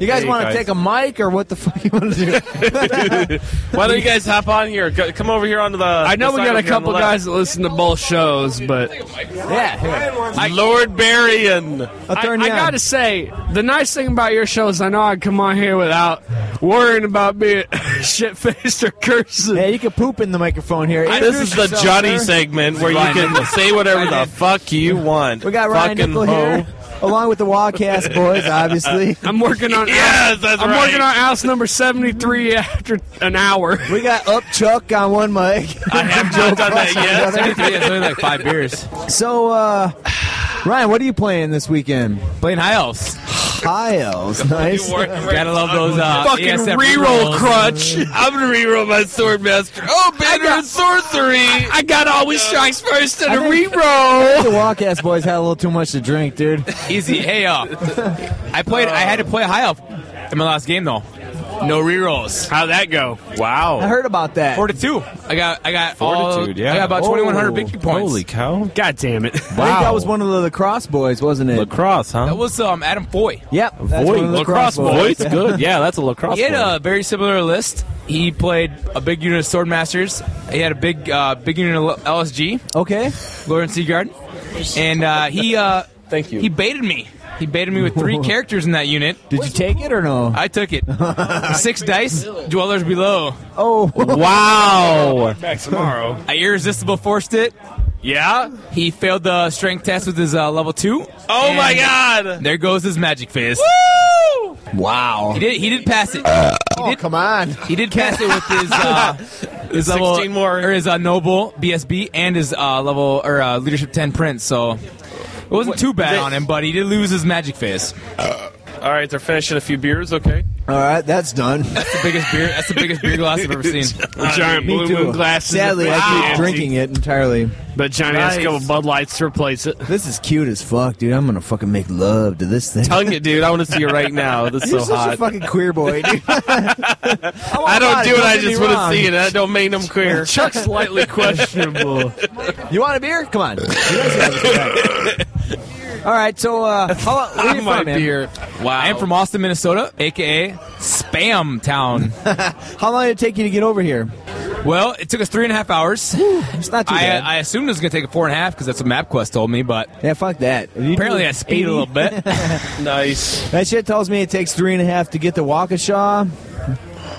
[SPEAKER 2] You guys
[SPEAKER 8] Hey,
[SPEAKER 2] want to
[SPEAKER 8] guys.
[SPEAKER 2] take a mic or what the fuck you want to do?
[SPEAKER 8] Why don't you guys hop
[SPEAKER 9] on here? Go- Come over here onto the.
[SPEAKER 8] I know we got a couple guys that listen to both shows, but
[SPEAKER 2] yeah,
[SPEAKER 8] Lord Berrien. I,
[SPEAKER 2] turn
[SPEAKER 8] I
[SPEAKER 2] you on.
[SPEAKER 8] gotta say, the nice thing about your show is I know I can come on here without worrying about being shit faced or cursing.
[SPEAKER 2] Yeah, you can poop in the microphone here.
[SPEAKER 9] This is the Johnny segment where you
[SPEAKER 2] Ryan
[SPEAKER 9] can
[SPEAKER 2] Nichols.
[SPEAKER 9] say whatever the fuck you want.
[SPEAKER 2] We got Ryan
[SPEAKER 9] Fucking
[SPEAKER 2] Nickel
[SPEAKER 9] hoe.
[SPEAKER 2] here, along with the Wildcast boys, obviously.
[SPEAKER 8] I'm working on
[SPEAKER 9] yes, that's
[SPEAKER 8] I'm
[SPEAKER 9] right.
[SPEAKER 8] working on house number seventy three after an hour.
[SPEAKER 2] We got Up Chuck on one mic. I have
[SPEAKER 8] not done that yet.
[SPEAKER 14] like five beers.
[SPEAKER 2] So, uh, Ryan, what are you playing this weekend?
[SPEAKER 14] Playing high elves.
[SPEAKER 2] High elves, nice.
[SPEAKER 14] Gotta love those uh,
[SPEAKER 8] Fucking
[SPEAKER 14] ASF
[SPEAKER 8] reroll
[SPEAKER 14] rerolls.
[SPEAKER 8] crunch.
[SPEAKER 9] I'm gonna reroll my sword master. Oh, banner and sorcery! I,
[SPEAKER 8] got always strikes first and
[SPEAKER 2] I
[SPEAKER 8] a
[SPEAKER 2] think-
[SPEAKER 8] reroll.
[SPEAKER 2] The Wildcast boys had a little too much to drink, dude.
[SPEAKER 14] Easy. Hey, uh, I played. I had to play high elf in my last game though. No rerolls.
[SPEAKER 8] How'd that go?
[SPEAKER 14] Wow.
[SPEAKER 2] I heard about that.
[SPEAKER 14] Fortitude. I got. I got.
[SPEAKER 9] Fortitude,
[SPEAKER 14] Fortitude.
[SPEAKER 9] yeah.
[SPEAKER 14] I got about
[SPEAKER 2] Oh.
[SPEAKER 14] 2,100 victory points.
[SPEAKER 9] Holy cow.
[SPEAKER 8] God damn it!
[SPEAKER 2] I think that was one of the lacrosse boys, wasn't it?
[SPEAKER 9] Lacrosse, huh?
[SPEAKER 14] That was um Adam Foy.
[SPEAKER 2] yep. that's one of the lacrosse boys.
[SPEAKER 9] Voight's good. Yeah, that's a lacrosse
[SPEAKER 14] He had
[SPEAKER 9] boy.
[SPEAKER 14] a very similar list. He played a big unit of sword masters. He had a big, uh, big unit of LSG,
[SPEAKER 2] Okay.
[SPEAKER 14] Lauren Seagard, and uh, he. Uh,
[SPEAKER 9] Thank you.
[SPEAKER 14] He baited me. He baited me with three characters in that unit.
[SPEAKER 2] Did you take it or no?
[SPEAKER 14] I took it. Six dice, dwellers below.
[SPEAKER 2] Oh,
[SPEAKER 14] Wow.
[SPEAKER 9] back tomorrow.
[SPEAKER 14] I irresistible forced it.
[SPEAKER 9] yeah?
[SPEAKER 14] He failed the strength test with his uh, level two.
[SPEAKER 9] Oh my
[SPEAKER 14] And
[SPEAKER 9] god!
[SPEAKER 14] There goes his magic phase.
[SPEAKER 2] wow.
[SPEAKER 14] He did. He did pass it.
[SPEAKER 2] Oh, come on.
[SPEAKER 14] He did pass it with his uh, his level
[SPEAKER 9] 16 more.
[SPEAKER 14] or his uh, noble BSB and his uh, level or uh, leadership ten prince. So it wasn't too bad
[SPEAKER 9] they-
[SPEAKER 14] on him, but he did lose his magic phase.
[SPEAKER 9] Alright, they're finishing a few beers, okay?
[SPEAKER 2] All right, that's done.
[SPEAKER 14] That's the biggest beer. That's the biggest beer glass I've ever seen.
[SPEAKER 8] The giant
[SPEAKER 2] Me
[SPEAKER 8] blue
[SPEAKER 2] too.
[SPEAKER 8] moon glasses.
[SPEAKER 2] Sadly, I
[SPEAKER 8] are empty.
[SPEAKER 2] keep drinking it entirely.
[SPEAKER 8] But Johnny has a
[SPEAKER 9] Nice.
[SPEAKER 8] couple Bud Lights to replace it.
[SPEAKER 2] This is cute as fuck, dude. I'm gonna fucking make love to this thing.
[SPEAKER 9] Tongue it, dude. I want to see it right now. Oh, This is
[SPEAKER 2] You're
[SPEAKER 9] so
[SPEAKER 2] such a
[SPEAKER 9] hot.
[SPEAKER 2] fucking queer boy, dude.
[SPEAKER 9] I don't do it. I
[SPEAKER 2] get me
[SPEAKER 9] just want
[SPEAKER 2] wrong.
[SPEAKER 9] to see it. I don't mean I'm queer.
[SPEAKER 8] Chuck's slightly questionable.
[SPEAKER 2] You want a beer? Come on. You guys have a beer. All right, so uh, how, where you
[SPEAKER 9] my
[SPEAKER 2] from, man?
[SPEAKER 9] beer. Wow.
[SPEAKER 14] I am from Austin, Minnesota, aka Spam Town.
[SPEAKER 2] How long did it take you to get over here?
[SPEAKER 14] well, it took us three and a half hours.
[SPEAKER 2] It's not too
[SPEAKER 14] I,
[SPEAKER 2] bad.
[SPEAKER 14] I assumed it was gonna take a four and a half because that's what MapQuest told me, but
[SPEAKER 2] yeah, fuck that. If you
[SPEAKER 14] apparently
[SPEAKER 2] do
[SPEAKER 14] I speed
[SPEAKER 2] 80
[SPEAKER 14] a little bit.
[SPEAKER 9] Nice.
[SPEAKER 2] That shit tells me it takes three and a half to get to Waukesha,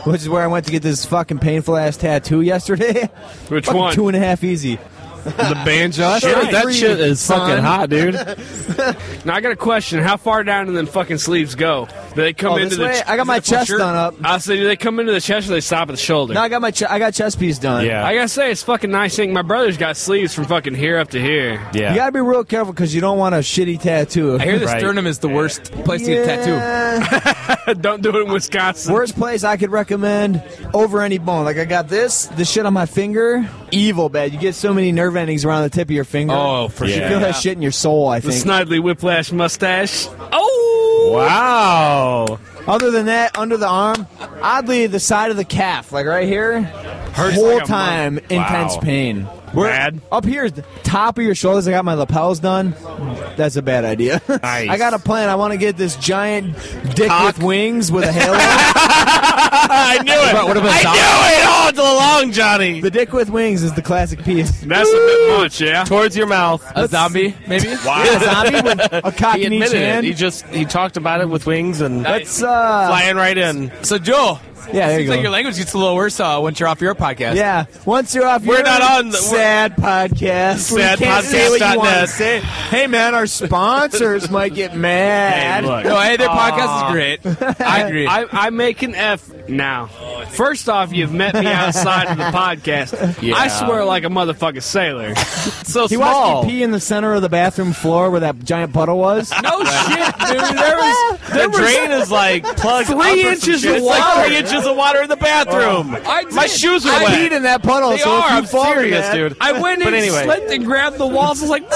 [SPEAKER 2] which is where I went to get this fucking painful ass tattoo yesterday.
[SPEAKER 8] Which
[SPEAKER 2] Fucking
[SPEAKER 8] one?
[SPEAKER 2] Two and a half easy.
[SPEAKER 8] The banjo.
[SPEAKER 2] Shit, that shit is fucking hot,
[SPEAKER 8] dude. now I got a question: How far down do them fucking sleeves go? Do they come
[SPEAKER 2] Oh, this
[SPEAKER 8] into the?
[SPEAKER 2] way?
[SPEAKER 8] ch-
[SPEAKER 2] I got my
[SPEAKER 8] is it a full
[SPEAKER 2] chest
[SPEAKER 8] shirt?
[SPEAKER 2] done up.
[SPEAKER 8] I say, do they come into the chest or they stop at the shoulder?
[SPEAKER 2] No, I got my ch- I got chest piece done.
[SPEAKER 7] Yeah.
[SPEAKER 8] I gotta say, it's fucking nice thing. My brother's got sleeves from fucking here up to here.
[SPEAKER 7] Yeah.
[SPEAKER 2] You gotta be real careful because you don't want a shitty tattoo.
[SPEAKER 14] I hear the
[SPEAKER 7] Right.
[SPEAKER 14] sternum is the worst place to get a
[SPEAKER 2] tattoo.
[SPEAKER 8] Don't do it in Wisconsin.
[SPEAKER 2] Worst place I could recommend over any bone. Like I got this, the shit on my finger, evil bad. You get so many nerve endings around the tip of your finger.
[SPEAKER 14] Oh, for
[SPEAKER 2] you
[SPEAKER 14] sure.
[SPEAKER 2] feel that shit in your soul. I
[SPEAKER 8] the
[SPEAKER 2] think.
[SPEAKER 8] Snidely Whiplash mustache. Oh,
[SPEAKER 9] Wow.
[SPEAKER 2] Other than that, under the arm, oddly the side of the calf, like right here,
[SPEAKER 8] Hurts
[SPEAKER 2] whole
[SPEAKER 8] like a
[SPEAKER 2] time
[SPEAKER 8] monk.
[SPEAKER 2] intense
[SPEAKER 9] Wow.
[SPEAKER 2] pain.
[SPEAKER 8] Bad.
[SPEAKER 2] Up here, the top of your shoulders. I got my lapels done. That's a bad idea. I got a plan. I want to get this giant dick with wings with a halo.
[SPEAKER 9] I knew it.
[SPEAKER 14] what about
[SPEAKER 9] I
[SPEAKER 14] Doc?
[SPEAKER 9] knew it all the long, Johnny.
[SPEAKER 2] the dick with wings is the classic piece.
[SPEAKER 8] that's a bit much, yeah.
[SPEAKER 9] Towards your mouth.
[SPEAKER 14] tattoo. A zombie, maybe?
[SPEAKER 2] A zombie with a cock
[SPEAKER 9] He
[SPEAKER 2] in each
[SPEAKER 9] admitted it.
[SPEAKER 2] hand.
[SPEAKER 9] He just he talked about it with wings and
[SPEAKER 2] Let's uh,
[SPEAKER 9] flying right in.
[SPEAKER 14] So Joe,
[SPEAKER 2] yeah, there you
[SPEAKER 14] seems
[SPEAKER 2] go.
[SPEAKER 14] like your language gets a little worse uh, once you're off your podcast.
[SPEAKER 2] yeah, once you're off,
[SPEAKER 9] We're
[SPEAKER 2] your
[SPEAKER 9] not on the-
[SPEAKER 2] sad podcast. where you can't say what you wanna
[SPEAKER 9] Sadpodcast.net.
[SPEAKER 2] say. Hey man, our sponsors might get mad.
[SPEAKER 8] Hey, look.
[SPEAKER 14] No, hey, their podcast is great. I agree.
[SPEAKER 8] I, I make an F now. First off, you've met me outside of the podcast.
[SPEAKER 2] Yeah.
[SPEAKER 8] I swear like a motherfucking sailor. so
[SPEAKER 2] he
[SPEAKER 8] small.
[SPEAKER 2] watched me pee in the center of the bathroom floor where that giant puddle was.
[SPEAKER 8] No shit, dude. There was
[SPEAKER 2] there was- Three inches of
[SPEAKER 14] It's like
[SPEAKER 2] water.
[SPEAKER 14] three inches of water in the bathroom.
[SPEAKER 8] Oh, I
[SPEAKER 14] My
[SPEAKER 8] did.
[SPEAKER 14] shoes are
[SPEAKER 8] I
[SPEAKER 14] wet.
[SPEAKER 8] peed in
[SPEAKER 2] that puddle,
[SPEAKER 14] They
[SPEAKER 2] so
[SPEAKER 14] are.
[SPEAKER 2] if you
[SPEAKER 14] I'm
[SPEAKER 2] fall in
[SPEAKER 14] serious,
[SPEAKER 2] that-
[SPEAKER 14] dude.
[SPEAKER 8] I went
[SPEAKER 14] But
[SPEAKER 8] in,
[SPEAKER 14] anyway,
[SPEAKER 8] slipped, and grabbed the walls. I was like,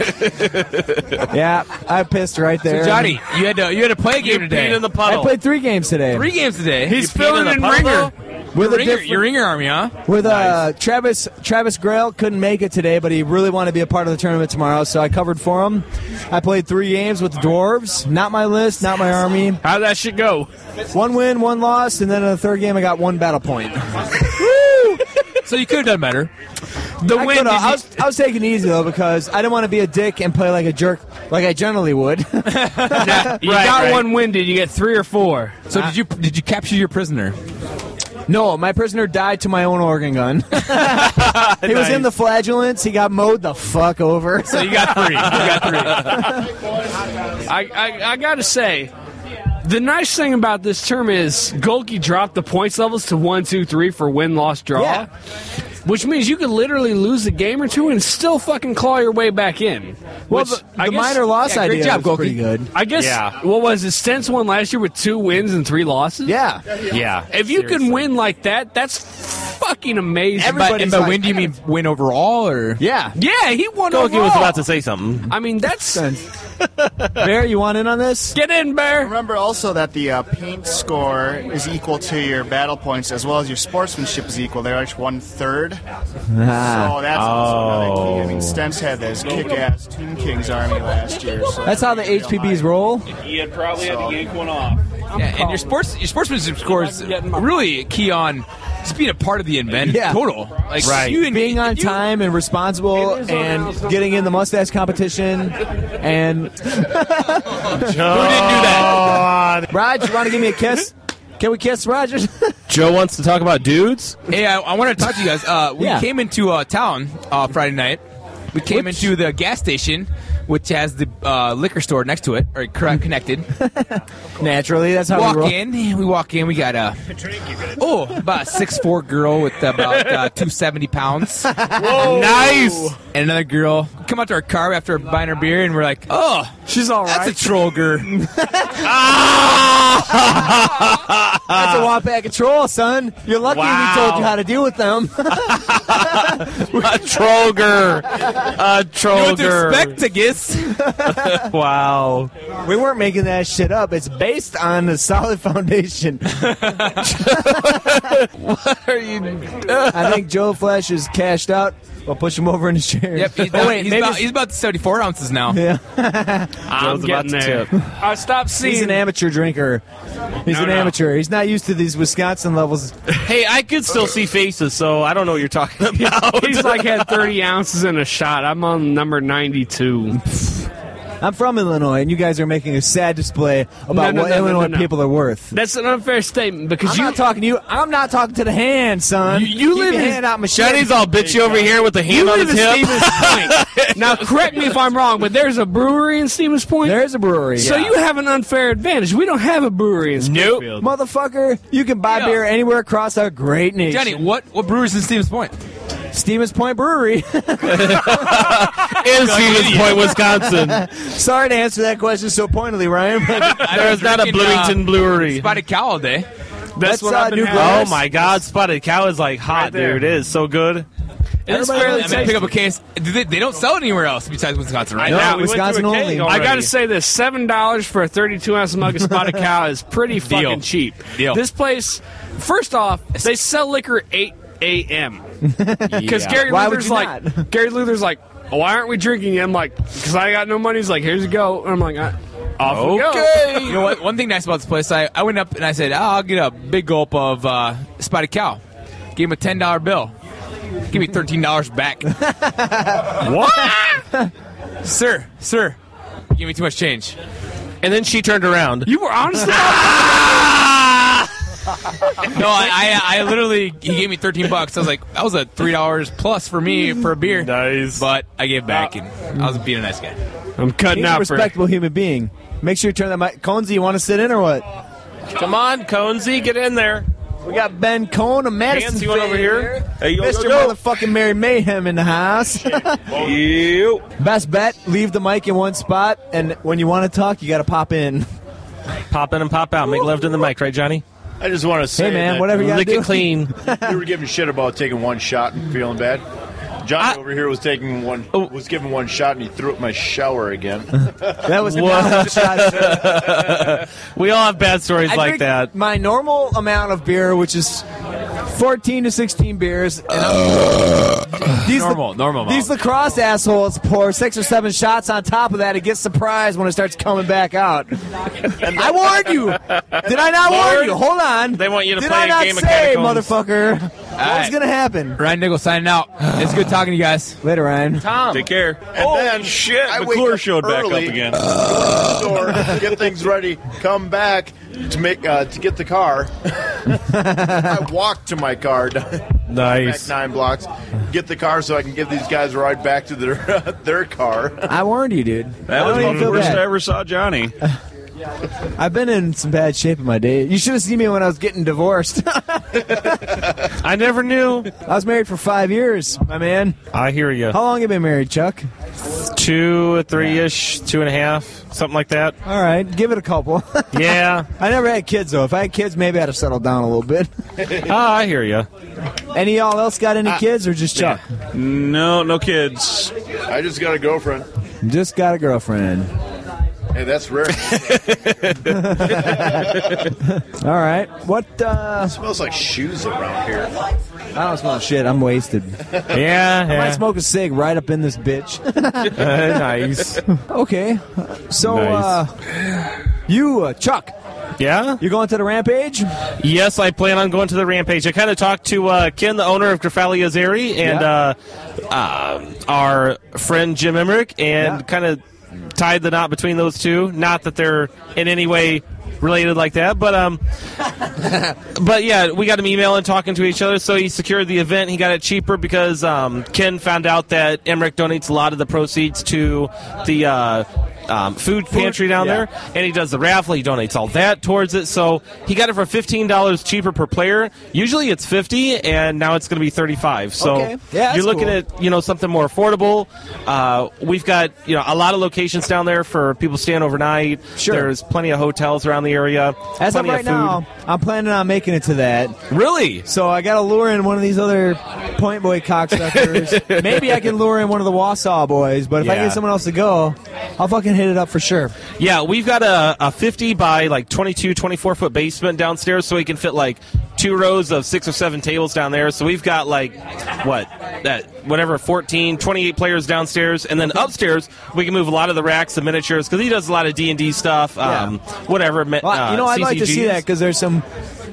[SPEAKER 8] "What?"
[SPEAKER 2] yeah, I pissed right there.
[SPEAKER 14] So Johnny, you had to you had to play a game today.
[SPEAKER 2] peed in the I played three games today.
[SPEAKER 14] Three games today.
[SPEAKER 2] He's
[SPEAKER 14] You peed
[SPEAKER 2] filling
[SPEAKER 14] the
[SPEAKER 2] in
[SPEAKER 14] puddle,
[SPEAKER 2] ringer.
[SPEAKER 14] though?
[SPEAKER 2] With
[SPEAKER 14] your
[SPEAKER 2] a
[SPEAKER 14] ringer,
[SPEAKER 2] different-
[SPEAKER 14] your ringer army, huh?
[SPEAKER 2] With uh, Travis Travis Grail couldn't make it today, but he really wanted to be a part of the tournament tomorrow, so I covered for him. I played three games with the dwarves. Not my list, not my army.
[SPEAKER 8] How'd that shit go?
[SPEAKER 2] One win, one loss, and then in the third game I got one battle point.
[SPEAKER 14] so you could have done better.
[SPEAKER 2] The
[SPEAKER 14] win, did
[SPEAKER 2] I
[SPEAKER 14] you-
[SPEAKER 2] was, I was taking it easy though because I didn't want to be a dick and play like a jerk like I generally would.
[SPEAKER 8] You got one win. Did you get three or four?
[SPEAKER 14] So did you did you capture your prisoner?
[SPEAKER 2] No, Oh, my prisoner died to my own organ gun. he was in the flagellants. He got mowed the fuck over.
[SPEAKER 8] So you got three. You got I, I, I gotta say, the nice thing about this term is Golki dropped the points levels to one, two, three for win, loss, draw.
[SPEAKER 2] Yeah.
[SPEAKER 8] Which means you could literally lose a game or two and still fucking claw your way back in.
[SPEAKER 2] Well,
[SPEAKER 8] Which
[SPEAKER 2] the- the minor loss Yeah, great idea job, was Golki. pretty good.
[SPEAKER 8] I guess.
[SPEAKER 2] Yeah.
[SPEAKER 8] What was it? Stents won last year with two wins and three losses.
[SPEAKER 2] Yeah.
[SPEAKER 14] Yeah.
[SPEAKER 8] If you can win like that, that's fucking amazing.
[SPEAKER 14] Everybody. But, but when do you mean win overall or?
[SPEAKER 2] Yeah.
[SPEAKER 8] Yeah, he won
[SPEAKER 14] Golgi was
[SPEAKER 8] overall.
[SPEAKER 14] about
[SPEAKER 9] to say something.
[SPEAKER 8] I mean, that's
[SPEAKER 2] Bear, you want in on this?
[SPEAKER 8] Get in, Bear.
[SPEAKER 5] Remember also that the uh, paint score is equal to your battle points as well as your sportsmanship is equal. They're each one third.
[SPEAKER 2] Ah.
[SPEAKER 15] Ah.
[SPEAKER 5] So Oh, that's also another key. I
[SPEAKER 15] Oh.
[SPEAKER 2] Oh.
[SPEAKER 5] mean, Stents had this kick-ass Tomb Kings army last year. So
[SPEAKER 2] That's how the HPBs roll.
[SPEAKER 9] He had probably had to yank one off.
[SPEAKER 14] Yeah, and your sports your sportsmanship score is really key on just being a part of the event.
[SPEAKER 2] Yeah.
[SPEAKER 14] Total. Like you and
[SPEAKER 2] Being on time and responsible
[SPEAKER 14] It is on
[SPEAKER 2] and getting in the mustache competition and Who didn't do
[SPEAKER 9] that?
[SPEAKER 2] Raj, you want to give me a kiss? Can we kiss, Roger?
[SPEAKER 9] Joe wants to talk about dudes.
[SPEAKER 14] Hey, I, I want to talk to you guys. Uh, we
[SPEAKER 2] Yeah.
[SPEAKER 14] came into uh, town uh, Friday night. We came into the gas station, which has the uh, liquor store next to it, or cor- connected.
[SPEAKER 2] Naturally, that's how
[SPEAKER 14] walk
[SPEAKER 2] we roll.
[SPEAKER 14] in. We walk in. We got a oh, about a six four girl with about uh, two seventy pounds.
[SPEAKER 8] Whoa.
[SPEAKER 14] Nice. And another girl come out to our car after buying her beer, and we're like, oh, she's all right. That's a troll girl.
[SPEAKER 2] That's a Wapak control, son. You're lucky we
[SPEAKER 14] Wow.
[SPEAKER 2] told you how to deal with them.
[SPEAKER 9] a troger. A
[SPEAKER 14] troger. expect, I guess.
[SPEAKER 9] wow.
[SPEAKER 2] We weren't making that shit up. It's based on a solid foundation. what
[SPEAKER 14] are you
[SPEAKER 2] I think Joe Flash is cashed out. I'll push him over in his chair.
[SPEAKER 14] Yep. He's,
[SPEAKER 2] oh,
[SPEAKER 14] down-
[SPEAKER 2] wait,
[SPEAKER 14] he's
[SPEAKER 2] maybe
[SPEAKER 14] about,
[SPEAKER 2] it's-
[SPEAKER 14] he's about seventy four ounces now.
[SPEAKER 2] Yeah.
[SPEAKER 8] I'm
[SPEAKER 14] Joe's about
[SPEAKER 8] getting
[SPEAKER 14] to
[SPEAKER 8] there.
[SPEAKER 14] tip.
[SPEAKER 8] I stopped seeing.
[SPEAKER 2] He's an amateur drinker. He's
[SPEAKER 8] No,
[SPEAKER 2] an
[SPEAKER 8] no.
[SPEAKER 2] amateur. He's not used to these Wisconsin levels.
[SPEAKER 9] Hey, I could still see faces, so I don't know what you're talking about.
[SPEAKER 8] He's like had 30 ounces in a shot. I'm on number 92.
[SPEAKER 2] I'm from Illinois, and you guys are making a sad display about
[SPEAKER 8] no,
[SPEAKER 2] what
[SPEAKER 8] no, no, no,
[SPEAKER 2] Illinois
[SPEAKER 8] no.
[SPEAKER 2] people are worth.
[SPEAKER 8] That's an unfair statement because
[SPEAKER 2] I'm
[SPEAKER 8] you
[SPEAKER 2] not talking to you. I'm not talking to the hand, son. You,
[SPEAKER 8] live
[SPEAKER 2] your
[SPEAKER 8] in-
[SPEAKER 2] hand out, my shit.
[SPEAKER 9] Johnny's all bitchy over here with the hand
[SPEAKER 8] you
[SPEAKER 9] on
[SPEAKER 8] live
[SPEAKER 9] his
[SPEAKER 8] in
[SPEAKER 9] hip.
[SPEAKER 8] Stevens Point. Now, correct me if I'm wrong, but there's a brewery in Stevens Point.
[SPEAKER 2] There's a brewery.
[SPEAKER 8] So you have an unfair advantage. We don't have a brewery in Springfield.
[SPEAKER 2] Motherfucker, you can buy
[SPEAKER 14] Yeah.
[SPEAKER 2] beer anywhere across our great nation.
[SPEAKER 14] Johnny, what what brewer's in Stevens Point?
[SPEAKER 2] Stevens Point Brewery.
[SPEAKER 9] in Stevens Point, Wisconsin.
[SPEAKER 2] Sorry to answer that question so pointedly, Ryan. But
[SPEAKER 9] There is not a
[SPEAKER 14] Drinking,
[SPEAKER 2] uh,
[SPEAKER 9] Bloomington brewery.
[SPEAKER 14] Spotted cow all day.
[SPEAKER 8] That's what I've been having.
[SPEAKER 9] Oh my God, Spotted Cow is like hot,
[SPEAKER 8] there.
[SPEAKER 9] dude. It is so good.
[SPEAKER 8] It's
[SPEAKER 14] Everybody
[SPEAKER 8] fairly
[SPEAKER 14] I mean, pick
[SPEAKER 8] tasty.
[SPEAKER 14] up a case. They, they don't sell it anywhere else besides Wisconsin, right?
[SPEAKER 8] No,
[SPEAKER 14] now.
[SPEAKER 8] we went
[SPEAKER 2] Wisconsin
[SPEAKER 9] through a
[SPEAKER 2] only.
[SPEAKER 9] keg
[SPEAKER 8] I
[SPEAKER 9] already.
[SPEAKER 8] gotta say this: seven dollars for a thirty-two ounce mug of spotted cow is pretty
[SPEAKER 14] Deal.
[SPEAKER 8] fucking cheap.
[SPEAKER 14] Deal.
[SPEAKER 8] This place, first off, they sell liquor at eight a.m. because
[SPEAKER 14] Yeah.
[SPEAKER 8] Gary
[SPEAKER 2] Why would
[SPEAKER 8] Luther's
[SPEAKER 2] you
[SPEAKER 8] like, Gary Luther's like, why aren't we drinking? And I'm like, because I got no money. He's like, here's you go. And I'm like, "Uh, off we go.
[SPEAKER 14] Okay. you know what? One thing nice about this place, I, I went up and I said, oh, I'll get a big gulp of uh, spotted cow. Gave him a ten dollar bill. Give me thirteen dollars back.
[SPEAKER 9] What?
[SPEAKER 14] sir, sir, you give me too much change.
[SPEAKER 9] And then she turned around.
[SPEAKER 8] You were honestly.
[SPEAKER 14] No, I, I, I literally he gave me thirteen bucks. I was like, that was a three dollars plus for me for a beer. Nice. But I gave
[SPEAKER 9] Ah.
[SPEAKER 14] back and I was being a nice guy.
[SPEAKER 8] I'm cutting
[SPEAKER 2] He's a
[SPEAKER 8] out for.
[SPEAKER 2] respectable human being. Make sure you turn that mic. Conzi, you want to sit in or what?
[SPEAKER 9] Come on, Conesy, get in there.
[SPEAKER 2] We got Ben Cohn of Madison.
[SPEAKER 9] Vance, you want over here? Hey, yo,
[SPEAKER 2] Mr.
[SPEAKER 9] yo, yo.
[SPEAKER 2] Motherfucking Mary Mayhem in the house. Best bet: leave the mic in one spot, and when you want to talk, you got to pop in.
[SPEAKER 9] Pop in and pop out. Make love to the mic, right, Johnny?
[SPEAKER 3] I just want to say,
[SPEAKER 2] Hey, man,
[SPEAKER 3] that-
[SPEAKER 2] whatever you gotta Lick it do.
[SPEAKER 9] clean.
[SPEAKER 3] you were giving shit about taking one shot and feeling bad. Johnny over here was taking one, was given one shot, and he threw up my shower again.
[SPEAKER 2] That was
[SPEAKER 9] we all have bad stories
[SPEAKER 2] I
[SPEAKER 9] like
[SPEAKER 2] drink
[SPEAKER 9] that.
[SPEAKER 2] My normal amount of beer, which is 14 to 16 beers. And I'm, these
[SPEAKER 14] Normal, normal amount.
[SPEAKER 2] These lacrosse assholes pour six or seven shots on top of that and get surprised when it starts coming back out. I warned you. Did I not warn
[SPEAKER 9] Lord,
[SPEAKER 2] you? Hold on.
[SPEAKER 9] They want you to
[SPEAKER 2] Did
[SPEAKER 9] play
[SPEAKER 2] I
[SPEAKER 9] a
[SPEAKER 2] not
[SPEAKER 9] game of
[SPEAKER 2] say,
[SPEAKER 9] catacombs.
[SPEAKER 2] motherfucker? What's
[SPEAKER 14] right.
[SPEAKER 2] gonna happen?
[SPEAKER 14] Ryan Nichols signing out. It's good talking to you guys.
[SPEAKER 2] Later, Ryan.
[SPEAKER 9] Tom. Take care.
[SPEAKER 3] And then shit, I wake
[SPEAKER 9] McClure
[SPEAKER 3] up
[SPEAKER 9] showed back
[SPEAKER 3] early, Uh.
[SPEAKER 9] up again.
[SPEAKER 3] go to the store, get things ready, come back to make uh, to get the car. I walk to my car.
[SPEAKER 9] Nice.
[SPEAKER 3] Back nine blocks. Get the car so I can give these guys a ride back to their their car.
[SPEAKER 2] I warned you, dude. I
[SPEAKER 16] That
[SPEAKER 2] don't
[SPEAKER 16] was
[SPEAKER 2] even
[SPEAKER 16] one of the
[SPEAKER 2] feel
[SPEAKER 16] worst
[SPEAKER 2] bad.
[SPEAKER 16] I ever saw Johnny.
[SPEAKER 2] I've been in some bad shape in my day. You should have seen me when I was getting divorced.
[SPEAKER 9] I never knew.
[SPEAKER 2] I was married for five years, my man.
[SPEAKER 9] I hear you.
[SPEAKER 2] How long you been married, Chuck?
[SPEAKER 9] Two, three ish, two and a half, something like that.
[SPEAKER 2] All right, give it a couple.
[SPEAKER 9] Yeah.
[SPEAKER 2] I never had kids though. If I had kids, maybe I'd have settled down a little bit.
[SPEAKER 9] Ah, I hear Ah. you.
[SPEAKER 2] Any of y'all else got
[SPEAKER 3] Uh,
[SPEAKER 2] any kids or just Chuck?
[SPEAKER 16] No, no kids.
[SPEAKER 3] I just got a girlfriend.
[SPEAKER 2] Just got a girlfriend.
[SPEAKER 3] Hey, that's rare.
[SPEAKER 2] All right. What? uh
[SPEAKER 3] smells like shoes around here.
[SPEAKER 2] I don't smell Oh, shit. I'm wasted. I
[SPEAKER 9] Yeah.
[SPEAKER 2] might
[SPEAKER 9] yeah.
[SPEAKER 2] smoke a cig right up in this bitch.
[SPEAKER 9] Uh, nice.
[SPEAKER 2] okay. So, uh, you, uh, Chuck,
[SPEAKER 9] Yeah?
[SPEAKER 2] you going to the rampage?
[SPEAKER 9] Yes, I plan on going to the Rampage. I kind of talked to uh, Ken, the owner of Grafalia Zeri, and uh, um our friend Jim Emmerich, and
[SPEAKER 2] Yeah.
[SPEAKER 9] kind of tied the knot between those two. Not that they're in any way related like that, but um, but yeah, we got him emailing, talking to each other. So he secured the event. He got it cheaper because um, Ken found out that Emmerich donates a lot of the proceeds to the uh, um, food pantry down
[SPEAKER 2] yeah.
[SPEAKER 9] there, and he does the raffle. He donates all that towards it. So he got it for fifteen dollars cheaper per player. Usually it's fifty, and now it's going to be thirty-five. So
[SPEAKER 2] Okay. Yeah, that's
[SPEAKER 9] you're looking
[SPEAKER 2] cool.
[SPEAKER 9] at you know something more affordable. Uh, we've got you know a lot of locations down there for people staying overnight.
[SPEAKER 2] Sure.
[SPEAKER 9] There's plenty of hotels around the area.
[SPEAKER 2] As of
[SPEAKER 9] plenty
[SPEAKER 2] right
[SPEAKER 9] of food.
[SPEAKER 2] now, I'm planning on making it to that.
[SPEAKER 9] really.
[SPEAKER 2] So I got to lure in one of these other point boy cocksuckers. Maybe I can lure in one of the Wausau boys, but if I
[SPEAKER 9] Yeah. Uh,
[SPEAKER 2] get someone else to go, I'll fucking hit it up for sure.
[SPEAKER 9] Yeah, we've got a, a 50 by like 22, 24 foot basement downstairs, so we can fit like two rows of six or seven tables down there. So we've got like, what, that, whatever, 14, 28 players downstairs. And then upstairs, we can move a lot of the racks, the miniatures, because he does a lot of D&D stuff, um, whatever. mi-
[SPEAKER 2] Well,
[SPEAKER 9] uh,
[SPEAKER 2] you know, I'd like to see
[SPEAKER 9] CCGs.
[SPEAKER 2] that because there's some.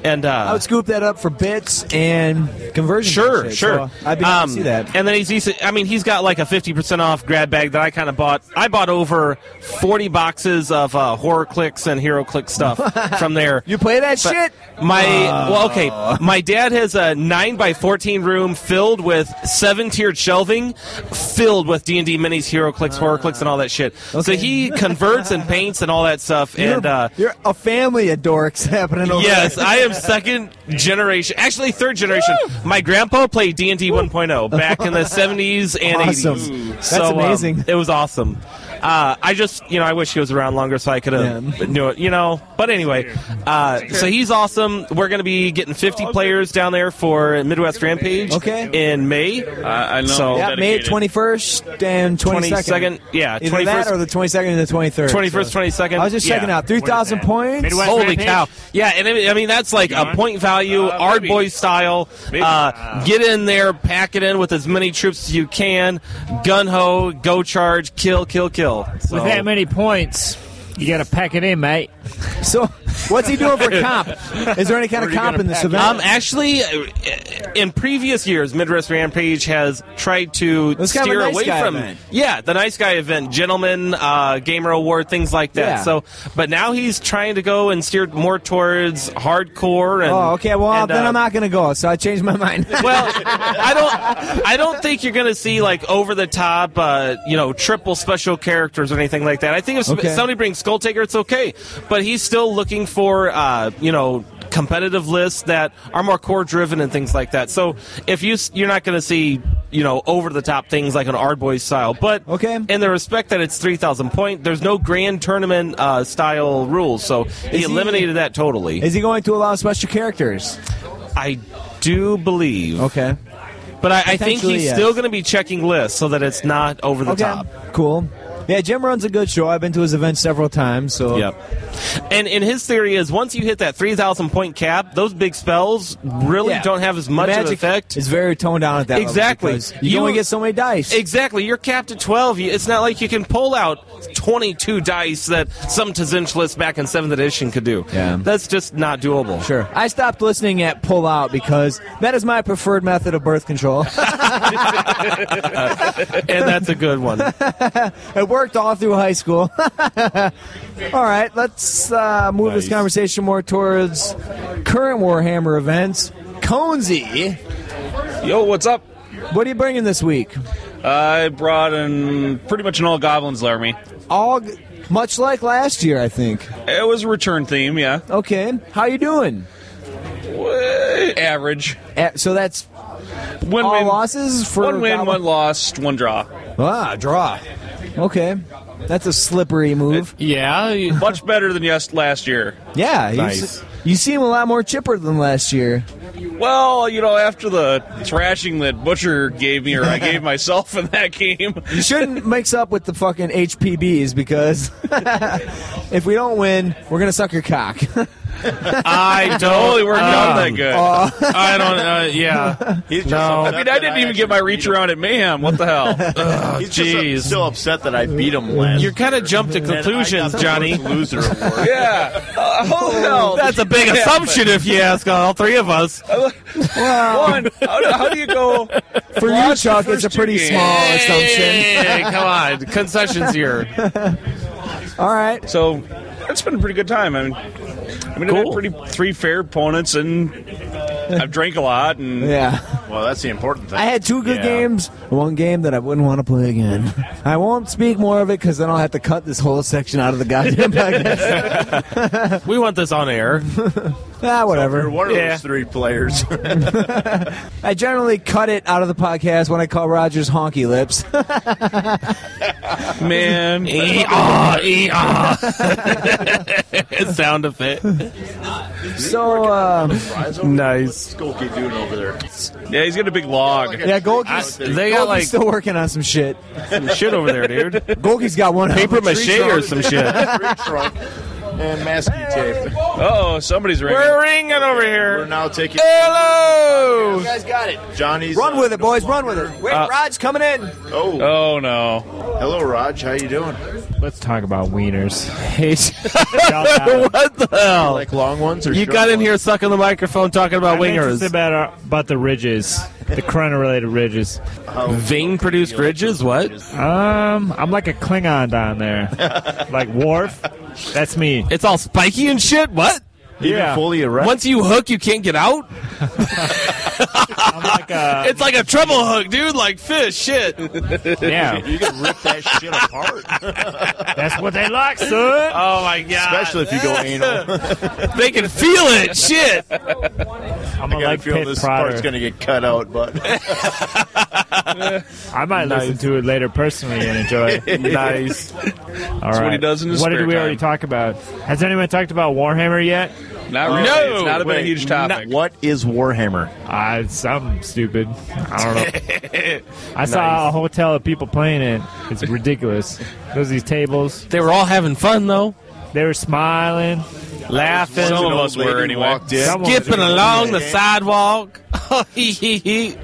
[SPEAKER 9] And, uh,
[SPEAKER 2] I would scoop that up for bits and conversion.
[SPEAKER 9] Sure,
[SPEAKER 2] shit,
[SPEAKER 9] sure. Um,
[SPEAKER 2] so I'd be happy to see that.
[SPEAKER 9] And then he's, he's, I mean, he's got like a fifty percent off grab bag that I kind of bought. I bought over forty boxes of uh, horror clicks and hero click stuff from there.
[SPEAKER 2] You play that
[SPEAKER 9] But
[SPEAKER 2] shit? Oh.
[SPEAKER 9] My well, okay. My dad has a nine by fourteen room filled with seven tiered shelving, filled with D and D minis, hero clicks, horror clicks, and all that shit. So he converts and paints and all that stuff.
[SPEAKER 2] You're,
[SPEAKER 9] and uh,
[SPEAKER 2] you're a family of dorks happening over
[SPEAKER 9] Yes,
[SPEAKER 2] there.
[SPEAKER 9] I am second generation. Actually, third generation. My grandpa played D and D 1.0 back in the 70s and
[SPEAKER 2] Awesome.
[SPEAKER 9] 80s.
[SPEAKER 2] That's
[SPEAKER 9] So, um,
[SPEAKER 2] amazing.
[SPEAKER 9] it was awesome. Uh, I just, you know, I wish he was around longer so I could have
[SPEAKER 2] Yeah.
[SPEAKER 9] knew it, you know. But anyway, uh, so he's awesome. We're going to be getting 50 players down there for Midwest Rampage
[SPEAKER 2] Okay.
[SPEAKER 9] in May.
[SPEAKER 16] I, I know.
[SPEAKER 9] So-
[SPEAKER 16] I'm
[SPEAKER 2] Yeah, May
[SPEAKER 16] dedicated.
[SPEAKER 2] 21st and 22nd.
[SPEAKER 9] 22nd, yeah,
[SPEAKER 2] Either that
[SPEAKER 9] 21st.
[SPEAKER 2] or the 22nd and the 23rd.
[SPEAKER 9] 21st,
[SPEAKER 2] so.
[SPEAKER 9] 22nd.
[SPEAKER 2] I was just checking
[SPEAKER 9] yeah.
[SPEAKER 2] out. 3,000 points.
[SPEAKER 4] Midwest
[SPEAKER 9] Holy
[SPEAKER 4] Rampage?
[SPEAKER 9] cow! Yeah, and I mean that's like a point value,
[SPEAKER 16] Uh,
[SPEAKER 9] art
[SPEAKER 16] maybe.
[SPEAKER 9] boy style.
[SPEAKER 16] Maybe.
[SPEAKER 9] Uh, get in there, pack it in with as many troops as you can. Gun ho, go charge, kill, kill, kill. So,
[SPEAKER 4] With that many points, you got to pack it in, mate.
[SPEAKER 2] So, what's he doing for comp? Is there any kind of comp in this event?
[SPEAKER 9] um, actually, uh, in previous years, Midwest Rampage has tried to
[SPEAKER 2] It's
[SPEAKER 9] steer
[SPEAKER 2] kind of a nice
[SPEAKER 9] away
[SPEAKER 2] guy
[SPEAKER 9] from
[SPEAKER 2] event.
[SPEAKER 9] yeah the nice guy event, gentleman, uh, gamer award, things like that.
[SPEAKER 2] Yeah.
[SPEAKER 9] So, but now he's trying to go and steer more towards hardcore. And,
[SPEAKER 2] oh, okay. Well,
[SPEAKER 9] and,
[SPEAKER 2] then
[SPEAKER 9] uh,
[SPEAKER 2] I'm not going to go, so I changed my mind.
[SPEAKER 9] Well, I don't. I don't think you're going to see like over the top, uh, you know, triple special characters or anything like that. I think if
[SPEAKER 2] Okay.
[SPEAKER 9] somebody brings Skull Taker, it's okay. But but he's still looking for uh, you know competitive lists that are more core driven and things like that. So if you s- you're not going to see you know over the top things like an Ardboy style, but okay, in the respect that it's three thousand point, there's no grand tournament uh, style rules. So he
[SPEAKER 2] he-
[SPEAKER 9] eliminated that totally.
[SPEAKER 2] Is he going to allow special characters?
[SPEAKER 9] I do believe.
[SPEAKER 2] Okay.
[SPEAKER 9] But I, I think
[SPEAKER 2] Potentially,
[SPEAKER 9] he's
[SPEAKER 2] yes.
[SPEAKER 9] still going to be checking lists so that it's not over the
[SPEAKER 2] okay.
[SPEAKER 9] top.
[SPEAKER 2] Cool. Yeah, Jim runs a good show. I've been to his events several times. So
[SPEAKER 9] Yep. And and his theory is once you hit that three thousand point cap, those big spells really
[SPEAKER 2] Yeah.
[SPEAKER 9] don't have as much of an
[SPEAKER 2] Magic
[SPEAKER 9] effect.
[SPEAKER 2] It's very toned down at that level
[SPEAKER 9] exactly.
[SPEAKER 2] because you, only get so many dice.
[SPEAKER 9] Exactly. You're capped at twelve. You- It's not like you can pull out twenty-two dice that some Tzynch list back in seventh edition could do. Yeah. That's just not doable.
[SPEAKER 2] Sure. I stopped listening at pull out because that is my preferred method of birth control.
[SPEAKER 9] Uh, and that's a good one.
[SPEAKER 2] it worked all through high school. all right, let's uh, move this
[SPEAKER 11] Nice.
[SPEAKER 2] conversation more towards current Warhammer events. Conzi.
[SPEAKER 16] Yo, what's up?
[SPEAKER 2] What are you bringing this week?
[SPEAKER 16] I brought in pretty much an all goblins Laramie.
[SPEAKER 2] All g- much like last year, I think.
[SPEAKER 16] It was a return theme, yeah.
[SPEAKER 2] Okay, how you doing?
[SPEAKER 16] Average.
[SPEAKER 2] Eh, So that's
[SPEAKER 16] One
[SPEAKER 2] all
[SPEAKER 16] win.
[SPEAKER 2] losses for
[SPEAKER 16] one win,
[SPEAKER 2] Goblin-
[SPEAKER 16] one loss, one draw.
[SPEAKER 2] Ah, draw. Okay, that's a slippery move.
[SPEAKER 16] Yeah, much better than yes last year.
[SPEAKER 2] Yeah, you s- you seem a lot more chipper than last year.
[SPEAKER 16] Well, you know, after the thrashing that Butcher gave me, or I gave myself in that game,
[SPEAKER 2] You shouldn't mix up with the fucking HPBs because if we don't win, we're gonna suck your cock.
[SPEAKER 16] I totally weren't down that good. I don't. Uh, yeah, no. I mean, I didn't even get my reach around at Mayhem. What the hell? Ugh,
[SPEAKER 3] He's just, uh,
[SPEAKER 16] Jeez.
[SPEAKER 3] still upset that I beat him last.
[SPEAKER 16] You're
[SPEAKER 9] kinda jumped to
[SPEAKER 3] And I got
[SPEAKER 9] conclusions,
[SPEAKER 3] the
[SPEAKER 9] Johnny.
[SPEAKER 3] worst Loser award.
[SPEAKER 16] yeah. Uh,
[SPEAKER 9] oh.
[SPEAKER 16] how the hell?
[SPEAKER 9] That's a big
[SPEAKER 16] Yeah,
[SPEAKER 9] assumption if you ask all three of us.
[SPEAKER 16] One. How, do- how do you go?
[SPEAKER 2] For you,
[SPEAKER 16] lost the
[SPEAKER 2] Chuck, it's
[SPEAKER 16] first
[SPEAKER 2] a
[SPEAKER 16] two
[SPEAKER 2] pretty
[SPEAKER 16] games?
[SPEAKER 2] small
[SPEAKER 16] Yeah, yeah,
[SPEAKER 2] assumption.
[SPEAKER 16] yeah, yeah, yeah, Come on, concessions here.
[SPEAKER 2] All right.
[SPEAKER 16] So it's been a pretty good time. I mean, I mean, I had pretty three fair opponents, and I've drank a lot. And
[SPEAKER 2] Yeah.
[SPEAKER 16] well, that's the important thing.
[SPEAKER 2] I had two good games, one game that I wouldn't want to play again. I won't speak more of it because then I'll have to cut this whole section out of the goddamn podcast.
[SPEAKER 9] we want this on air.
[SPEAKER 2] ah, whatever.
[SPEAKER 3] You're one of those three players.
[SPEAKER 2] I generally cut it out of the podcast when I call Rogers honky lips.
[SPEAKER 16] Man.
[SPEAKER 9] Sound effect.
[SPEAKER 2] so, um,
[SPEAKER 9] nice.
[SPEAKER 3] Skulky dude over there.
[SPEAKER 16] Yeah, he's got a big log.
[SPEAKER 2] yeah, Golgi's,
[SPEAKER 16] I- they got,
[SPEAKER 2] Golgi's
[SPEAKER 16] like-
[SPEAKER 2] still working on some shit.
[SPEAKER 16] Some shit over there, dude.
[SPEAKER 2] Golgi's got one hell of a
[SPEAKER 16] Paper
[SPEAKER 2] tree
[SPEAKER 16] mache or
[SPEAKER 2] trunk.
[SPEAKER 16] some shit.
[SPEAKER 3] trunk and masking tape.
[SPEAKER 16] Oh, somebody's ringing.
[SPEAKER 3] We're
[SPEAKER 16] ringing over here.
[SPEAKER 3] We're now taking.
[SPEAKER 16] Hello.
[SPEAKER 13] You guys got it.
[SPEAKER 3] Johnny's.
[SPEAKER 2] Run
[SPEAKER 3] uh,
[SPEAKER 2] with it, boys. Run with it. Wait,
[SPEAKER 16] Uh,
[SPEAKER 2] Rod's coming in.
[SPEAKER 3] Oh.
[SPEAKER 16] Oh no.
[SPEAKER 3] Hello, Raj. How you doing?
[SPEAKER 11] Let's talk about wieners. Hey,
[SPEAKER 9] what the hell?
[SPEAKER 3] Like long ones or
[SPEAKER 9] You
[SPEAKER 3] short
[SPEAKER 9] got in
[SPEAKER 3] ones?
[SPEAKER 9] here sucking the microphone talking about
[SPEAKER 11] I'm
[SPEAKER 9] wingers.
[SPEAKER 11] interested about, uh, our- about the ridges, the chrono-related ridges.
[SPEAKER 9] Vein produced ridges? What?
[SPEAKER 11] Um, I'm like a Klingon down there, like Worf. That's me.
[SPEAKER 9] It's all spiky and shit. What?
[SPEAKER 11] Even Yeah. fully erect?
[SPEAKER 9] Once you hook, you can't get out. it's like a treble hook, dude. Like fish, shit.
[SPEAKER 11] Yeah.
[SPEAKER 3] You can rip that shit apart.
[SPEAKER 11] That's what they like, son.
[SPEAKER 9] Oh my god!
[SPEAKER 3] Especially if you go anal.
[SPEAKER 9] they can feel it. Shit.
[SPEAKER 11] I'm
[SPEAKER 3] I
[SPEAKER 11] a
[SPEAKER 3] got a
[SPEAKER 11] leg
[SPEAKER 3] feeling
[SPEAKER 11] pit
[SPEAKER 3] this part's
[SPEAKER 11] prodder.
[SPEAKER 3] going to get cut out, but
[SPEAKER 11] I might listen to it later personally and enjoy. it.
[SPEAKER 16] Nice.
[SPEAKER 11] All
[SPEAKER 16] That's what he does in his
[SPEAKER 11] What did
[SPEAKER 16] spare
[SPEAKER 11] we already
[SPEAKER 16] time.
[SPEAKER 11] talk about? Has anyone talked about Warhammer yet?
[SPEAKER 3] Uh,
[SPEAKER 16] Not really.
[SPEAKER 11] No!
[SPEAKER 16] It's not been a
[SPEAKER 11] Wait,
[SPEAKER 16] huge topic.
[SPEAKER 3] what is Warhammer?
[SPEAKER 11] I some stupid. I don't know. I saw a hotel of people playing it. It's ridiculous. There's these tables.
[SPEAKER 9] They were all having fun though.
[SPEAKER 11] They were smiling, laughing.
[SPEAKER 16] Some of us were anyway.
[SPEAKER 3] walked in.
[SPEAKER 11] Some of us
[SPEAKER 9] Skipping
[SPEAKER 11] were.
[SPEAKER 9] along the sidewalk. Hee, hee, hee.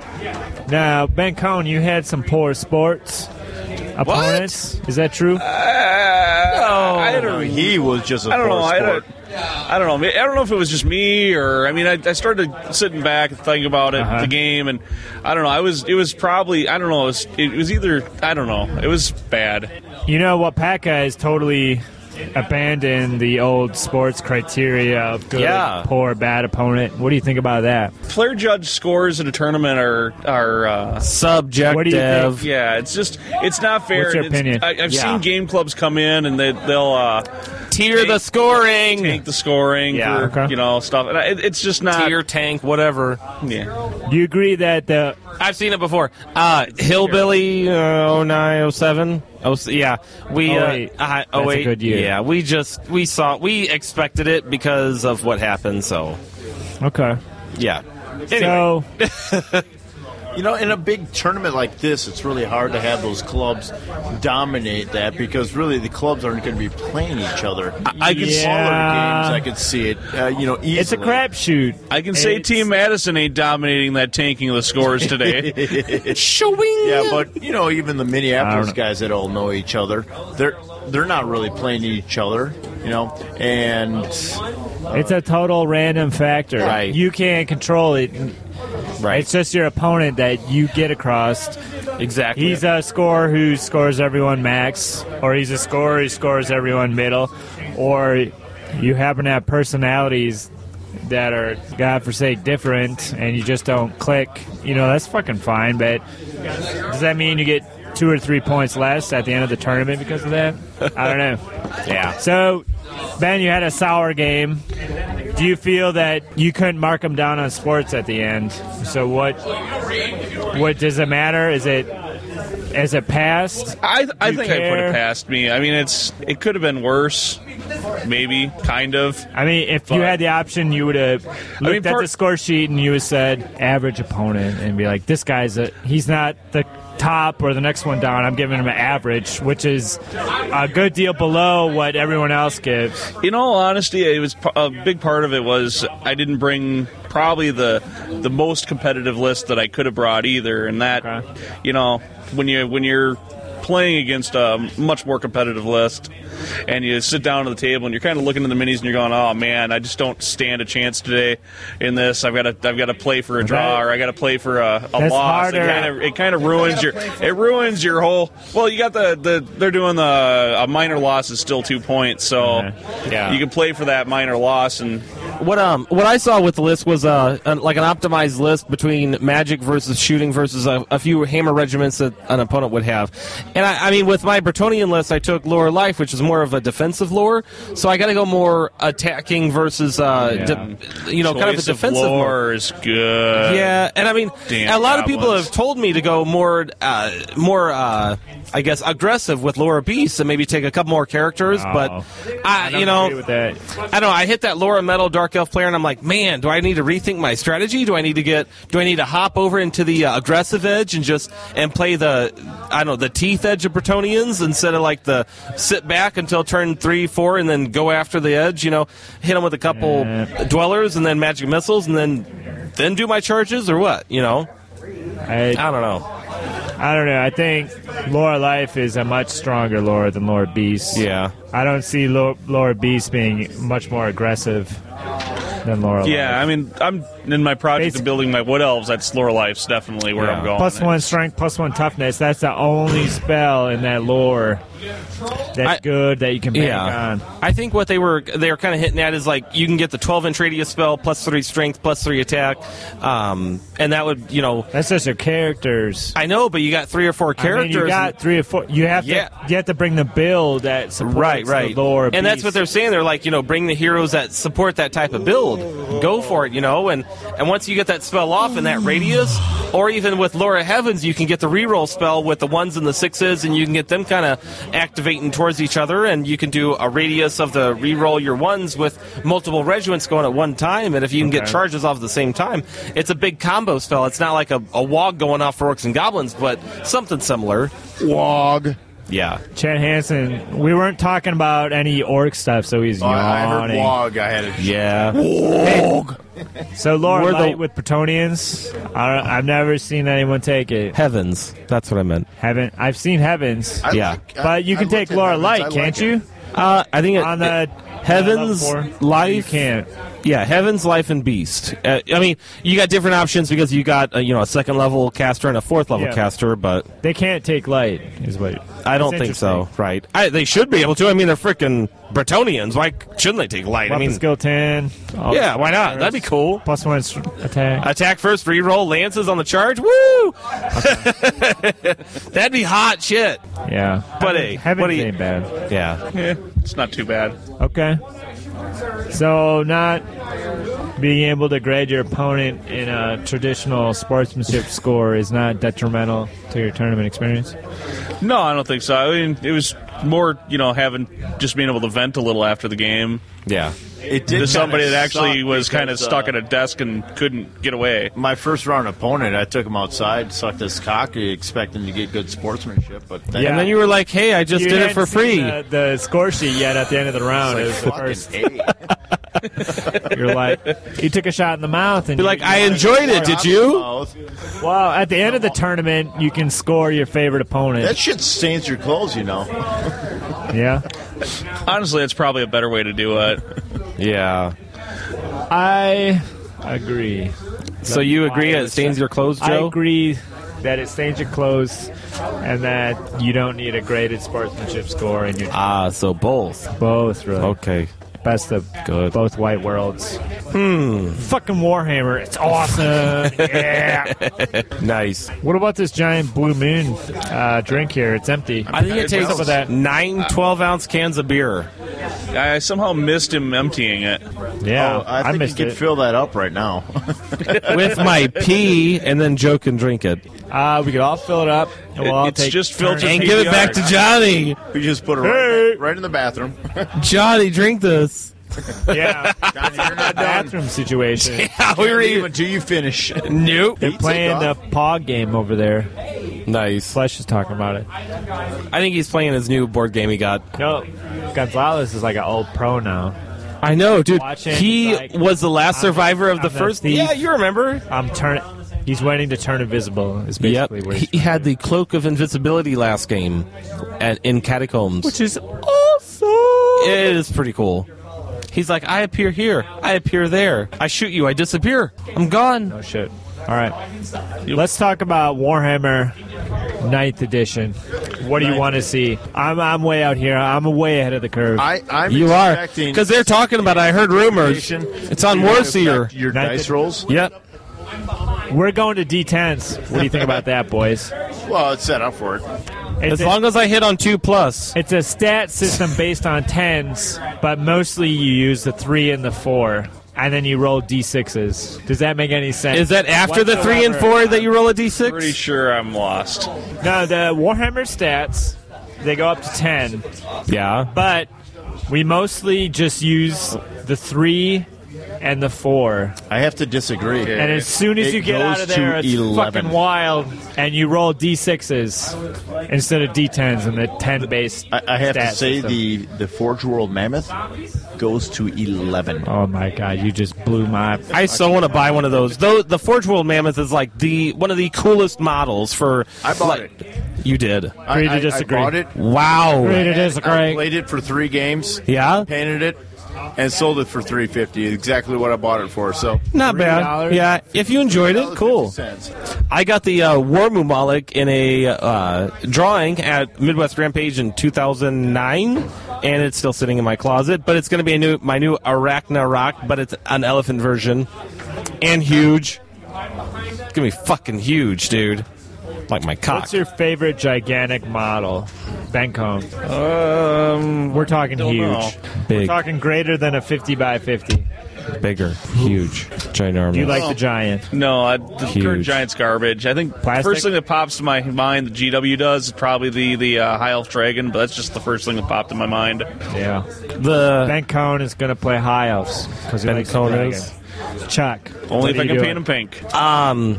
[SPEAKER 11] Now, Ben Cohn, you had some poor sports opponents. Is that true?
[SPEAKER 16] Uh, I don't know.
[SPEAKER 3] He was just a
[SPEAKER 16] I don't know.
[SPEAKER 3] poor
[SPEAKER 16] I
[SPEAKER 3] sport.
[SPEAKER 16] don't, I don't know. I don't know if it was just me or I mean, I, I started sitting back and thinking about it,
[SPEAKER 11] Uh-huh.
[SPEAKER 16] the game, and I don't know. I was. It was probably. I don't know. It was, it was either. I don't know. It was bad.
[SPEAKER 11] You know, Wapaka has totally abandoned the old sports criteria of good,
[SPEAKER 16] Yeah.
[SPEAKER 11] poor, bad opponent. What do you think about that?
[SPEAKER 16] Player judge scores in a tournament are are uh,
[SPEAKER 9] Subjective.
[SPEAKER 11] What do you think?
[SPEAKER 16] Yeah, it's just it's not fair.
[SPEAKER 11] What's your
[SPEAKER 16] and it's-
[SPEAKER 11] opinion?
[SPEAKER 16] I, I've
[SPEAKER 11] Yeah.
[SPEAKER 16] seen game clubs come in and they they'll uh, tier the scoring, tank the scoring,
[SPEAKER 11] Yeah.
[SPEAKER 16] for, you know stuff. And I- it, it's just not tier tank whatever. Yeah,
[SPEAKER 11] Do you agree that the
[SPEAKER 16] I've seen it before.
[SPEAKER 11] Uh,
[SPEAKER 16] Hillbilly uh, 09, 07?
[SPEAKER 9] Oh so- yeah, we uh,
[SPEAKER 16] 08.
[SPEAKER 9] uh,
[SPEAKER 16] Oh, That's a
[SPEAKER 9] 08,
[SPEAKER 16] good year.
[SPEAKER 9] Yeah, we just we saw we expected it because of what happened. So
[SPEAKER 11] Okay.
[SPEAKER 9] yeah,
[SPEAKER 11] So
[SPEAKER 3] You know, in a big tournament like this, it's really hard to have those clubs dominate that because really the clubs aren't going to be playing each other.
[SPEAKER 16] I can- Yeah.
[SPEAKER 3] smaller games. I could see it. Uh, you know, easily.
[SPEAKER 11] crapshoot.
[SPEAKER 16] I can say Team Madison ain't dominating that tanking of the scores today.
[SPEAKER 3] Showing. Yeah, but you know, even the
[SPEAKER 16] I
[SPEAKER 3] Minneapolis
[SPEAKER 16] don't
[SPEAKER 3] guys that all know each other, they're they're not really playing each other. You know, and uh,
[SPEAKER 11] it's a total random factor.
[SPEAKER 3] Right.
[SPEAKER 11] You can't control it.
[SPEAKER 9] Right.
[SPEAKER 11] It's just your opponent that you get across.
[SPEAKER 9] Exactly.
[SPEAKER 11] He's a scorer who scores everyone max, or he's a scorer who scores everyone middle, or you happen to have personalities that are godforsake different and you just don't click. You know, that's fucking fine, but does that mean you get two or three points less at the end of the tournament because of that? I don't know.
[SPEAKER 9] Yeah.
[SPEAKER 11] So, Ben, you had a sour game. Do you feel that you couldn't mark them down on sports at the end? So what? What does it matter? Is it is it past?
[SPEAKER 16] I, I
[SPEAKER 11] You
[SPEAKER 16] think I put
[SPEAKER 11] care?
[SPEAKER 16] it past me. I mean, it's it could have been worse, maybe, kind of.
[SPEAKER 11] I mean, if you had the option, you would have looked
[SPEAKER 16] mean,
[SPEAKER 11] at
[SPEAKER 16] part-
[SPEAKER 11] the score sheet and you would have said average opponent and be like, this guy's a he's not the top or the next one down. I'm giving him an average, which is a good deal below what everyone else gives.
[SPEAKER 16] In all honesty, it was p- a big part of it was I didn't bring probably the the most competitive list that I could have brought either, and that you know when you when you're playing against a much more competitive list and you sit down to the table and you're kind of looking at the minis and you're going oh man I just don't stand a chance today in this I've got to I've got to play for a draw or I got to play for a, a
[SPEAKER 11] That's
[SPEAKER 16] loss It
[SPEAKER 11] harder.
[SPEAKER 16] kinda it kind of ruins your it ruins your whole well you got the, the they're doing the a minor loss is still two points so
[SPEAKER 9] Uh-huh. Yeah.
[SPEAKER 16] you can play for that minor loss and
[SPEAKER 9] What um what I saw with the list was uh an, like an optimized list between magic versus shooting versus a, a few hammer regiments that an opponent would have, and I, I mean with my Bretonian list I took lower life which is more of a defensive lore, so I got to go more attacking versus uh de- you know kind of a
[SPEAKER 16] Choice
[SPEAKER 9] defensive lore.
[SPEAKER 16] lore is good
[SPEAKER 9] Yeah, and I mean,
[SPEAKER 16] Damn
[SPEAKER 9] a lot of people
[SPEAKER 16] goblins.
[SPEAKER 9] have told me to go more, uh, more, uh, I guess, aggressive with Laura Beast and maybe take a couple more characters.
[SPEAKER 11] No.
[SPEAKER 9] But
[SPEAKER 11] I
[SPEAKER 9] I,
[SPEAKER 11] don't
[SPEAKER 9] you know,
[SPEAKER 11] agree with that.
[SPEAKER 9] I don't know. I hit that Laura Metal Dark Elf player, and I'm like, man, do I need to rethink my strategy? Do I need to get? Do I need to hop over into the uh, aggressive edge and just and play the, I don't know, the teeth edge of Bretonians instead of like the sit back until turn three, four, and then go after the edge. You know, hit them with a couple dwellers and then magic missiles, and then then do my charges or what? You know,
[SPEAKER 11] I,
[SPEAKER 9] don't know.
[SPEAKER 11] I don't know. I think Laura Life is a much stronger Laura than Laura Beast.
[SPEAKER 9] Yeah.
[SPEAKER 11] I don't see Lo- Laura Beast being much more aggressive than Laura Life.
[SPEAKER 16] yeah I mean I'm in my project of building my wood elves that's lore life's definitely where I'm going
[SPEAKER 11] Plus one strength, plus one toughness. That's the only spell in that lore that's good that you can bank on.
[SPEAKER 9] I think what they were they were kind of hitting at is like you can get the 12 inch radius spell plus three strength plus three attack, um, and that would you know
[SPEAKER 11] that's just your characters.
[SPEAKER 9] I know, but you got three or four
[SPEAKER 11] I mean,
[SPEAKER 9] characters.
[SPEAKER 11] you got three or four. You have
[SPEAKER 9] Yeah.
[SPEAKER 11] to you have to bring the build that supports
[SPEAKER 9] Right, right.
[SPEAKER 11] the lore.
[SPEAKER 9] and that's what they're saying. They're like, you know, bring the heroes that support that type of build. Go for it, you know. And and once you get that spell off in that radius, or even with Laura Heavens, you can get the reroll spell with the ones and the sixes, and you can get them kind of activating towards each other, and you can do a radius of the reroll your ones with multiple regiments going at one time, and if you can get
[SPEAKER 11] Okay.
[SPEAKER 9] charges off at the same time, it's a big combo spell. It's not like a, a wog going off for orcs and goblins, but something similar.
[SPEAKER 11] Wog.
[SPEAKER 9] Yeah.
[SPEAKER 11] Chad Hansen, we weren't talking about any orc stuff, so
[SPEAKER 9] Oh,
[SPEAKER 11] he's yawning.
[SPEAKER 3] I heard wog. I had a
[SPEAKER 9] Yeah.
[SPEAKER 11] So Laura
[SPEAKER 9] We're the-
[SPEAKER 11] Light with Bretonians, I don't, I've never seen anyone take it.
[SPEAKER 9] Heavens, that's what I meant.
[SPEAKER 11] Heaven, I've seen Heavens.
[SPEAKER 9] I Yeah. like- I-
[SPEAKER 11] but you can
[SPEAKER 9] I
[SPEAKER 11] take
[SPEAKER 9] looked at
[SPEAKER 11] Laura
[SPEAKER 9] Heavens,
[SPEAKER 11] Light,
[SPEAKER 9] I like
[SPEAKER 11] can't
[SPEAKER 9] it.
[SPEAKER 11] you?
[SPEAKER 9] Uh, I think it-
[SPEAKER 11] on the
[SPEAKER 9] Heavens,
[SPEAKER 11] level four,
[SPEAKER 9] Life,
[SPEAKER 11] you can't.
[SPEAKER 9] Yeah, Heaven's Life and Beast. Uh, I mean, you got different options because you got uh, you know a second level caster and a fourth level
[SPEAKER 11] Yeah.
[SPEAKER 9] caster, but
[SPEAKER 11] They can't take light, is what.
[SPEAKER 9] I don't
[SPEAKER 11] That's
[SPEAKER 9] think so. Right? I, they should be able to. I mean, they're freaking Bretonians. Why shouldn't they take light? I mean,
[SPEAKER 11] skill ten. all
[SPEAKER 9] yeah, why not? That'd be cool.
[SPEAKER 11] Plus one str- attack.
[SPEAKER 9] Attack first, reroll lances on the charge. Woo! That'd be hot shit.
[SPEAKER 11] Yeah.
[SPEAKER 9] But hey,
[SPEAKER 11] Heaven's
[SPEAKER 9] what do you-
[SPEAKER 11] ain't bad.
[SPEAKER 9] Yeah.
[SPEAKER 16] Yeah, it's not too bad.
[SPEAKER 11] Okay. So not being able to grade your opponent in a traditional sportsmanship score is not detrimental to your tournament experience.
[SPEAKER 16] No, I don't think so. I mean, it was more, you know, having just being able to vent a little after the game.
[SPEAKER 9] Yeah. It did
[SPEAKER 16] to somebody
[SPEAKER 9] kinda
[SPEAKER 16] that actually
[SPEAKER 3] suck
[SPEAKER 16] was kind of
[SPEAKER 3] because, uh,
[SPEAKER 16] stuck at a desk and couldn't get away.
[SPEAKER 3] My first round opponent, I took him outside, sucked his cock, expecting to get good sportsmanship, but then,
[SPEAKER 9] you were like, "Hey, I
[SPEAKER 3] just did it
[SPEAKER 11] hadn't
[SPEAKER 3] for
[SPEAKER 11] seen
[SPEAKER 3] free.
[SPEAKER 11] The, the score sheet yet at the end of the round
[SPEAKER 3] It's
[SPEAKER 11] is the first. You're like, you took a shot in the mouth, and
[SPEAKER 9] Be
[SPEAKER 11] you-
[SPEAKER 9] like, "I enjoyed it, did you?"
[SPEAKER 11] Well, at the end of the tournament, you can score your favorite opponent.
[SPEAKER 3] that shit stains your clothes, you know.
[SPEAKER 11] Yeah.
[SPEAKER 16] Honestly, that's probably a better way to do it.
[SPEAKER 9] yeah.
[SPEAKER 11] I agree.
[SPEAKER 9] So you agree it stains your clothes, Joe?
[SPEAKER 11] I agree that it stains your clothes and that you don't need a graded sportsmanship score in your
[SPEAKER 9] Ah, so both.
[SPEAKER 11] Both, really.
[SPEAKER 9] Okay.
[SPEAKER 11] Best of
[SPEAKER 9] Good.
[SPEAKER 11] both white worlds. Hmm. Fucking Warhammer. It's awesome. yeah.
[SPEAKER 9] nice.
[SPEAKER 11] What about this giant blue moon uh, drink here? It's empty.
[SPEAKER 9] I think it
[SPEAKER 11] What's
[SPEAKER 9] takes
[SPEAKER 11] up with that.
[SPEAKER 9] nine 12 ounce cans of beer.
[SPEAKER 16] I somehow missed him emptying it.
[SPEAKER 11] Yeah,
[SPEAKER 9] Oh,
[SPEAKER 3] I think you could fill that up right now.
[SPEAKER 9] With my pee, and then Joe can drink it.
[SPEAKER 11] Uh, we could all fill it up. And we'll all take turns.
[SPEAKER 9] And give it back to Johnny.
[SPEAKER 3] We just put it right, right in the bathroom.
[SPEAKER 9] Johnny, drink this.
[SPEAKER 11] Yeah. bathroom situation.
[SPEAKER 9] Yeah, we were even.
[SPEAKER 3] Do you finish?
[SPEAKER 9] Nope.
[SPEAKER 11] They're playing uh, the POG game over there.
[SPEAKER 9] Nice.
[SPEAKER 11] Flesh is talking about it.
[SPEAKER 9] I think he's playing his new board game he got.
[SPEAKER 11] No, Gonzalez is like an old pro now.
[SPEAKER 9] I know, dude.
[SPEAKER 11] Watching,
[SPEAKER 9] he
[SPEAKER 11] he's like,
[SPEAKER 9] was the last survivor of the first. yeah, you remember.
[SPEAKER 11] I'm turn. He's waiting to turn invisible. Is basically where
[SPEAKER 9] He had the cloak of invisibility last game, at, in catacombs.
[SPEAKER 11] Which is awesome.
[SPEAKER 9] It is pretty cool. He's like, I appear here, I appear there, I shoot you, I disappear, I'm gone.
[SPEAKER 11] No shit. All right, let's talk about Warhammer Ninth Edition. What do you want to see? I'm I'm way out here. I'm way ahead of the curve.
[SPEAKER 3] I, I'm
[SPEAKER 9] you are
[SPEAKER 3] expecting-
[SPEAKER 9] because they're talking about. it. I heard rumors. It's on
[SPEAKER 3] You're gonna
[SPEAKER 9] Warseer.
[SPEAKER 3] affect Your dice rolls.
[SPEAKER 9] Yep.
[SPEAKER 11] We're going to D10s. What do you think about that, boys?
[SPEAKER 3] Well, it's set up for it.
[SPEAKER 11] It's
[SPEAKER 9] As
[SPEAKER 11] a-
[SPEAKER 9] long as I hit on two plus.
[SPEAKER 11] It's a stat system based on tens, but mostly you use the three and the four, and then you roll d6s. Does that make any sense?
[SPEAKER 9] Is that after the three and
[SPEAKER 11] whatsoever?
[SPEAKER 9] four that you roll a d6?
[SPEAKER 16] Pretty sure I'm lost.
[SPEAKER 11] No, the Warhammer stats, they go up to 10,
[SPEAKER 9] Yeah.
[SPEAKER 11] but we mostly just use the 3 and the 4.
[SPEAKER 3] I have to disagree.
[SPEAKER 11] And as soon as
[SPEAKER 3] It
[SPEAKER 11] you get out
[SPEAKER 3] goes
[SPEAKER 11] of there,
[SPEAKER 3] to
[SPEAKER 11] it's
[SPEAKER 3] 11.
[SPEAKER 11] fucking wild, and you roll d6s instead of d10s and the 10 based.
[SPEAKER 3] I, I have to say the the Forge World Mammoth goes to eleven.
[SPEAKER 11] Oh my god, you just blew my.
[SPEAKER 9] I so want to buy one of those. Though the Forge World Mammoth is like the one of the coolest models for.
[SPEAKER 3] I bought
[SPEAKER 9] like, You did.
[SPEAKER 3] I, I, I bought it.
[SPEAKER 9] Wow.
[SPEAKER 3] I played it for three games.
[SPEAKER 9] Yeah.
[SPEAKER 3] Painted it and sold it for three fifty. Exactly what I bought it for. So
[SPEAKER 9] Not bad.
[SPEAKER 3] $3.
[SPEAKER 9] Yeah. If you enjoyed it, cool.
[SPEAKER 3] Cents.
[SPEAKER 9] I got the uh, War Mumalik in a uh, drawing at Midwest Rampage in 2009, and it's still sitting in my closet. But it's going to be a new my new Arachna Rock, but it's an elephant version, and huge. It's going to be fucking huge, dude. Like my cock.
[SPEAKER 11] What's your favorite gigantic model? Bencombe.
[SPEAKER 9] Um,
[SPEAKER 11] We're talking
[SPEAKER 16] don't
[SPEAKER 11] huge.
[SPEAKER 16] know.
[SPEAKER 11] We're
[SPEAKER 9] Big.
[SPEAKER 11] talking greater than a 50 by 50.
[SPEAKER 9] Bigger, huge, ginormous.
[SPEAKER 11] You like the giant.
[SPEAKER 16] No, I, the
[SPEAKER 9] Huge.
[SPEAKER 16] current Giant's garbage. I think
[SPEAKER 11] Plastic?
[SPEAKER 16] first thing that pops to my mind that GW does is probably the the uh, High Elf Dragon, but that's just the first thing that popped in my mind.
[SPEAKER 11] Yeah.
[SPEAKER 9] the
[SPEAKER 11] Ben Cohn is going to play high elves because he
[SPEAKER 9] Ben
[SPEAKER 11] likes
[SPEAKER 9] Cohn
[SPEAKER 11] the dragon.
[SPEAKER 9] is?
[SPEAKER 11] Chuck.
[SPEAKER 16] Only if I can paint
[SPEAKER 11] him.
[SPEAKER 16] him pink.
[SPEAKER 9] Um,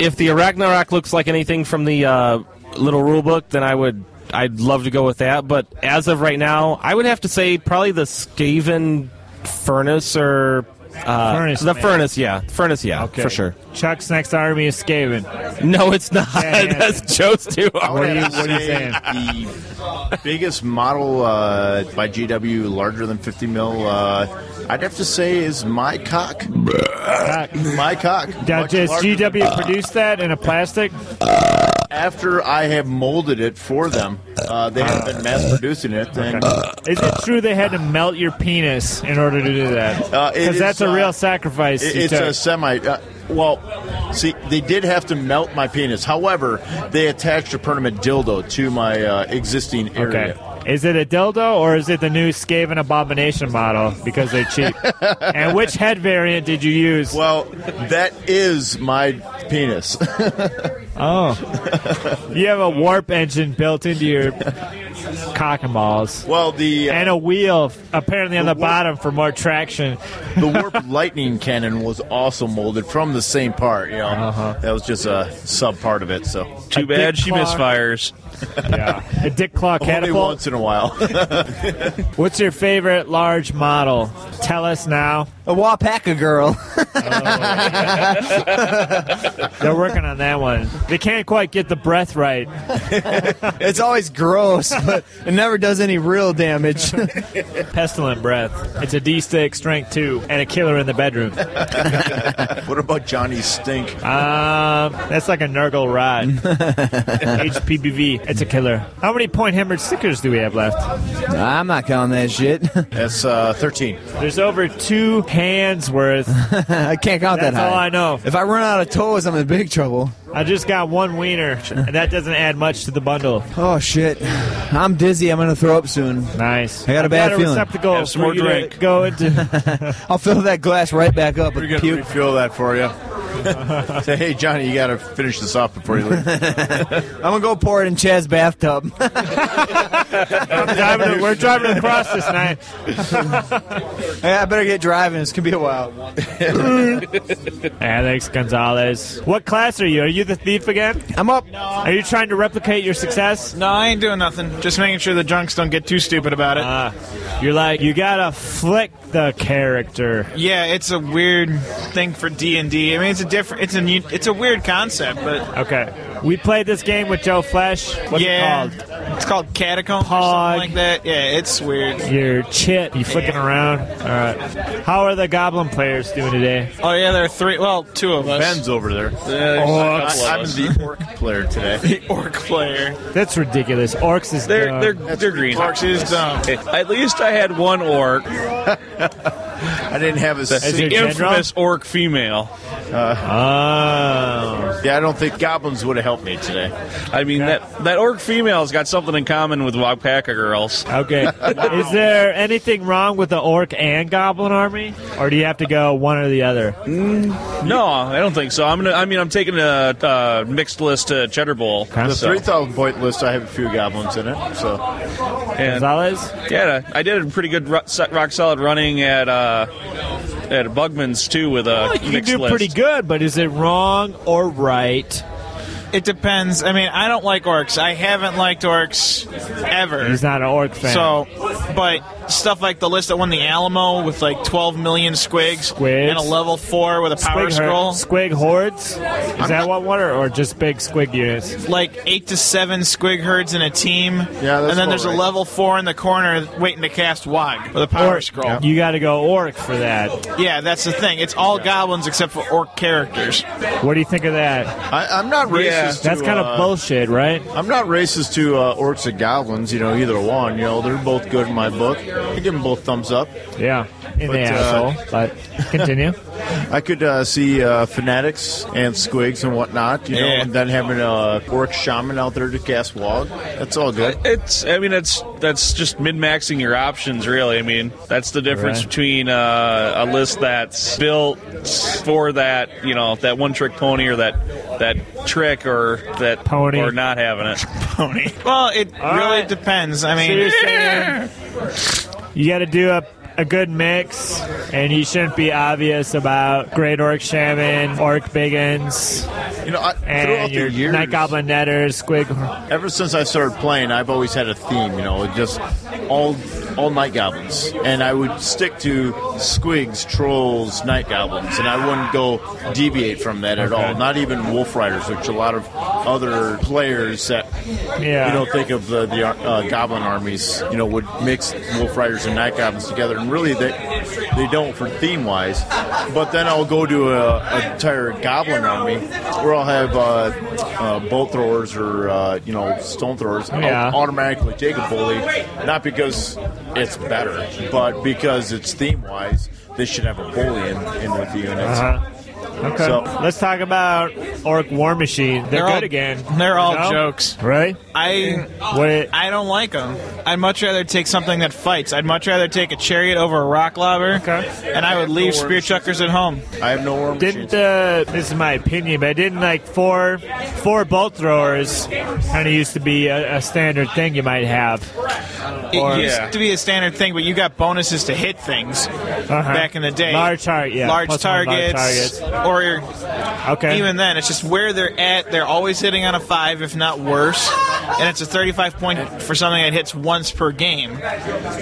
[SPEAKER 9] if the Arachnarok looks like anything from the uh, little rule book, then I would. I'd love to go with that. But as of right now, I would have to say probably the Skaven furnace or uh,
[SPEAKER 11] Furnace
[SPEAKER 9] the
[SPEAKER 11] Man.
[SPEAKER 9] furnace. Yeah, furnace. Yeah, for sure.
[SPEAKER 11] Chuck's next army is Skaven.
[SPEAKER 9] No, it's not.
[SPEAKER 11] Yeah, yeah,
[SPEAKER 9] That's
[SPEAKER 4] chose to.
[SPEAKER 3] I would have to say The biggest model uh, by GW, larger than 50 mil, uh, I'd have to say is my cock. my cock.
[SPEAKER 11] Now,
[SPEAKER 3] Much
[SPEAKER 11] does
[SPEAKER 3] larger than-
[SPEAKER 11] GW produce that in a plastic?
[SPEAKER 3] After I have molded it for them, uh, they have been mass producing it. And,
[SPEAKER 11] Is it true they had to melt your penis in order to do that?
[SPEAKER 3] Uh, it
[SPEAKER 11] Because that's
[SPEAKER 3] is,
[SPEAKER 11] a
[SPEAKER 3] uh,
[SPEAKER 11] real sacrifice.
[SPEAKER 3] it-
[SPEAKER 11] you
[SPEAKER 3] it's
[SPEAKER 11] took.
[SPEAKER 3] a semi. Uh, well, see, they did have to melt my penis. However, they attached a permanent dildo to my uh, existing area.
[SPEAKER 11] Okay. Is it a dildo or is it the new Skaven Abomination model because they're cheap? and which head variant did you use?
[SPEAKER 3] Well, that is my penis.
[SPEAKER 11] oh. You have a warp engine built into your cock and balls.
[SPEAKER 3] Well, the. uh,
[SPEAKER 11] and a wheel apparently on the,
[SPEAKER 3] the warp-
[SPEAKER 11] bottom for more traction.
[SPEAKER 3] the warp lightning cannon was also molded from the same part. You know,
[SPEAKER 11] Uh-huh.
[SPEAKER 3] that was just a sub part of it. So
[SPEAKER 16] Too bad she misfires.
[SPEAKER 11] yeah, a dick claw
[SPEAKER 3] Only
[SPEAKER 11] catapult.
[SPEAKER 3] once in a while.
[SPEAKER 11] What's your favorite large model? Tell us now. A Wapaka girl. They're working on that one. They can't quite get the breath right.
[SPEAKER 2] it's always gross, but it never does any real damage.
[SPEAKER 11] Pestilent breath. It's a D stick, strength two, and a killer in the bedroom.
[SPEAKER 3] what about Johnny Stink?
[SPEAKER 11] Um, that's like a Nurgle rod. HPBV. It's a killer. How many point hammered stickers do we have left?
[SPEAKER 2] I'm not counting that shit.
[SPEAKER 3] That's uh, 13.
[SPEAKER 11] There's over two hands worth.
[SPEAKER 2] I can't count that
[SPEAKER 11] That's
[SPEAKER 2] high.
[SPEAKER 11] all I know.
[SPEAKER 2] If I run out of toes, I'm in big trouble.
[SPEAKER 11] I just got one wiener, and that doesn't add much to the bundle.
[SPEAKER 2] Oh shit! I'm dizzy. I'm gonna throw up soon.
[SPEAKER 11] Nice.
[SPEAKER 2] I got a
[SPEAKER 11] I've
[SPEAKER 2] bad
[SPEAKER 11] got a
[SPEAKER 2] feeling.
[SPEAKER 11] receptacle Have some for more you to drink. Go into.
[SPEAKER 2] I'll fill that glass right back up with
[SPEAKER 3] We're gonna
[SPEAKER 2] puke.
[SPEAKER 3] refuel that for you. Say, hey Johnny, you got to finish this off before you leave.
[SPEAKER 2] I'm gonna go pour it in Chad's bathtub.
[SPEAKER 11] driving- we're driving across this night.
[SPEAKER 2] yeah, I better get driving. This could be a while.
[SPEAKER 11] Alex Gonzalez. What class are you? Are you the thief again?
[SPEAKER 2] I'm up.
[SPEAKER 11] Are you trying to replicate your success?
[SPEAKER 15] No, I ain't doing nothing. Just making sure the drunks don't get too stupid about it.
[SPEAKER 11] Ah. You're like you gotta flick the character.
[SPEAKER 15] yeah, it's a weird thing for D and D. I mean, it's a different. It's a new, it's a weird concept, but
[SPEAKER 11] Okay. We played this game with Joe Flesh. What's
[SPEAKER 15] yeah,
[SPEAKER 11] it
[SPEAKER 15] it's called Catacomb or something like that. Yeah, it's weird.
[SPEAKER 11] called? Your chit. You flicking
[SPEAKER 15] Yeah.
[SPEAKER 11] around. All right. How are the goblin players doing today?
[SPEAKER 15] Oh yeah, there are three. Well, two of us.
[SPEAKER 3] Ben's over there. Oh, I'm the orc player today.
[SPEAKER 15] the orc player.
[SPEAKER 11] That's ridiculous. Orcs is
[SPEAKER 16] They're
[SPEAKER 11] dumb.
[SPEAKER 16] they're they're green.
[SPEAKER 15] Orcs is dumb.
[SPEAKER 16] At least I had one orc.
[SPEAKER 3] I didn't have a
[SPEAKER 16] the,
[SPEAKER 3] As
[SPEAKER 16] the
[SPEAKER 3] your general?
[SPEAKER 16] infamous orc female.
[SPEAKER 11] Oh.
[SPEAKER 3] Yeah, I don't think goblins would have helped me today.
[SPEAKER 16] I mean that that orc female's got something in common with Wapaka girls.
[SPEAKER 11] Okay. Is there anything wrong with the orc and goblin army, or do you have to go one or the other?
[SPEAKER 16] No, I don't think so. I'm gonna. I mean, I'm taking a uh, mixed list uh, cheddar bowl.
[SPEAKER 3] The
[SPEAKER 16] so.
[SPEAKER 3] three thousand point list, I have a few goblins in it. So
[SPEAKER 16] And-
[SPEAKER 11] Gonzalez.
[SPEAKER 16] Yeah, I did a pretty good ro- so- rock solid running at uh, at Bugman's too with a
[SPEAKER 11] You
[SPEAKER 16] mixed
[SPEAKER 11] do
[SPEAKER 16] list.
[SPEAKER 11] pretty good, but is it wrong or right?
[SPEAKER 15] It depends. I mean, I don't like orcs. I haven't liked orcs ever.
[SPEAKER 11] He's not an orc fan.
[SPEAKER 15] So, but stuff like the list that won the Alamo with like 12 million squigs,
[SPEAKER 11] Squigs.
[SPEAKER 15] and a level four with a power
[SPEAKER 11] squig, hor-
[SPEAKER 15] scroll,
[SPEAKER 11] squig hordes? Is that what one or, or just big squig units?
[SPEAKER 15] like eight to seven squig herds in a team. Yeah,
[SPEAKER 11] that's
[SPEAKER 15] and then
[SPEAKER 11] about
[SPEAKER 15] there's
[SPEAKER 11] right.
[SPEAKER 15] a level four in the corner waiting to cast Wog with a power
[SPEAKER 11] Orc.
[SPEAKER 15] scroll.
[SPEAKER 11] You got to go orc for that.
[SPEAKER 15] Yeah, that's the thing. It's all goblins except for orc characters.
[SPEAKER 11] What do you think of that?
[SPEAKER 3] I, I'm not racist. to,
[SPEAKER 11] That's kind
[SPEAKER 3] uh,
[SPEAKER 11] of bullshit, right?
[SPEAKER 3] I'm not racist to uh, orcs and goblins. You know, either one. You know, they're both good in my book. I give them both thumbs up.
[SPEAKER 11] Yeah, in
[SPEAKER 3] But,
[SPEAKER 11] the
[SPEAKER 3] uh,
[SPEAKER 11] asshole. But continue.
[SPEAKER 3] I could uh, see uh, fanatics and squigs and whatnot. You know,
[SPEAKER 16] Yeah.
[SPEAKER 3] and then having a orc shaman out there to cast wog. That's all good.
[SPEAKER 16] It's. I mean, that's that's just min maxing your options. Really, I mean, that's the difference
[SPEAKER 3] Right.
[SPEAKER 16] between uh, a list that's built for that, you know, that one trick pony or that that trick or that
[SPEAKER 11] pony
[SPEAKER 16] or not having it.
[SPEAKER 15] Well, it really depends. I mean,
[SPEAKER 11] So you're saying- You got to do a a good mix, and you shouldn't be obvious about Great Orc Shaman, Orc Biggins,
[SPEAKER 3] you know, throughout
[SPEAKER 11] and
[SPEAKER 3] the
[SPEAKER 11] your
[SPEAKER 3] years-
[SPEAKER 11] Night Goblin Netters, Squig.
[SPEAKER 3] Ever since I started playing, I've always had a theme, you know, just all all night goblins, and I would stick to squigs, trolls, night goblins, and I wouldn't go deviate from that at
[SPEAKER 11] Okay.
[SPEAKER 3] all. Not even wolf riders, which a lot of other players that
[SPEAKER 11] Yeah.
[SPEAKER 3] you know think of the, the uh, goblin armies, you know, would mix wolf riders and night goblins together, and really they they don't for theme wise. But then I'll go to a, an entire goblin army where I'll have uh, uh, bolt throwers or uh, you know stone throwers. I'll
[SPEAKER 11] Yeah.
[SPEAKER 3] automatically take a bully, not because it's better, but because it's theme wise. They should have a bully in, in with the units.
[SPEAKER 11] Uh-huh. Okay.
[SPEAKER 3] So
[SPEAKER 11] Let's talk about Orc War Machine. They're,
[SPEAKER 15] They're
[SPEAKER 11] good
[SPEAKER 15] all-
[SPEAKER 11] again.
[SPEAKER 15] they're all
[SPEAKER 11] No?
[SPEAKER 15] jokes.
[SPEAKER 11] Really?
[SPEAKER 15] I
[SPEAKER 11] Wait.
[SPEAKER 15] I don't like them. I'd much rather take something that fights. I'd much rather take a chariot over a rock lobber, and I would leave spear chuckers at home.
[SPEAKER 3] I have no worm.
[SPEAKER 11] Didn't uh, this is my opinion, but I didn't like four four bolt throwers. Kind of used to be a, a standard thing you might have.
[SPEAKER 15] It
[SPEAKER 11] Or-
[SPEAKER 15] used to be a standard thing, but you got bonuses to hit things back in the day.
[SPEAKER 11] Uh-huh. Large target, yeah.
[SPEAKER 15] Large
[SPEAKER 11] Plus one large
[SPEAKER 15] targets, or
[SPEAKER 11] Okay.
[SPEAKER 15] even then, it's just where they're at. They're always hitting on a five, if not worse, and it's a thirty-five point for something that hits once per game.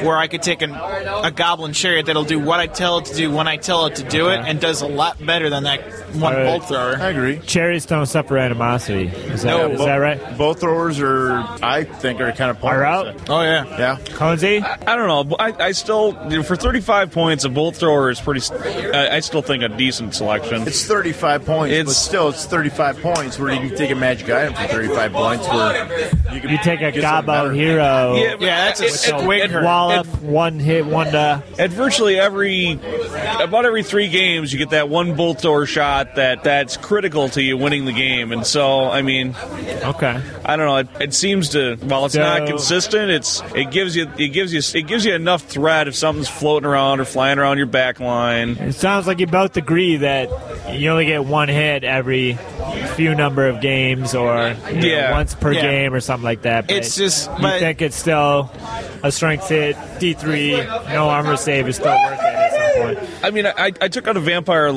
[SPEAKER 15] Where I could take an, a goblin chariot that'll do what I tell it to do when I tell it to do it, and does a lot better than that one
[SPEAKER 11] All right.
[SPEAKER 15] bolt thrower. I
[SPEAKER 3] agree.
[SPEAKER 11] Cherries don't suffer animosity. Is that, is
[SPEAKER 3] bo-
[SPEAKER 11] that right?
[SPEAKER 3] Bolt throwers are, I think, are kind of
[SPEAKER 11] Are out?
[SPEAKER 15] Oh yeah,
[SPEAKER 3] yeah.
[SPEAKER 11] Conzi,
[SPEAKER 16] I, I don't know. but I, I still for thirty-five points, a bolt thrower is pretty. s- I, I still think a decent selection.
[SPEAKER 3] It's 35 points, but
[SPEAKER 16] It's-
[SPEAKER 3] still, it's 35 points where you can take a magic item for 35 points. Where you, can
[SPEAKER 11] take a
[SPEAKER 3] get something
[SPEAKER 11] Gobbo
[SPEAKER 3] better.
[SPEAKER 11] hero.
[SPEAKER 16] Yeah, but Yeah, that's a
[SPEAKER 11] with
[SPEAKER 16] it- it- it-
[SPEAKER 11] wall up, one uh, hit wonder.
[SPEAKER 16] At virtually every, about every three games, you get that one bolt thrower shot that that's critical to you winning the game. And so, I mean,
[SPEAKER 11] okay,
[SPEAKER 16] I don't know. It, it seems to while it's
[SPEAKER 11] So-
[SPEAKER 16] not consistent, it's it gives you it gives you it gives you enough threat if something's floating around or flying around your back line.
[SPEAKER 11] It sounds like you both agree that you only get one hit every few number of games, or you know,
[SPEAKER 15] Yeah.
[SPEAKER 11] once per
[SPEAKER 15] Yeah.
[SPEAKER 11] game, or something like that. But
[SPEAKER 15] It's just-
[SPEAKER 11] you
[SPEAKER 15] but-
[SPEAKER 11] think it's still a strength hit, D three, no armor save is still worth it at some point.
[SPEAKER 16] I mean, I, I took out a vampire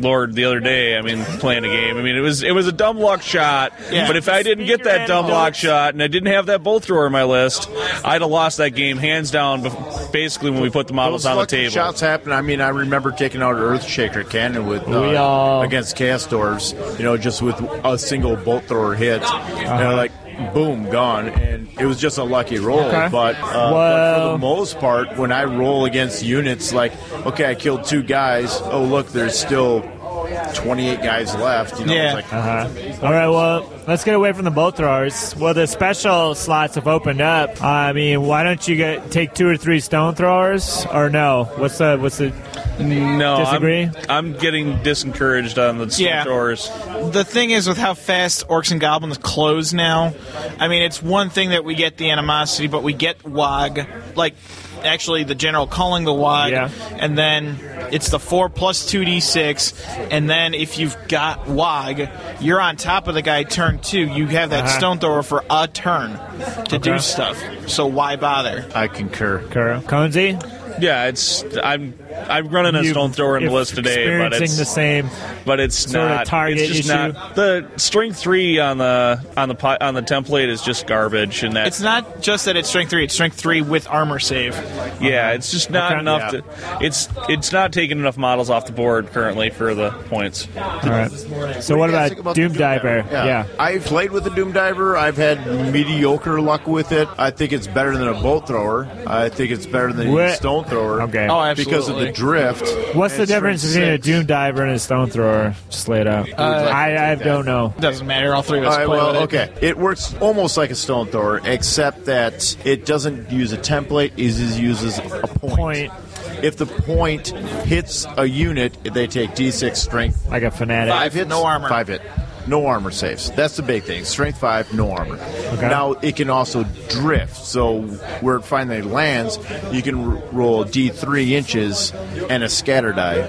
[SPEAKER 16] lord the other day. I mean, playing a game. I mean, it was it was a dumb luck shot.
[SPEAKER 15] Yeah.
[SPEAKER 16] But if I didn't get that dumb luck shot and I didn't have that bolt thrower in my list, I'd have lost that game hands down. bef- Basically, when we put the models
[SPEAKER 3] Those
[SPEAKER 16] on the
[SPEAKER 3] lucky
[SPEAKER 16] table.
[SPEAKER 3] shots happen. I mean, I remember taking out Earthshaker cannon with
[SPEAKER 16] We
[SPEAKER 3] uh,
[SPEAKER 16] all-
[SPEAKER 3] against Castors. You know, just with a single bolt thrower hit, and like boom, gone. And it was just a lucky roll.
[SPEAKER 11] Okay.
[SPEAKER 3] But, uh, but for the most part, when I roll against units, like okay, I killed two guys. Oh look, there's still 28 guys left. You know, it's like,
[SPEAKER 11] uh-huh. All right. Well, let's get away from the bolt throwers. Well, the special slots have opened up. Uh, I mean, why don't you get take two or three stone throwers? Or no? What's the what's the
[SPEAKER 16] no, I'm-
[SPEAKER 11] disagree?
[SPEAKER 16] I'm, getting disencouraged on the
[SPEAKER 15] Yeah.
[SPEAKER 16] yeah. doors.
[SPEAKER 15] The thing is, with how fast orcs and goblins close now, I mean, it's one thing that we get the animosity, but we get wog, like actually the general calling the wog,
[SPEAKER 11] Yeah.
[SPEAKER 15] and then it's the four plus two d six, and then if you've got wog, you're on top of the guy turn two. You have that
[SPEAKER 3] Uh-huh.
[SPEAKER 15] stone thrower for a turn to do
[SPEAKER 3] Okay.
[SPEAKER 15] stuff. So why bother?
[SPEAKER 3] I concur.
[SPEAKER 11] Conzi,
[SPEAKER 16] Yeah, it's I'm I'm running a
[SPEAKER 11] You've-
[SPEAKER 16] stone thrower in the
[SPEAKER 11] you're
[SPEAKER 16] list today, but
[SPEAKER 11] experiencing
[SPEAKER 16] it's
[SPEAKER 11] the same
[SPEAKER 16] but it's
[SPEAKER 11] sort of
[SPEAKER 16] not
[SPEAKER 11] target
[SPEAKER 16] it's just
[SPEAKER 11] issue.
[SPEAKER 16] not the string three on the on the pi- on the template is just garbage, and that
[SPEAKER 15] It's not just that it's strength three; it's strength three with armor save.
[SPEAKER 16] yeah, it's just not
[SPEAKER 15] Okay.
[SPEAKER 16] enough.
[SPEAKER 15] Yeah.
[SPEAKER 16] To, it's it's not taking enough models off the board currently for the points.
[SPEAKER 11] All right. So what
[SPEAKER 3] What do you guys
[SPEAKER 11] about,
[SPEAKER 3] think about the
[SPEAKER 11] Doom Diver?
[SPEAKER 3] Yeah.
[SPEAKER 11] yeah.
[SPEAKER 3] I've played with the Doom Diver. I've had mediocre luck with it. I think it's better than a bolt thrower. I think it's better than
[SPEAKER 11] Wha-
[SPEAKER 3] a stone thrower.
[SPEAKER 11] Okay. Oh, absolutely.
[SPEAKER 3] Because of the drift.
[SPEAKER 11] What's the
[SPEAKER 3] And
[SPEAKER 11] difference
[SPEAKER 3] strength
[SPEAKER 11] between a
[SPEAKER 3] six.
[SPEAKER 11] doom diver and a stone thrower? Just lay it out. I, uh, I don't know.
[SPEAKER 15] Doesn't matter. All three of us
[SPEAKER 3] All right,
[SPEAKER 15] play
[SPEAKER 3] well,
[SPEAKER 15] with it.
[SPEAKER 3] okay. It works almost like a stone thrower, except that it doesn't use a template. It just uses a point. If the point hits a unit, they take D6 strength.
[SPEAKER 11] Like a fanatic.
[SPEAKER 3] Five hits, no armor. Five hit, no armor saves. That's the big thing. Strength five, no armor. Now it can also drift. So where it finally lands, you can r- roll D3 inches and a scatter die,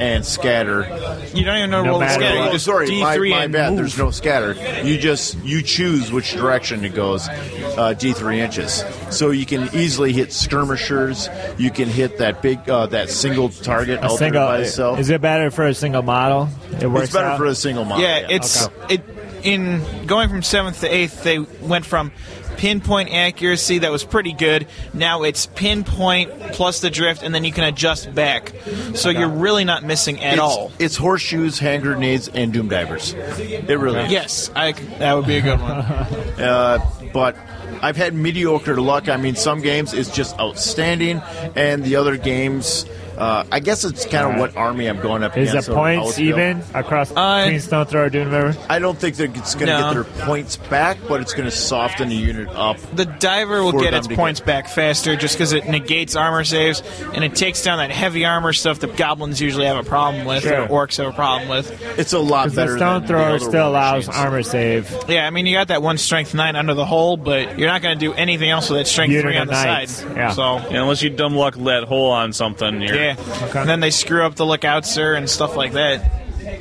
[SPEAKER 3] and scatter
[SPEAKER 15] You don't even know roll the scatter. You
[SPEAKER 3] Oh,
[SPEAKER 15] just
[SPEAKER 3] sorry, my,
[SPEAKER 15] D3
[SPEAKER 3] my
[SPEAKER 15] and
[SPEAKER 3] bad.
[SPEAKER 15] move.
[SPEAKER 3] There's no scatter. You just you choose which direction it goes. uh, D3 inches. So you can easily hit skirmishers. You can hit that big, uh, that single target
[SPEAKER 11] A
[SPEAKER 3] out
[SPEAKER 11] single.
[SPEAKER 3] there by itself.
[SPEAKER 11] Is it better for a single model? It works.
[SPEAKER 3] better
[SPEAKER 11] out?
[SPEAKER 3] for a single
[SPEAKER 15] Yeah, it's
[SPEAKER 11] Okay.
[SPEAKER 15] it in going from seventh to eighth. They went from pinpoint accuracy that was pretty good. Now it's pinpoint plus the drift, and then you can adjust back. So you're really not missing at
[SPEAKER 3] It's-
[SPEAKER 15] all.
[SPEAKER 3] It's horseshoes, hand grenades, and doom divers. It really is.
[SPEAKER 15] Yes, I, that would be a good one.
[SPEAKER 3] uh, but I've had mediocre luck. I mean, some games it's just outstanding, and the other games, uh, I guess it's kind of what army I'm going up
[SPEAKER 11] Is
[SPEAKER 3] against.
[SPEAKER 11] the
[SPEAKER 3] so
[SPEAKER 11] points
[SPEAKER 3] Houseville.
[SPEAKER 11] even across
[SPEAKER 15] Uh,
[SPEAKER 11] between Stone Thrower Dune River?
[SPEAKER 3] I don't think that it's going to
[SPEAKER 15] No.
[SPEAKER 3] get their points back, but it's going to soften the unit up.
[SPEAKER 15] The diver will
[SPEAKER 3] For
[SPEAKER 15] get
[SPEAKER 3] them
[SPEAKER 15] its
[SPEAKER 3] to
[SPEAKER 15] points back faster just because it negates armor saves and it takes down that heavy armor stuff that goblins usually have a problem with
[SPEAKER 11] Sure.
[SPEAKER 15] or orcs have a problem with.
[SPEAKER 3] It's a lot
[SPEAKER 11] Because the Stone Thrower still allows armor save.
[SPEAKER 15] Yeah, I mean you got that one strength nine under the hole, but you're not going to do anything else with that strength
[SPEAKER 16] Unit
[SPEAKER 15] three
[SPEAKER 16] of
[SPEAKER 15] on the
[SPEAKER 16] knights.
[SPEAKER 15] side.
[SPEAKER 16] Yeah.
[SPEAKER 15] So
[SPEAKER 16] unless you dumb luck that hole on something, you're,
[SPEAKER 15] yeah, and then they screw up the lookout sir and stuff like that.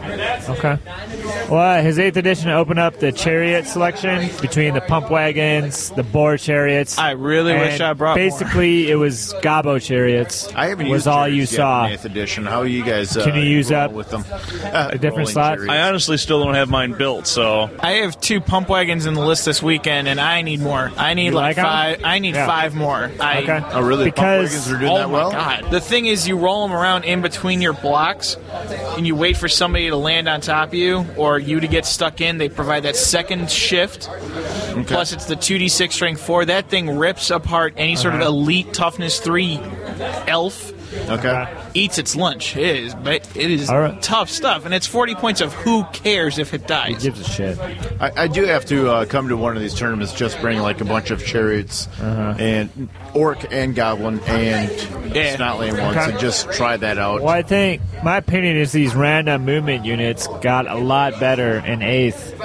[SPEAKER 11] Okay. Well, his eighth edition opened up the chariot selection between the pump wagons, the boar chariots.
[SPEAKER 15] I really wish
[SPEAKER 11] and
[SPEAKER 15] I brought more.
[SPEAKER 11] Basically, it was gobbo chariots.
[SPEAKER 3] I haven't
[SPEAKER 11] was
[SPEAKER 3] used
[SPEAKER 11] all
[SPEAKER 3] yours
[SPEAKER 11] you
[SPEAKER 3] yet
[SPEAKER 11] saw.
[SPEAKER 3] in Eighth edition. How are you guys? Uh,
[SPEAKER 11] Can you use
[SPEAKER 3] rolling
[SPEAKER 11] up
[SPEAKER 3] with them?
[SPEAKER 11] a different slot?
[SPEAKER 16] I honestly still don't have mine built, so
[SPEAKER 15] I have two pump wagons in the list this weekend, and I need more. I need
[SPEAKER 16] You
[SPEAKER 15] like,
[SPEAKER 16] like 'em?
[SPEAKER 15] five. I need
[SPEAKER 16] Yeah.
[SPEAKER 15] five more. I,
[SPEAKER 16] Okay. Oh, really? The pump Because- wagons are doing
[SPEAKER 15] oh
[SPEAKER 16] that
[SPEAKER 15] my
[SPEAKER 16] well?
[SPEAKER 15] God. The thing is, you roll them around in between your blocks, and you wait for somebody to land on top of you, or you to get stuck in. They provide that second shift. Plus, it's the two d six strength four. That thing rips apart any sort of
[SPEAKER 3] Uh-huh.
[SPEAKER 15] elite toughness three elf.
[SPEAKER 3] Okay.
[SPEAKER 15] Eats its lunch. It is, but it is
[SPEAKER 3] All right.
[SPEAKER 15] tough stuff, and it's forty points of who cares if it dies. gives
[SPEAKER 11] a shit.
[SPEAKER 3] I, I do have to uh, come to one of these tournaments. Just bring like a bunch of chariots
[SPEAKER 11] Uh-huh.
[SPEAKER 3] and orc and goblin and yeah. snotland ones,
[SPEAKER 11] Okay.
[SPEAKER 3] and just try that out.
[SPEAKER 11] Well, I think my opinion is these random movement units got a lot better in eighth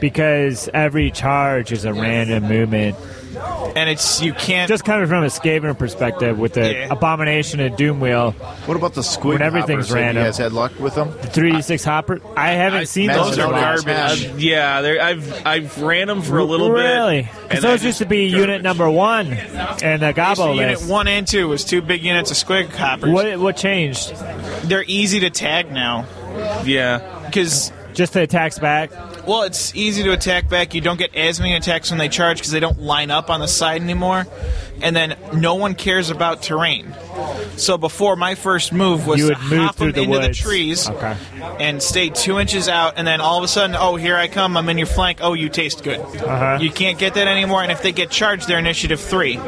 [SPEAKER 11] because every charge is a random movement.
[SPEAKER 15] And it's you can't
[SPEAKER 11] just coming from a Skaven perspective with the abomination and doom wheel.
[SPEAKER 3] What about the squid?
[SPEAKER 11] When everything's
[SPEAKER 3] hoppers? Have
[SPEAKER 11] random,
[SPEAKER 3] You guys had luck with them?
[SPEAKER 11] the three d six hopper. I haven't seen those. in a while.
[SPEAKER 16] Uh, yeah, they're- I've I've ran them for a little
[SPEAKER 11] really?
[SPEAKER 16] bit.
[SPEAKER 11] Because those used to be unit number one in the Gobbo
[SPEAKER 15] Unit
[SPEAKER 11] list.
[SPEAKER 15] one and two was two big units of squig coppers.
[SPEAKER 11] What what changed?
[SPEAKER 15] They're easy to tag now.
[SPEAKER 16] Yeah,
[SPEAKER 15] because
[SPEAKER 11] just the attacks back.
[SPEAKER 15] Well, it's easy to attack back. You don't get as many attacks when they charge because they don't line up on the side anymore. And then no one cares about terrain. So before my first move was
[SPEAKER 11] You
[SPEAKER 15] to
[SPEAKER 11] would move
[SPEAKER 15] hop
[SPEAKER 11] through
[SPEAKER 15] 'em
[SPEAKER 11] the
[SPEAKER 15] into
[SPEAKER 11] woods.
[SPEAKER 15] the trees
[SPEAKER 11] Okay.
[SPEAKER 15] and stay two inches out, and then all of a sudden, oh here I come! I'm in your flank. Oh, you taste good.
[SPEAKER 11] Uh-huh.
[SPEAKER 15] You can't get that anymore. And if they get charged, they're initiative three.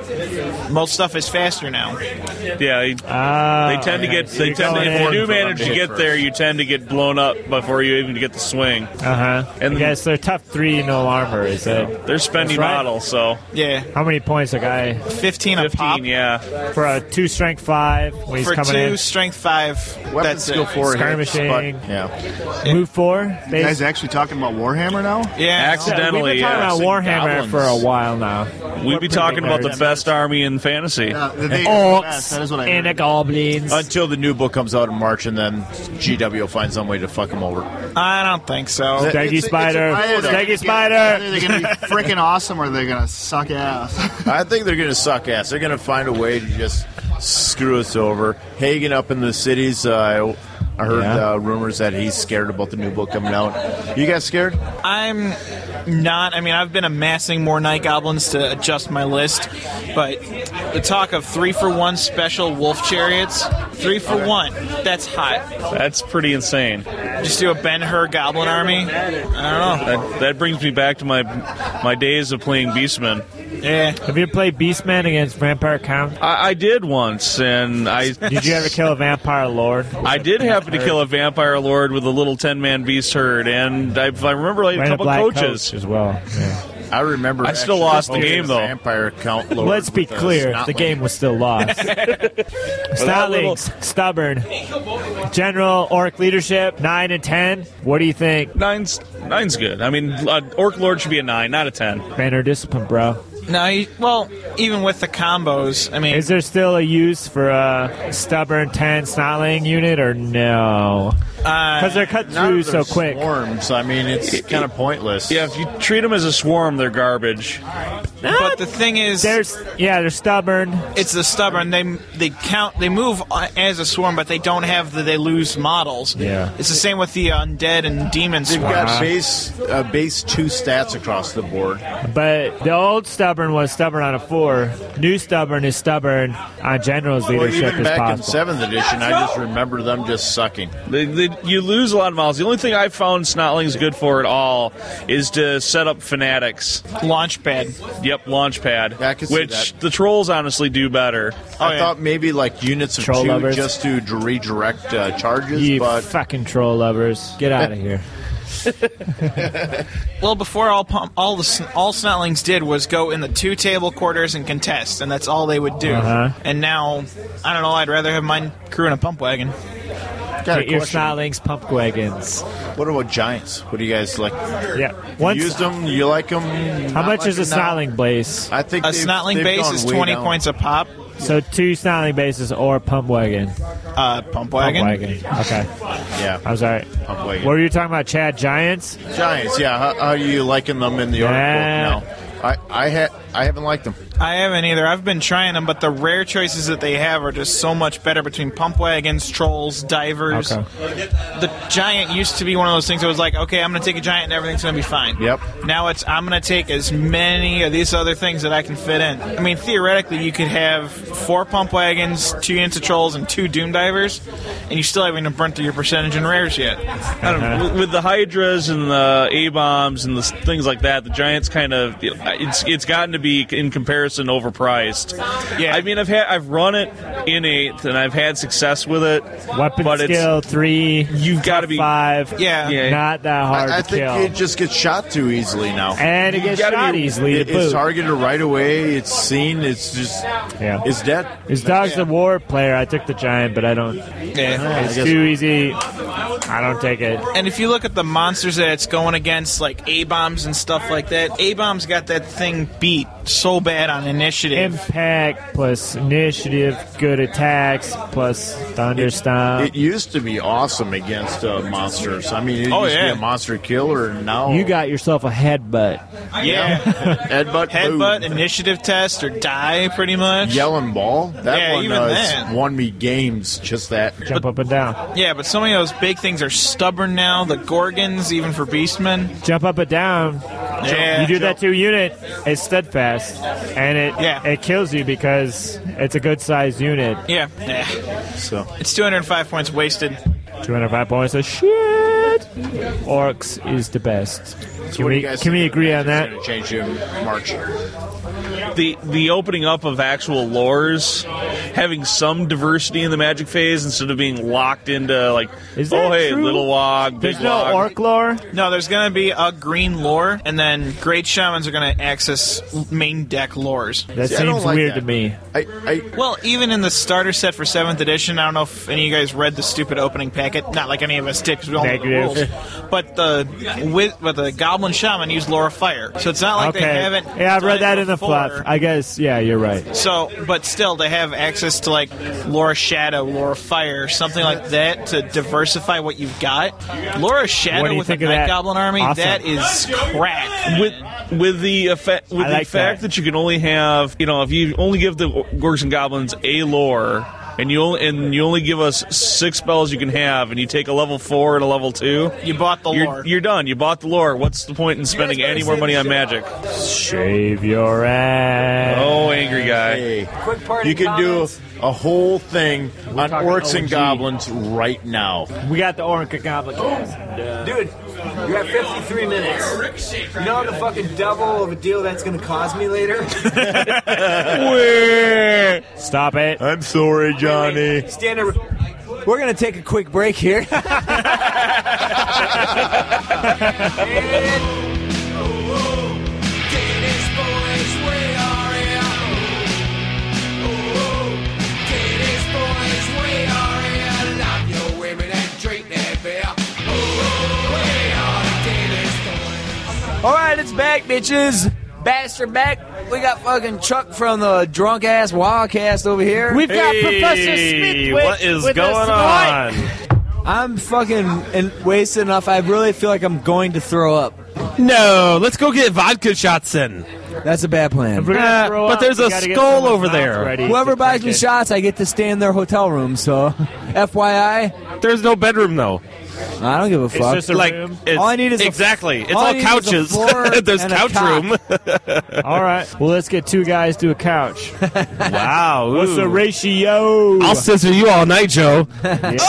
[SPEAKER 15] Most stuff is faster now.
[SPEAKER 16] Yeah, they, they tend to get. They tend to, if you do manage to get there, you tend to get blown up before you even get the swing.
[SPEAKER 11] Uh huh.
[SPEAKER 16] And
[SPEAKER 11] And yes, they're tough three no armor. Is it?
[SPEAKER 16] They're spendy
[SPEAKER 11] That's right.
[SPEAKER 16] model, so
[SPEAKER 15] Yeah.
[SPEAKER 11] How many points a guy?
[SPEAKER 15] 15 a pop.
[SPEAKER 16] yeah.
[SPEAKER 11] For a two strength five when he's
[SPEAKER 15] For
[SPEAKER 11] coming
[SPEAKER 15] two,
[SPEAKER 11] in.
[SPEAKER 15] strength five. that's it.
[SPEAKER 11] skirmishing.
[SPEAKER 15] yeah.
[SPEAKER 11] Move four.
[SPEAKER 5] You guys actually talking about Warhammer now?
[SPEAKER 15] Yeah.
[SPEAKER 16] Accidentally,
[SPEAKER 11] We've been talking
[SPEAKER 16] yeah.
[SPEAKER 11] about Warhammer
[SPEAKER 16] Goblins.
[SPEAKER 11] for a while now.
[SPEAKER 16] We'd be talking about the
[SPEAKER 11] nerds.
[SPEAKER 16] best army in fantasy.
[SPEAKER 11] And orcs and a goblins.
[SPEAKER 3] Until the new book comes out in March, and then GW will find some way to fuck them over.
[SPEAKER 15] I don't think so.
[SPEAKER 3] It's a- Steggy it's a- spider.
[SPEAKER 5] Either
[SPEAKER 3] Steggy
[SPEAKER 5] they're
[SPEAKER 3] spider.
[SPEAKER 5] Either they're gonna be freaking awesome, or they're gonna suck ass.
[SPEAKER 3] I think they're going to suck ass. They're going to find a way to just screw us over. Hagen up in the cities. Uh, I heard
[SPEAKER 15] Yeah.
[SPEAKER 3] uh, rumors that he's scared about the new book coming out. You guys scared?
[SPEAKER 15] I'm not. I mean, I've been amassing more Night Goblins to adjust my list, but the talk of three for one special wolf chariots, three for
[SPEAKER 16] Okay.
[SPEAKER 15] one, that's hot.
[SPEAKER 16] That's pretty insane.
[SPEAKER 15] Just do a Ben Hur Goblin army. I don't know.
[SPEAKER 16] That, that brings me back to my my days of playing Beastmen.
[SPEAKER 15] Yeah.
[SPEAKER 11] Have you played Beastman against Vampire Count?
[SPEAKER 16] I, I did once, and I
[SPEAKER 11] Did you ever kill a vampire lord?
[SPEAKER 16] I did happen to kill a vampire lord with a little ten man beast herd, and I, I remember like a
[SPEAKER 11] Ran a
[SPEAKER 16] couple
[SPEAKER 11] black
[SPEAKER 16] coaches
[SPEAKER 11] coat as well.
[SPEAKER 3] I remember.
[SPEAKER 16] I still
[SPEAKER 3] actually
[SPEAKER 16] lost the
[SPEAKER 3] posting
[SPEAKER 16] game
[SPEAKER 3] a
[SPEAKER 16] though.
[SPEAKER 3] Vampire count. Lord
[SPEAKER 11] Let's be
[SPEAKER 3] with uh, a
[SPEAKER 11] clear, the
[SPEAKER 3] Snotland.
[SPEAKER 11] game was still lost.
[SPEAKER 16] that little-
[SPEAKER 11] Stotlings, stubborn. General Orc leadership, 9 and 10. What do you think?
[SPEAKER 16] Nine's nine's good. I mean, uh, orc lord should be a nine, not a ten.
[SPEAKER 11] Banner discipline, bro.
[SPEAKER 15] No, you, well, even with the combos, I mean,
[SPEAKER 11] Is there still a use for a stubborn 10 snotling unit or no?
[SPEAKER 3] Uh,
[SPEAKER 15] Because
[SPEAKER 11] they're cut
[SPEAKER 3] Not
[SPEAKER 11] through
[SPEAKER 3] if they're
[SPEAKER 11] so quick.
[SPEAKER 3] Swarms. I mean, it's kind of pointless. Yeah,
[SPEAKER 16] if you treat them as a swarm, they're garbage.
[SPEAKER 15] But the thing is,
[SPEAKER 11] there's yeah, they're stubborn.
[SPEAKER 15] It's the stubborn. They they count. They move uh, as a swarm, but they don't have the. They lose models.
[SPEAKER 3] Yeah.
[SPEAKER 15] It's the same with the undead and demon
[SPEAKER 3] They've
[SPEAKER 15] swarm.
[SPEAKER 3] got base uh, base two stats across the board.
[SPEAKER 11] But the old stubborn was stubborn on a four. New stubborn is stubborn on general's
[SPEAKER 3] Well,
[SPEAKER 11] leadership as
[SPEAKER 3] even back in
[SPEAKER 11] possible.
[SPEAKER 3] seventh edition, I just remember them just sucking.
[SPEAKER 16] They, they, you lose a lot of models. The only thing I've found Snotling's good for at all is to set up fanatics.
[SPEAKER 15] Launchpad.
[SPEAKER 16] Yep, launchpad. I
[SPEAKER 3] can see
[SPEAKER 16] which
[SPEAKER 3] that. Oh,
[SPEAKER 16] the trolls honestly do better.
[SPEAKER 3] I thought maybe like units of
[SPEAKER 16] Troll
[SPEAKER 3] two
[SPEAKER 16] lovers.
[SPEAKER 3] just to d- redirect uh, charges,
[SPEAKER 11] You
[SPEAKER 3] but
[SPEAKER 11] fucking troll lovers, get out of here.
[SPEAKER 15] Well, before all pump, all the sn- all Snotlings did was go in the two table quarters and contest, and that's all they would do.
[SPEAKER 11] Uh-huh.
[SPEAKER 15] And now, I don't know. I'd rather have mine crew in a pump wagon.
[SPEAKER 3] Got a
[SPEAKER 11] Get your
[SPEAKER 3] question.
[SPEAKER 11] Snottlings pump wagons.
[SPEAKER 3] What about giants? What do you guys like?
[SPEAKER 11] Yeah.
[SPEAKER 3] you used them. You like them?
[SPEAKER 11] How much is a Snotling base?
[SPEAKER 3] I think
[SPEAKER 15] A
[SPEAKER 3] they've-
[SPEAKER 15] Snotling
[SPEAKER 3] they've
[SPEAKER 15] base
[SPEAKER 3] gone
[SPEAKER 15] is
[SPEAKER 3] way
[SPEAKER 15] twenty
[SPEAKER 3] down.
[SPEAKER 15] points a pop.
[SPEAKER 11] So two Snotling bases or pump wagon.
[SPEAKER 15] Uh, pump wagon.
[SPEAKER 11] Pump wagon. Okay.
[SPEAKER 3] Yeah.
[SPEAKER 11] I'm sorry.
[SPEAKER 3] Pump wagon.
[SPEAKER 11] What were you talking about, Chad? Giants?
[SPEAKER 3] Giants, yeah. How, how are you liking them in the
[SPEAKER 11] Nah.
[SPEAKER 3] article now? I I ha- I haven't liked them.
[SPEAKER 15] I haven't either. I've been trying them, but the rare choices that they have are just so much better between pump wagons, trolls, divers.
[SPEAKER 3] Okay.
[SPEAKER 15] The giant used to be one of those things that was like, okay, I'm going to take a giant and everything's going to be fine.
[SPEAKER 3] Yep.
[SPEAKER 15] Now it's, I'm going to take as many of these other things that I can fit in. I mean, theoretically, you could have four pump wagons, two units of trolls, and two doom divers, and you still haven't even burnt through your percentage in rares yet.
[SPEAKER 16] I don't know. With- With the hydras and the a bombs and the s- things like that, the giants kind of you know, it's it's gotten to be in comparison overpriced. Yeah, I mean I've had I've run it in eighth and I've had success with it.
[SPEAKER 11] Weapon
[SPEAKER 16] but
[SPEAKER 11] skill three.
[SPEAKER 16] You've got to be
[SPEAKER 11] five.
[SPEAKER 15] Yeah.
[SPEAKER 16] Yeah.
[SPEAKER 11] Not that hard
[SPEAKER 3] I, I
[SPEAKER 11] to
[SPEAKER 3] think
[SPEAKER 11] kill.
[SPEAKER 3] it just gets shot too easily now,
[SPEAKER 11] And it
[SPEAKER 3] You
[SPEAKER 11] gets
[SPEAKER 3] gotta
[SPEAKER 11] shot easily to
[SPEAKER 3] It, it's
[SPEAKER 11] boot.
[SPEAKER 3] targeted right away. It's seen. It's just
[SPEAKER 11] yeah.
[SPEAKER 3] It's dead.
[SPEAKER 11] His dog's a war player. I took the giant, but I don't.
[SPEAKER 15] Yeah.
[SPEAKER 11] it's too easy. I don't take it.
[SPEAKER 15] And if you look at the monsters that it's going against, like A bombs and stuff like that, A bombs got that thing beat so bad on initiative.
[SPEAKER 11] Impact plus initiative, good attacks plus thunderstomp.
[SPEAKER 3] It used to be awesome against uh, monsters. I mean, it
[SPEAKER 11] Oh,
[SPEAKER 3] used
[SPEAKER 11] yeah.
[SPEAKER 3] to be a monster killer, and now
[SPEAKER 11] you got yourself a headbutt.
[SPEAKER 15] Yeah.
[SPEAKER 3] headbutt,
[SPEAKER 15] headbutt, initiative test, or die, pretty much.
[SPEAKER 3] Yelling ball. That
[SPEAKER 15] Yeah,
[SPEAKER 3] one
[SPEAKER 15] even
[SPEAKER 3] uh,
[SPEAKER 15] that.
[SPEAKER 3] won me games. Just that.
[SPEAKER 11] Jump up and down.
[SPEAKER 15] Yeah, but so many of those big things are stubborn now. The Gorgons, even for Beastmen.
[SPEAKER 11] Jump up and down.
[SPEAKER 15] Yeah.
[SPEAKER 11] you do that to a unit, it's steadfast, and it it kills you because it's a good sized unit.
[SPEAKER 15] Yeah. Yeah.
[SPEAKER 3] So
[SPEAKER 15] It's 205 points wasted.
[SPEAKER 11] 205 points of shit. Orcs is the best.
[SPEAKER 3] So
[SPEAKER 11] Can
[SPEAKER 3] what do
[SPEAKER 11] we
[SPEAKER 3] you guys
[SPEAKER 11] can we
[SPEAKER 3] think?
[SPEAKER 11] agree on that?
[SPEAKER 3] Gonna change to March.
[SPEAKER 16] the the opening up of actual lores, having some diversity in the magic phase instead of being locked into like oh hey little log big log.
[SPEAKER 11] lore?
[SPEAKER 15] No, there's going to be a green lore, and then great shamans are going to access main deck lores.
[SPEAKER 11] That seems weird to me.
[SPEAKER 3] I,
[SPEAKER 15] well, even in the starter set for 7th edition, I don't know if any of you guys read the stupid opening packet. Not like any of us did, because we all know the rules.
[SPEAKER 11] Negative.
[SPEAKER 15] But the, with, but the Goblin Shaman used Lore of Fire. So it's not like
[SPEAKER 11] okay.
[SPEAKER 15] they haven't.
[SPEAKER 11] yeah, I've read that in the
[SPEAKER 15] before.
[SPEAKER 11] fluff. I guess. Yeah, you're right.
[SPEAKER 15] So, but still, they have access to like Laura Shadow, Laura Fire, something like that to diversify what you've got. Laura
[SPEAKER 16] What do
[SPEAKER 15] Shadow
[SPEAKER 16] you
[SPEAKER 15] with a
[SPEAKER 16] think of
[SPEAKER 15] Night
[SPEAKER 16] that?
[SPEAKER 15] Goblin army,
[SPEAKER 16] Awesome.
[SPEAKER 15] that is crack.
[SPEAKER 16] With with the effect with
[SPEAKER 15] I
[SPEAKER 16] the
[SPEAKER 15] like
[SPEAKER 16] fact that. you can only have you know if you only give the Gorgs and Goblins a lore and you only, and you only give us six spells you can have and you take a level four and a level two
[SPEAKER 15] you bought the
[SPEAKER 16] lore you're, done you bought the lore what's the point in spending any more money on magic
[SPEAKER 11] Shave your
[SPEAKER 15] Uh,
[SPEAKER 11] ass.
[SPEAKER 16] oh angry guy
[SPEAKER 3] You can do a whole thing on orcs and
[SPEAKER 11] OG.
[SPEAKER 3] goblins right now.
[SPEAKER 11] We got the Orca Goblin.
[SPEAKER 17] Dude, you have 53 minutes. You know the fucking double of a deal that's gonna cost me later?
[SPEAKER 11] Stop it.
[SPEAKER 3] I'm sorry, Johnny.
[SPEAKER 17] Stand there. We're gonna take a quick break here. All right, it's back, bitches. Bastard back. We got fucking Chuck from the drunk ass Wildcast over here.
[SPEAKER 6] We've got Hey, Professor Smith with- what is with us going tonight.
[SPEAKER 2] I'm fucking and wasted enough. I really feel like I'm going to throw up.
[SPEAKER 9] No, let's go get vodka shots in.
[SPEAKER 2] That's a bad plan.
[SPEAKER 9] If we're gonna Uh, throw but up, there's we a gotta get skull someone's over mouth there. ready
[SPEAKER 2] Whoever
[SPEAKER 9] to
[SPEAKER 2] buys
[SPEAKER 9] drink
[SPEAKER 2] me
[SPEAKER 9] it.
[SPEAKER 2] shots, I get to stay in their hotel room. So, FYI,
[SPEAKER 9] there's no bedroom though.
[SPEAKER 2] I don't give a fuck.
[SPEAKER 9] like it's-
[SPEAKER 2] all I need is a-
[SPEAKER 9] exactly. it's
[SPEAKER 2] all I
[SPEAKER 9] all
[SPEAKER 2] need is a
[SPEAKER 9] couches.
[SPEAKER 2] floor
[SPEAKER 9] there's
[SPEAKER 2] and a
[SPEAKER 9] couch
[SPEAKER 2] cot.
[SPEAKER 9] room.
[SPEAKER 11] All right. Well, let's get two guys to a couch.
[SPEAKER 9] wow.
[SPEAKER 11] What's the
[SPEAKER 9] ooh.
[SPEAKER 11] ratio?
[SPEAKER 9] I'll scissor you all night, Joe.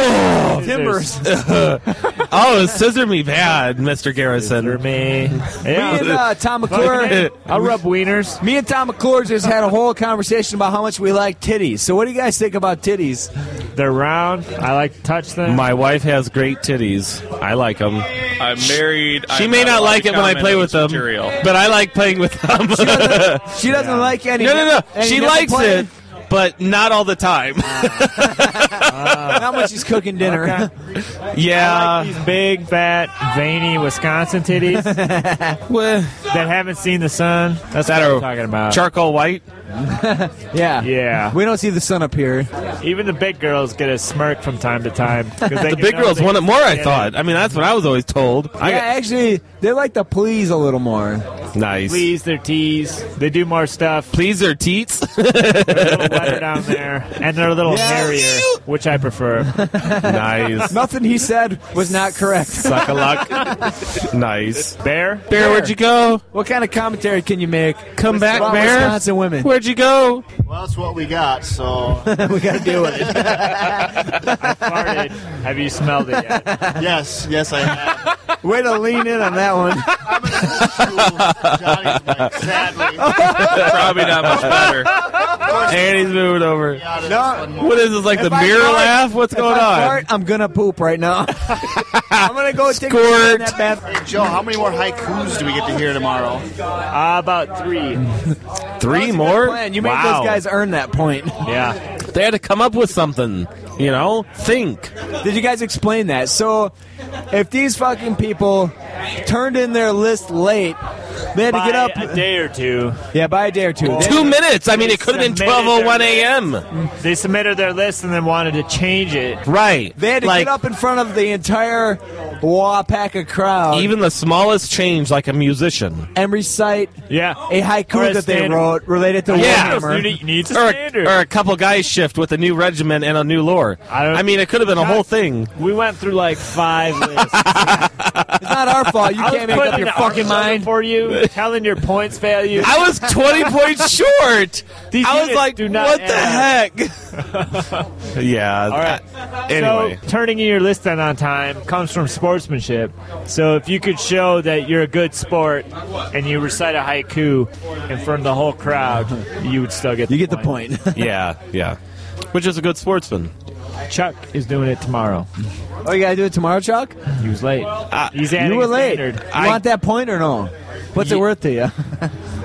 [SPEAKER 11] Oh!
[SPEAKER 9] Timbers. oh, scissor me bad, Mister Garrison. Scissor
[SPEAKER 11] me.
[SPEAKER 2] Me and uh, Tom McClure.
[SPEAKER 11] I'll rub wieners.
[SPEAKER 2] Me and Tom McClure just had a whole conversation about how much we like titties. So, what do you guys think about titties?
[SPEAKER 11] They're round. I like to touch them.
[SPEAKER 9] My wife has great titties. I like them.
[SPEAKER 16] I'm married.
[SPEAKER 9] She
[SPEAKER 16] I'm
[SPEAKER 9] may
[SPEAKER 16] not
[SPEAKER 9] not like it when I play with them, but I like playing with them. She doesn't,
[SPEAKER 2] like any.
[SPEAKER 9] No, no, no.
[SPEAKER 2] any
[SPEAKER 9] She
[SPEAKER 2] nipple
[SPEAKER 9] likes
[SPEAKER 2] play? Ah.
[SPEAKER 9] it, but not all the time.
[SPEAKER 2] Not when she's cooking dinner.
[SPEAKER 9] yeah.
[SPEAKER 11] these big, fat, veiny Wisconsin titties that haven't seen the sun. That's
[SPEAKER 9] that
[SPEAKER 11] what
[SPEAKER 9] a
[SPEAKER 11] I'm talking about.
[SPEAKER 9] charcoal white?
[SPEAKER 2] yeah.
[SPEAKER 11] Yeah.
[SPEAKER 2] We don't see the sun up here.
[SPEAKER 11] Even the big girls get a smirk from time to time. 'cause they
[SPEAKER 9] The
[SPEAKER 11] can
[SPEAKER 9] big
[SPEAKER 11] know
[SPEAKER 9] girls
[SPEAKER 11] they
[SPEAKER 9] want it
[SPEAKER 11] can
[SPEAKER 9] more, I
[SPEAKER 11] get it.
[SPEAKER 9] thought. I mean, that's what I was always told. I
[SPEAKER 2] yeah, actually, they like to please a little more.
[SPEAKER 9] Nice.
[SPEAKER 11] Please their tees. They do more stuff.
[SPEAKER 9] Please their teats.
[SPEAKER 11] wetter down there, and they're a little hairier, which I prefer.
[SPEAKER 9] nice.
[SPEAKER 2] Nothing he said was not correct.
[SPEAKER 9] Suck a luck. nice.
[SPEAKER 11] Bear? Bear,
[SPEAKER 9] where'd you go?
[SPEAKER 2] What kind of commentary can you make?
[SPEAKER 9] Come back,
[SPEAKER 2] about
[SPEAKER 9] Bear.
[SPEAKER 2] Wisconsin women.
[SPEAKER 9] Where'd you go?
[SPEAKER 5] Well, that's what we got. So
[SPEAKER 2] we got to deal with it.
[SPEAKER 11] Farted. Have you smelled it yet?
[SPEAKER 5] yes, yes, I have.
[SPEAKER 2] Way to lean in on that one.
[SPEAKER 16] Probably not much better.
[SPEAKER 9] And he's moving over.
[SPEAKER 2] No.
[SPEAKER 9] What is this, like the
[SPEAKER 2] If I
[SPEAKER 9] mirror
[SPEAKER 2] fart-
[SPEAKER 9] laugh? What's
[SPEAKER 2] if
[SPEAKER 9] going
[SPEAKER 2] I
[SPEAKER 9] on?
[SPEAKER 2] fart, I'm gonna poop right now. I'm gonna go take a shit in
[SPEAKER 9] Squirt.
[SPEAKER 2] that bathroom.
[SPEAKER 5] Hey, Joe, how many more haikus do we get to hear tomorrow?
[SPEAKER 11] Uh, about three.
[SPEAKER 9] Three
[SPEAKER 2] Good
[SPEAKER 9] more?
[SPEAKER 2] plan. You made
[SPEAKER 9] Wow.
[SPEAKER 2] those guys earn that point.
[SPEAKER 11] Yeah.
[SPEAKER 9] They had to come up with something, you know? Think.
[SPEAKER 2] Did you guys explain that? So, if these fucking people turned in their list late, they had to get up.
[SPEAKER 11] a day or two.
[SPEAKER 2] yeah, by a day or two. They-
[SPEAKER 9] Two minutes. I mean, it could have been
[SPEAKER 11] Submitted their
[SPEAKER 9] 12.01
[SPEAKER 11] list.
[SPEAKER 9] a.m.
[SPEAKER 11] They submitted their list and then wanted to change it.
[SPEAKER 9] Right.
[SPEAKER 2] They had to
[SPEAKER 9] like,
[SPEAKER 2] get up in front of the entire Wapaka crowd
[SPEAKER 9] even the smallest change, like a musician.
[SPEAKER 2] and recite
[SPEAKER 11] Yeah.
[SPEAKER 2] a
[SPEAKER 11] Or
[SPEAKER 2] haiku
[SPEAKER 11] a
[SPEAKER 2] that they
[SPEAKER 11] standard.
[SPEAKER 2] wrote related to
[SPEAKER 9] Yeah.
[SPEAKER 2] Warhammer.
[SPEAKER 11] You need a
[SPEAKER 9] Or
[SPEAKER 11] standard.
[SPEAKER 9] a, or a couple guys shift with a new regiment and a new lore.
[SPEAKER 11] I
[SPEAKER 9] I,
[SPEAKER 11] don't-
[SPEAKER 9] mean, it could have been a whole thing.
[SPEAKER 11] we went through like five lists.
[SPEAKER 2] It's not our fault. You
[SPEAKER 11] I was
[SPEAKER 2] can't make
[SPEAKER 11] putting
[SPEAKER 2] up your
[SPEAKER 11] an
[SPEAKER 2] fucking
[SPEAKER 11] article
[SPEAKER 2] mind.
[SPEAKER 11] for you, telling your points value.
[SPEAKER 9] I was 20 points short.
[SPEAKER 11] These
[SPEAKER 9] I was
[SPEAKER 11] units
[SPEAKER 9] like,
[SPEAKER 11] do not
[SPEAKER 9] what
[SPEAKER 11] add
[SPEAKER 9] the heck? yeah.
[SPEAKER 11] All right.
[SPEAKER 2] Uh,
[SPEAKER 9] anyway.
[SPEAKER 11] So, turning in your list in on time comes from sportsmanship. So, if you could show that you're a good sport and you recite a haiku in front of the whole crowd, you would still get the
[SPEAKER 2] You get the point.
[SPEAKER 9] yeah, yeah. Which is a good sportsman.
[SPEAKER 11] Chuck is doing it tomorrow.
[SPEAKER 2] oh, you gotta do it tomorrow, Chuck?
[SPEAKER 11] He was late. He's adding
[SPEAKER 2] You were
[SPEAKER 11] a
[SPEAKER 2] late. You
[SPEAKER 11] standard.
[SPEAKER 2] want Uh, that point or no? What's it worth to you?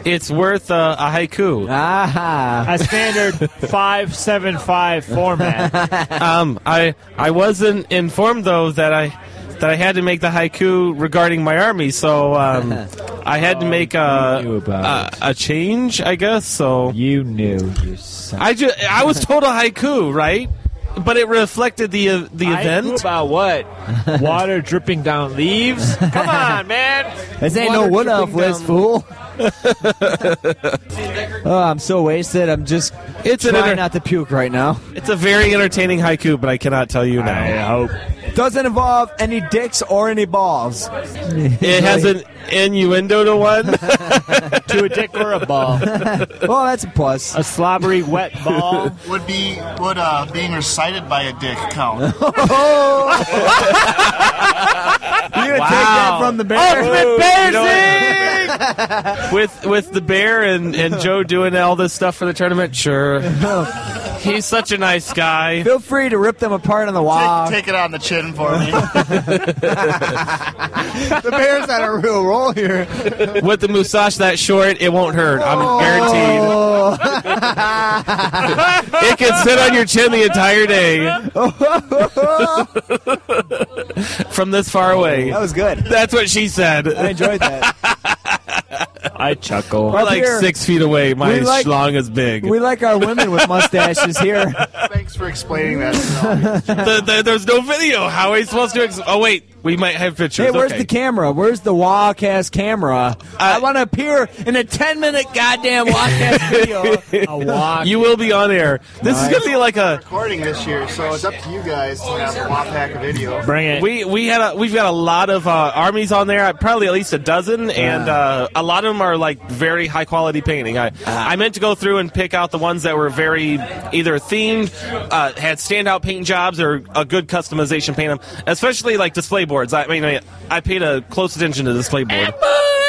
[SPEAKER 9] It's worth uh, a haiku.
[SPEAKER 2] Aha.
[SPEAKER 11] A standard five seven five format.
[SPEAKER 9] Um, I I wasn't informed though that I that I had to make the haiku regarding my army, so um, I had to make
[SPEAKER 11] Oh, knew
[SPEAKER 9] a, a
[SPEAKER 11] about
[SPEAKER 9] a change, I guess. So
[SPEAKER 11] You knew. You son.
[SPEAKER 9] I just I was told a haiku, right? But it reflected the uh, the
[SPEAKER 11] I knew
[SPEAKER 9] event.
[SPEAKER 11] about what? Water dripping down leaves? Come on, man.
[SPEAKER 2] This ain't no
[SPEAKER 11] Water
[SPEAKER 2] wood elf
[SPEAKER 11] dripping down
[SPEAKER 2] list, fool. oh, I'm so wasted. I'm just
[SPEAKER 9] It's an
[SPEAKER 2] trying
[SPEAKER 9] inter-
[SPEAKER 2] not to puke right now.
[SPEAKER 9] It's a very entertaining haiku, but I cannot tell you now.
[SPEAKER 11] I hope.
[SPEAKER 2] Doesn't involve any dicks or any balls.
[SPEAKER 9] It has an innuendo to one.
[SPEAKER 11] To a dick or a ball.
[SPEAKER 2] Well, that's a plus.
[SPEAKER 11] A slobbery wet ball.
[SPEAKER 5] Would be would uh, being recited by a dick count?
[SPEAKER 2] Oh! You're gonna take that from the bear?
[SPEAKER 9] with with the bear and, and Joe doing all this stuff for the tournament. Sure, he's such a nice guy.
[SPEAKER 2] Feel free to rip them apart on the wall.
[SPEAKER 5] Take, take it on the chin for me.
[SPEAKER 2] the bear's on a real roll here.
[SPEAKER 9] With the mustache that short, it won't hurt. I'm guaranteed.
[SPEAKER 2] Oh.
[SPEAKER 9] It can sit on your chin the entire day from this far away.
[SPEAKER 2] that was good.
[SPEAKER 9] That's what she said.
[SPEAKER 2] I enjoyed that.
[SPEAKER 11] I chuckle.
[SPEAKER 9] We're like
[SPEAKER 2] here.
[SPEAKER 9] six feet away. My
[SPEAKER 2] We like-
[SPEAKER 9] schlong is big.
[SPEAKER 2] We like our women with mustaches here.
[SPEAKER 5] Thanks Thanks for explaining that.
[SPEAKER 9] the, the, there's no video. How are we supposed to? Ex- oh wait, we might have pictures.
[SPEAKER 2] Hey, where's
[SPEAKER 9] okay.
[SPEAKER 2] the camera? Where's the Wacast camera?
[SPEAKER 17] I want to appear in a 10 minute goddamn walkcast video.
[SPEAKER 2] A walk.
[SPEAKER 9] You will be on air. This is gonna be like a
[SPEAKER 5] recording this year, so it's up to you guys to have a wop hack of video.
[SPEAKER 9] We we had a, we've got a lot of uh, armies on there, uh, probably at least a dozen, and uh, a lot of them are like very high quality painting. I I meant to go through and pick out the ones that were very either themed, uh, had standout paint jobs, or a good customization paint them. Especially like display boards. I mean, I, I paid a close attention to display board.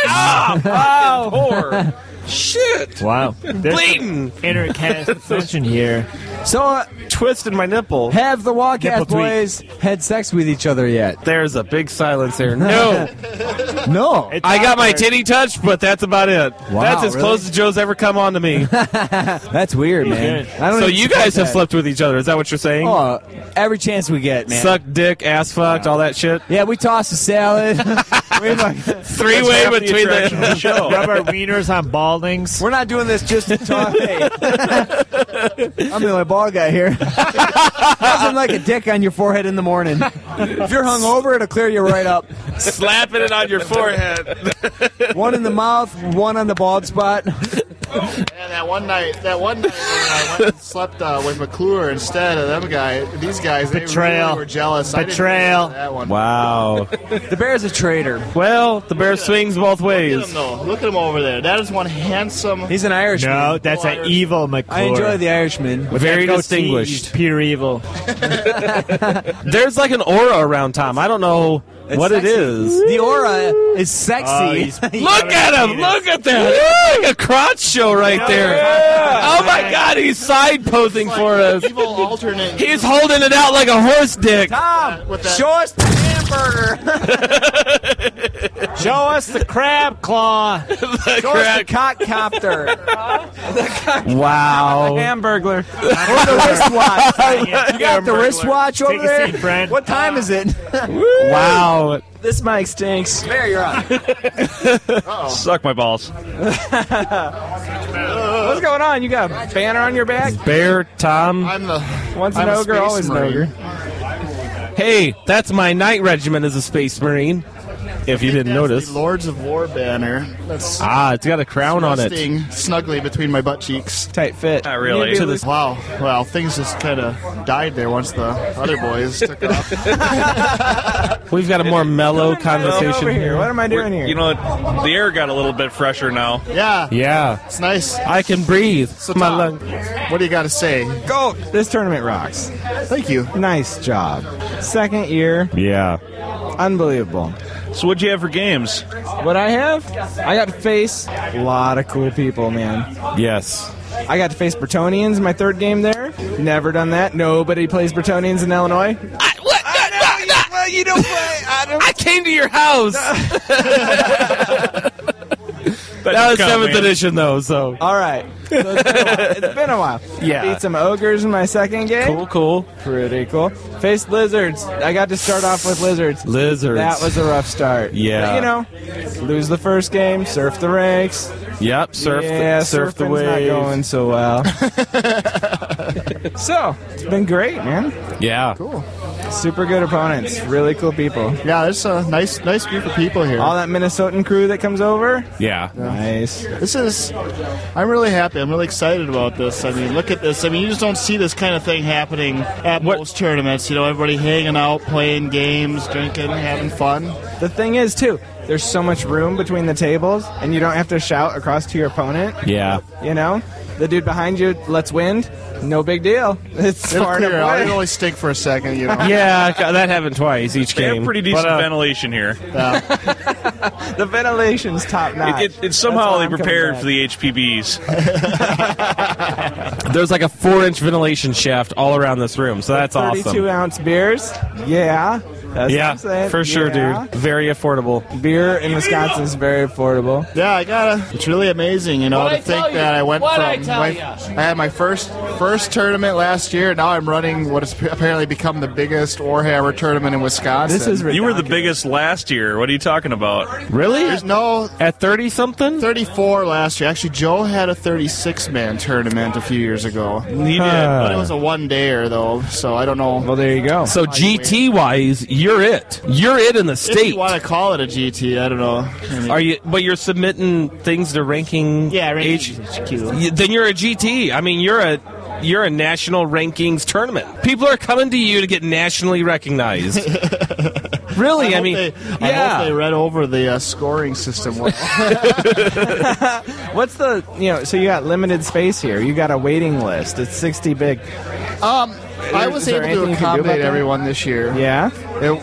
[SPEAKER 11] Oh,
[SPEAKER 9] poor. Shit.
[SPEAKER 11] Wow.
[SPEAKER 9] Bleeding.
[SPEAKER 11] Inner tension here.
[SPEAKER 2] So, uh,
[SPEAKER 9] twisted my nipple.
[SPEAKER 2] Have the
[SPEAKER 9] Nipple
[SPEAKER 2] Wacast
[SPEAKER 9] tweak.
[SPEAKER 2] boys had sex with each other yet?
[SPEAKER 9] There's a big silence there. No.
[SPEAKER 2] no.
[SPEAKER 9] I got my titty touched, but that's about it.
[SPEAKER 2] Wow,
[SPEAKER 9] that's as
[SPEAKER 2] really?
[SPEAKER 9] close as Joe's ever come on to me.
[SPEAKER 2] That's weird, man. I don't
[SPEAKER 9] so
[SPEAKER 2] even
[SPEAKER 9] you
[SPEAKER 2] support
[SPEAKER 9] guys have
[SPEAKER 2] that.
[SPEAKER 9] slept with each other? Is that what you're saying?
[SPEAKER 2] Oh, every chance we get, man.
[SPEAKER 9] Suck dick, ass fucked, all that shit.
[SPEAKER 2] Yeah, we toss a salad. we
[SPEAKER 9] Three way between the, show.
[SPEAKER 11] Rub our wieners on baldings.
[SPEAKER 2] We're not doing this just to talk. I'm the only bald guy here. Nothing like a dick on your forehead in the morning. If you're hungover, it'll clear you right up.
[SPEAKER 9] Slapping it on your forehead.
[SPEAKER 2] One in the mouth, one on the bald spot.
[SPEAKER 5] And that one night, that one night, when I went and slept uh, with McClure instead of them guy. These guys, they
[SPEAKER 2] Betrayal.
[SPEAKER 5] really were jealous. I didn't
[SPEAKER 2] Betrayal.
[SPEAKER 5] realize that one.
[SPEAKER 9] Wow.
[SPEAKER 2] the bear's a traitor.
[SPEAKER 9] Well, the bear swings both
[SPEAKER 5] Look
[SPEAKER 9] ways.
[SPEAKER 5] at him though. Look at him over there. That is one handsome.
[SPEAKER 2] He's an Irishman.
[SPEAKER 11] No, that's an evil McClure.
[SPEAKER 2] I enjoy the Irishman.
[SPEAKER 11] With
[SPEAKER 9] Very
[SPEAKER 11] that goatee,
[SPEAKER 9] distinguished.
[SPEAKER 11] he's Pure evil.
[SPEAKER 9] There's like an aura around Tom. I don't know what it is.
[SPEAKER 2] The aura is sexy.
[SPEAKER 9] Oh, he's- Look at him! Look at that! Like a crotch show right there. Oh my God, he's side posing for us.
[SPEAKER 5] evil alternate.
[SPEAKER 9] He's holding it out like a horse dick.
[SPEAKER 2] Tom,
[SPEAKER 5] with that-
[SPEAKER 2] show us the hamburger.
[SPEAKER 11] Show us the crab claw.
[SPEAKER 9] the
[SPEAKER 2] Show us the cock copter.
[SPEAKER 9] Wow.
[SPEAKER 2] Hamburglar. or the wristwatch. You got the wristwatch over there? What time is it?
[SPEAKER 9] Wow.
[SPEAKER 17] This mic stinks.
[SPEAKER 2] Mayor, you're on.
[SPEAKER 16] Suck my balls.
[SPEAKER 17] What's going on? You got a banner on your back?
[SPEAKER 9] Bear Tom.
[SPEAKER 5] I'm the.
[SPEAKER 17] Once an
[SPEAKER 5] I'm a
[SPEAKER 17] ogre,
[SPEAKER 5] space
[SPEAKER 17] always an
[SPEAKER 5] marine.
[SPEAKER 17] ogre.
[SPEAKER 9] Hey, that's my night regiment as a space marine. If you didn't
[SPEAKER 5] The
[SPEAKER 9] notice.
[SPEAKER 5] Lords of War banner. That's
[SPEAKER 9] Ah, it's got a crown on it.
[SPEAKER 5] resting snugly between my butt cheeks.
[SPEAKER 17] Tight fit.
[SPEAKER 16] Not really.
[SPEAKER 5] To this- wow. Well, things just kind of died there once the other boys took off.
[SPEAKER 9] We've got a more mellow conversation
[SPEAKER 17] Over here. What am I doing here?
[SPEAKER 16] You know, what? the air got a little bit fresher now.
[SPEAKER 5] Yeah,
[SPEAKER 9] Yeah.
[SPEAKER 5] it's nice.
[SPEAKER 9] I can breathe. my lung.
[SPEAKER 5] What do you got to say?
[SPEAKER 17] Go. This tournament rocks.
[SPEAKER 5] Thank you.
[SPEAKER 17] Nice job. Second year.
[SPEAKER 9] Yeah.
[SPEAKER 17] Unbelievable.
[SPEAKER 16] So what'd you have for games?
[SPEAKER 17] What I have? I got to face a lot of cool people, man.
[SPEAKER 9] Yes.
[SPEAKER 17] I got to face Bretonians in my third game there. Never done that. Nobody plays Bretonians in Illinois.
[SPEAKER 9] I,
[SPEAKER 17] you don't play. I don't.
[SPEAKER 9] came to your house. that was
[SPEAKER 16] count,
[SPEAKER 9] seventh
[SPEAKER 16] man.
[SPEAKER 9] edition though, so
[SPEAKER 17] All right. So it's, been a while. it's been a while.
[SPEAKER 9] Yeah.
[SPEAKER 17] Beat some ogres in my second game.
[SPEAKER 9] cool, cool.
[SPEAKER 17] Pretty cool. Faced lizards. I got to start off with lizards.
[SPEAKER 9] Lizards.
[SPEAKER 17] That was a rough start.
[SPEAKER 9] Yeah.
[SPEAKER 17] But, you know, lose the first game, surf the ranks.
[SPEAKER 9] Yep, surf
[SPEAKER 17] yeah,
[SPEAKER 9] the surf the
[SPEAKER 17] surfing's not
[SPEAKER 9] wave.
[SPEAKER 17] going so well. so it's been great, man.
[SPEAKER 9] Yeah.
[SPEAKER 17] Super good opponents. Really cool people.
[SPEAKER 5] Yeah, there's a nice, nice group of people here.
[SPEAKER 17] All that Minnesotan crew that comes over.
[SPEAKER 9] Yeah.
[SPEAKER 17] Nice.
[SPEAKER 5] This is, I'm really happy. I'm really excited about this. I mean, look at this. I mean, you just don't see this kind of thing happening at most tournaments. You know, everybody hanging out, playing games, drinking, having fun.
[SPEAKER 17] The thing is, too, there's so much room between the tables, and you don't have to shout across to your opponent.
[SPEAKER 9] Yeah.
[SPEAKER 17] You know, the dude behind you lets wind. No big deal. It's
[SPEAKER 5] It'll
[SPEAKER 17] far
[SPEAKER 5] clear out.
[SPEAKER 17] enough.
[SPEAKER 5] It'll
[SPEAKER 17] away.
[SPEAKER 5] only stink for a second, you know.
[SPEAKER 9] Yeah, God, that happened twice each
[SPEAKER 16] They
[SPEAKER 9] game.
[SPEAKER 16] have pretty decent
[SPEAKER 9] But, uh,
[SPEAKER 16] ventilation here.
[SPEAKER 17] The ventilation's top notch.
[SPEAKER 16] It, it, it's somehow
[SPEAKER 17] why
[SPEAKER 16] they
[SPEAKER 17] I'm coming
[SPEAKER 16] prepared
[SPEAKER 17] back.
[SPEAKER 16] for the HPBs.
[SPEAKER 9] There's like a four inch ventilation shaft all around this room, so that's
[SPEAKER 17] 32
[SPEAKER 9] awesome.
[SPEAKER 17] ounce beers. Yeah. That's
[SPEAKER 18] yeah,
[SPEAKER 17] what I'm saying.
[SPEAKER 18] for sure,
[SPEAKER 17] Yeah.
[SPEAKER 18] dude. Very affordable.
[SPEAKER 17] Beer in Wisconsin is very affordable.
[SPEAKER 5] Yeah, I gotta. It's really amazing, you know,
[SPEAKER 17] What'd
[SPEAKER 5] to think
[SPEAKER 17] I tell you?
[SPEAKER 5] that I went
[SPEAKER 17] What'd
[SPEAKER 5] from.
[SPEAKER 17] I tell
[SPEAKER 5] my-
[SPEAKER 17] ya?
[SPEAKER 5] I had my first first tournament last year. and Now I'm running what has apparently become the biggest Warhammer tournament in Wisconsin.
[SPEAKER 16] you were the biggest last year. What are you talking about?
[SPEAKER 5] Really? There's no
[SPEAKER 18] at thirty something.
[SPEAKER 5] Thirty four last year. Actually, Joe had a thirty six man tournament a few years ago.
[SPEAKER 18] He did.
[SPEAKER 5] but it was a one dayer though, so I don't know. Well,
[SPEAKER 17] there you go.
[SPEAKER 18] So GT wise, you're it. You're it in the state.
[SPEAKER 5] If you want to call it a GT, I don't know. I mean-
[SPEAKER 18] Are you? But you're submitting things to ranking.
[SPEAKER 5] Yeah,
[SPEAKER 18] ranking HQ. Then you're a GT. I mean, you're a you're a national rankings tournament. People are coming to you to get nationally recognized. really? I,
[SPEAKER 5] hope
[SPEAKER 18] mean,
[SPEAKER 5] they- I
[SPEAKER 18] yeah.
[SPEAKER 5] hope they read over the uh, scoring system. well.
[SPEAKER 17] What's the you know? So you got limited space here. You got a waiting list. It's sixty big.
[SPEAKER 5] Um, I
[SPEAKER 17] Is
[SPEAKER 5] was
[SPEAKER 17] there
[SPEAKER 5] able
[SPEAKER 17] anything
[SPEAKER 5] to
[SPEAKER 17] you can do about
[SPEAKER 5] accommodate
[SPEAKER 17] that?
[SPEAKER 5] everyone this year.
[SPEAKER 17] Yeah,
[SPEAKER 5] it,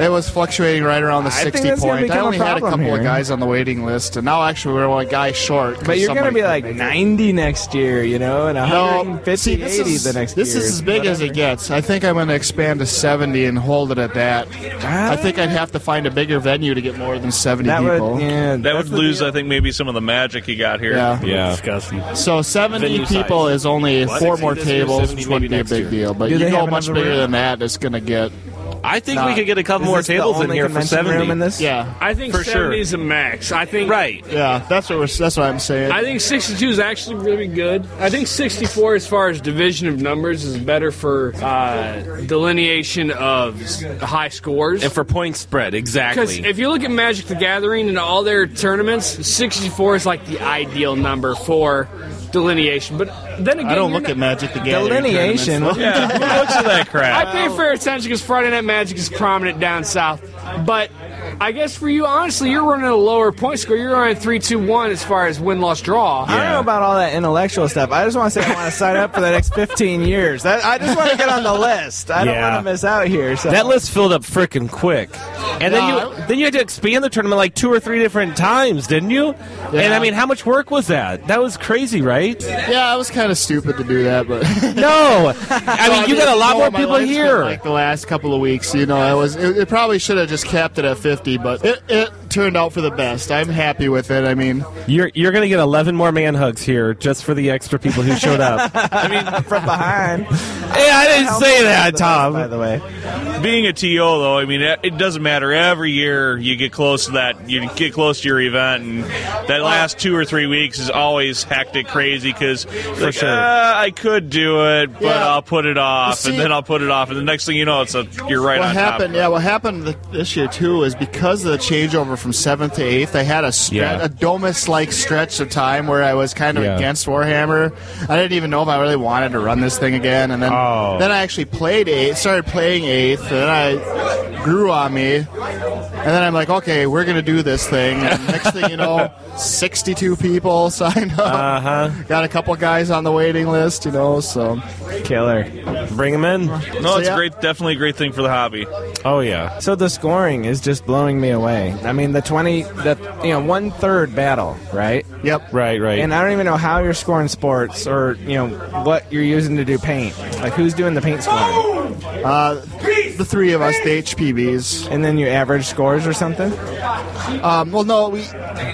[SPEAKER 5] it was fluctuating right around the
[SPEAKER 17] I think
[SPEAKER 5] sixty
[SPEAKER 17] that's gonna
[SPEAKER 5] point. I
[SPEAKER 17] become a
[SPEAKER 5] only had a
[SPEAKER 17] problem
[SPEAKER 5] couple of
[SPEAKER 17] here.
[SPEAKER 5] guys on the waiting list, and now actually we're one guy short. 'cause
[SPEAKER 17] but you're gonna
[SPEAKER 5] somebody
[SPEAKER 17] be
[SPEAKER 5] couldn't
[SPEAKER 17] like
[SPEAKER 5] make it.
[SPEAKER 17] ninety next year, you know, and
[SPEAKER 5] No,
[SPEAKER 17] 150,
[SPEAKER 5] see, this
[SPEAKER 17] 80
[SPEAKER 5] is,
[SPEAKER 17] the next
[SPEAKER 5] this
[SPEAKER 17] year.
[SPEAKER 5] is as big as it gets. I think I'm going to expand to 70 and hold it at that. I think I'd have to find a bigger venue to get more than 70 people.
[SPEAKER 16] that would lose, I think, maybe some of the magic you got here.
[SPEAKER 5] Yeah. Yeah.
[SPEAKER 16] Disgusting.
[SPEAKER 5] So 70
[SPEAKER 16] Venue size.
[SPEAKER 5] people is only
[SPEAKER 16] What?
[SPEAKER 5] four
[SPEAKER 16] 60
[SPEAKER 5] more
[SPEAKER 16] this year,
[SPEAKER 5] tables,
[SPEAKER 16] 70
[SPEAKER 5] which wouldn't
[SPEAKER 16] maybe
[SPEAKER 5] be a
[SPEAKER 16] next
[SPEAKER 5] big
[SPEAKER 16] year.
[SPEAKER 5] deal. But
[SPEAKER 16] Do
[SPEAKER 5] you
[SPEAKER 16] they
[SPEAKER 5] go
[SPEAKER 16] have
[SPEAKER 5] much
[SPEAKER 16] another
[SPEAKER 5] bigger
[SPEAKER 16] room?
[SPEAKER 5] than that, it's going to get.
[SPEAKER 18] I think
[SPEAKER 5] Nah.
[SPEAKER 18] we could get a couple more tables in here for seventy.
[SPEAKER 5] Yeah,
[SPEAKER 8] I think
[SPEAKER 5] For
[SPEAKER 8] 70
[SPEAKER 5] sure.
[SPEAKER 8] is a max. I think
[SPEAKER 18] right.
[SPEAKER 5] Yeah, that's what we're, that's what I'm saying.
[SPEAKER 8] I think 62 is actually really good. I think 64, as far as division of numbers, is better for uh, delineation of s- high scores.
[SPEAKER 18] And for point spread,
[SPEAKER 8] Because
[SPEAKER 18] exactly.
[SPEAKER 8] if you look at Magic the Gathering and all their tournaments, 64 is like the ideal number for delineation. But then again,
[SPEAKER 5] I don't
[SPEAKER 8] you're
[SPEAKER 5] look
[SPEAKER 8] not-
[SPEAKER 5] at Magic the Gathering. tournaments, though.
[SPEAKER 8] I pay fair attention because Friday Night Magic is prominent down south. But I guess for you, honestly, you're running a lower point score. You're running 3 2 1 as far as win loss draw.
[SPEAKER 17] I don't know about all that intellectual stuff. I just want to say I want to sign up for the next 15 years. That, I just want to get on the list. I don't
[SPEAKER 18] Yeah.
[SPEAKER 17] want to miss out here. So.
[SPEAKER 18] That list filled up freaking quick, and then
[SPEAKER 17] No,
[SPEAKER 18] you then you had to expand the tournament like two or three different times, didn't you? And I mean, how much work was that? That was crazy, right?
[SPEAKER 5] Yeah, I was kind of stupid to do that, but
[SPEAKER 18] no, I mean, you got a lot more people here.
[SPEAKER 5] like the last couple of weeks, you know, I was. It, it probably should have just capped it at fifty, but it, it turned out for the best. I'm happy with it. I mean,
[SPEAKER 18] You're you're gonna get eleven more man hugs here just for the extra people who showed up.
[SPEAKER 17] from behind.
[SPEAKER 18] hey, I didn't say that, Tom. By
[SPEAKER 17] the way,
[SPEAKER 16] being a TO though, I mean, it it doesn't matter. Every year you get close to that, you get close to your event, and that last two or three weeks is always hectic, crazy because like,
[SPEAKER 18] sure.
[SPEAKER 16] "Ah, I could do it, but I'll put it off,
[SPEAKER 5] See-
[SPEAKER 16] and then I'll put it off, and the next thing you know, it's a you're right
[SPEAKER 5] what
[SPEAKER 16] on
[SPEAKER 5] happened?
[SPEAKER 16] top.
[SPEAKER 5] Yeah, what happened th- this year too is because of the changeover from seventh to eighth. I had a stre-
[SPEAKER 16] Yeah.
[SPEAKER 5] a Domus-like stretch of time where I was kind of
[SPEAKER 16] Yeah.
[SPEAKER 5] against Warhammer. I didn't even know if I really wanted to run this thing again, and then
[SPEAKER 16] Oh.
[SPEAKER 5] then I actually played eighth, started playing eighth, and then I grew on me, and then I'm like, okay, we're gonna do this thing. And next thing you know, 62 people signed up.
[SPEAKER 18] Uh-huh.
[SPEAKER 5] Got a couple guys on the waiting list, you know. So
[SPEAKER 17] killer,
[SPEAKER 18] bring them in.
[SPEAKER 16] No, it's great. Definitely a great thing for the hobby.
[SPEAKER 18] Oh yeah.
[SPEAKER 17] So the scoring is just blowing me away. I mean, the 20, the you know, one third battle, right?
[SPEAKER 5] Yep.
[SPEAKER 18] Right. Right.
[SPEAKER 17] And I don't even know how you're scoring sports, or you know what you're using to do paint. Like who's doing the paint scoring?
[SPEAKER 5] Uh, the three of us, the HPBs.
[SPEAKER 17] And then you average scores or something.
[SPEAKER 5] Um, well, no, we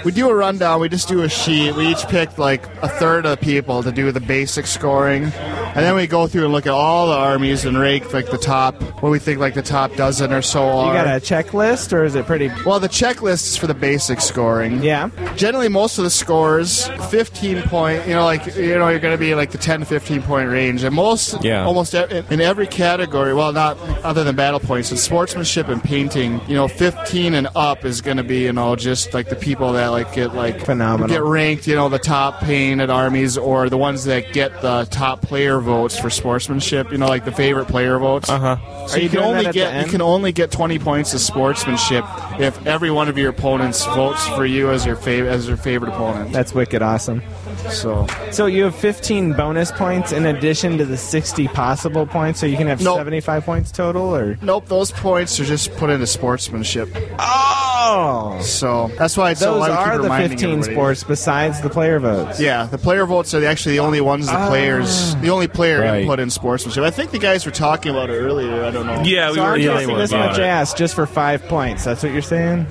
[SPEAKER 5] we do a rundown. We just do a sheet. We each pick like a third of the people to do the basic scoring, and then we go through and look at all the armies and rank like the top what we think like the top dozen or so are.
[SPEAKER 17] You got a checklist, or is it pretty?
[SPEAKER 5] Well, the checklist is for the basic scoring.
[SPEAKER 17] Yeah.
[SPEAKER 5] Generally, most of the scores, 15 point, you know, like, you know, you're going to be in, like the 10 to 15 point range. And most,
[SPEAKER 18] Yeah.
[SPEAKER 5] almost e- in every category, well, not other than battle points, in sportsmanship and painting, you know, 15 and up is going to be, you know, just like the people that, like, get, like,
[SPEAKER 17] Phenomenal.
[SPEAKER 5] get ranked, you know, the top painted armies or the ones that get the top player votes for sportsmanship, you know, like the favorite player votes. Uh huh. So
[SPEAKER 17] Are
[SPEAKER 5] you,
[SPEAKER 17] you
[SPEAKER 5] can
[SPEAKER 17] doing that
[SPEAKER 5] only
[SPEAKER 17] at the
[SPEAKER 5] get, you
[SPEAKER 17] end?
[SPEAKER 5] can only get 20 points of sportsmanship if every one of your opponents votes for you as your fav- as your favorite opponent.
[SPEAKER 17] That's wicked awesome.
[SPEAKER 5] So
[SPEAKER 17] So you have 15 bonus points in addition to the 60 possible points, so you can have
[SPEAKER 5] Nope.
[SPEAKER 17] 75 points total, or
[SPEAKER 5] nope, those points are just put into sportsmanship. Oh, so that's why it's so
[SPEAKER 17] those
[SPEAKER 5] why we keep
[SPEAKER 17] are the
[SPEAKER 5] reminding
[SPEAKER 17] 15
[SPEAKER 5] everybody.
[SPEAKER 17] sports besides the player votes.
[SPEAKER 5] Yeah, the player votes are actually the only ones the
[SPEAKER 17] Ah.
[SPEAKER 5] players, the only player
[SPEAKER 17] Right.
[SPEAKER 5] input in sportsmanship. I think the guys were talking about it earlier. I don't know.
[SPEAKER 17] so I'm kissing this much ass just for five points. That's what you're saying.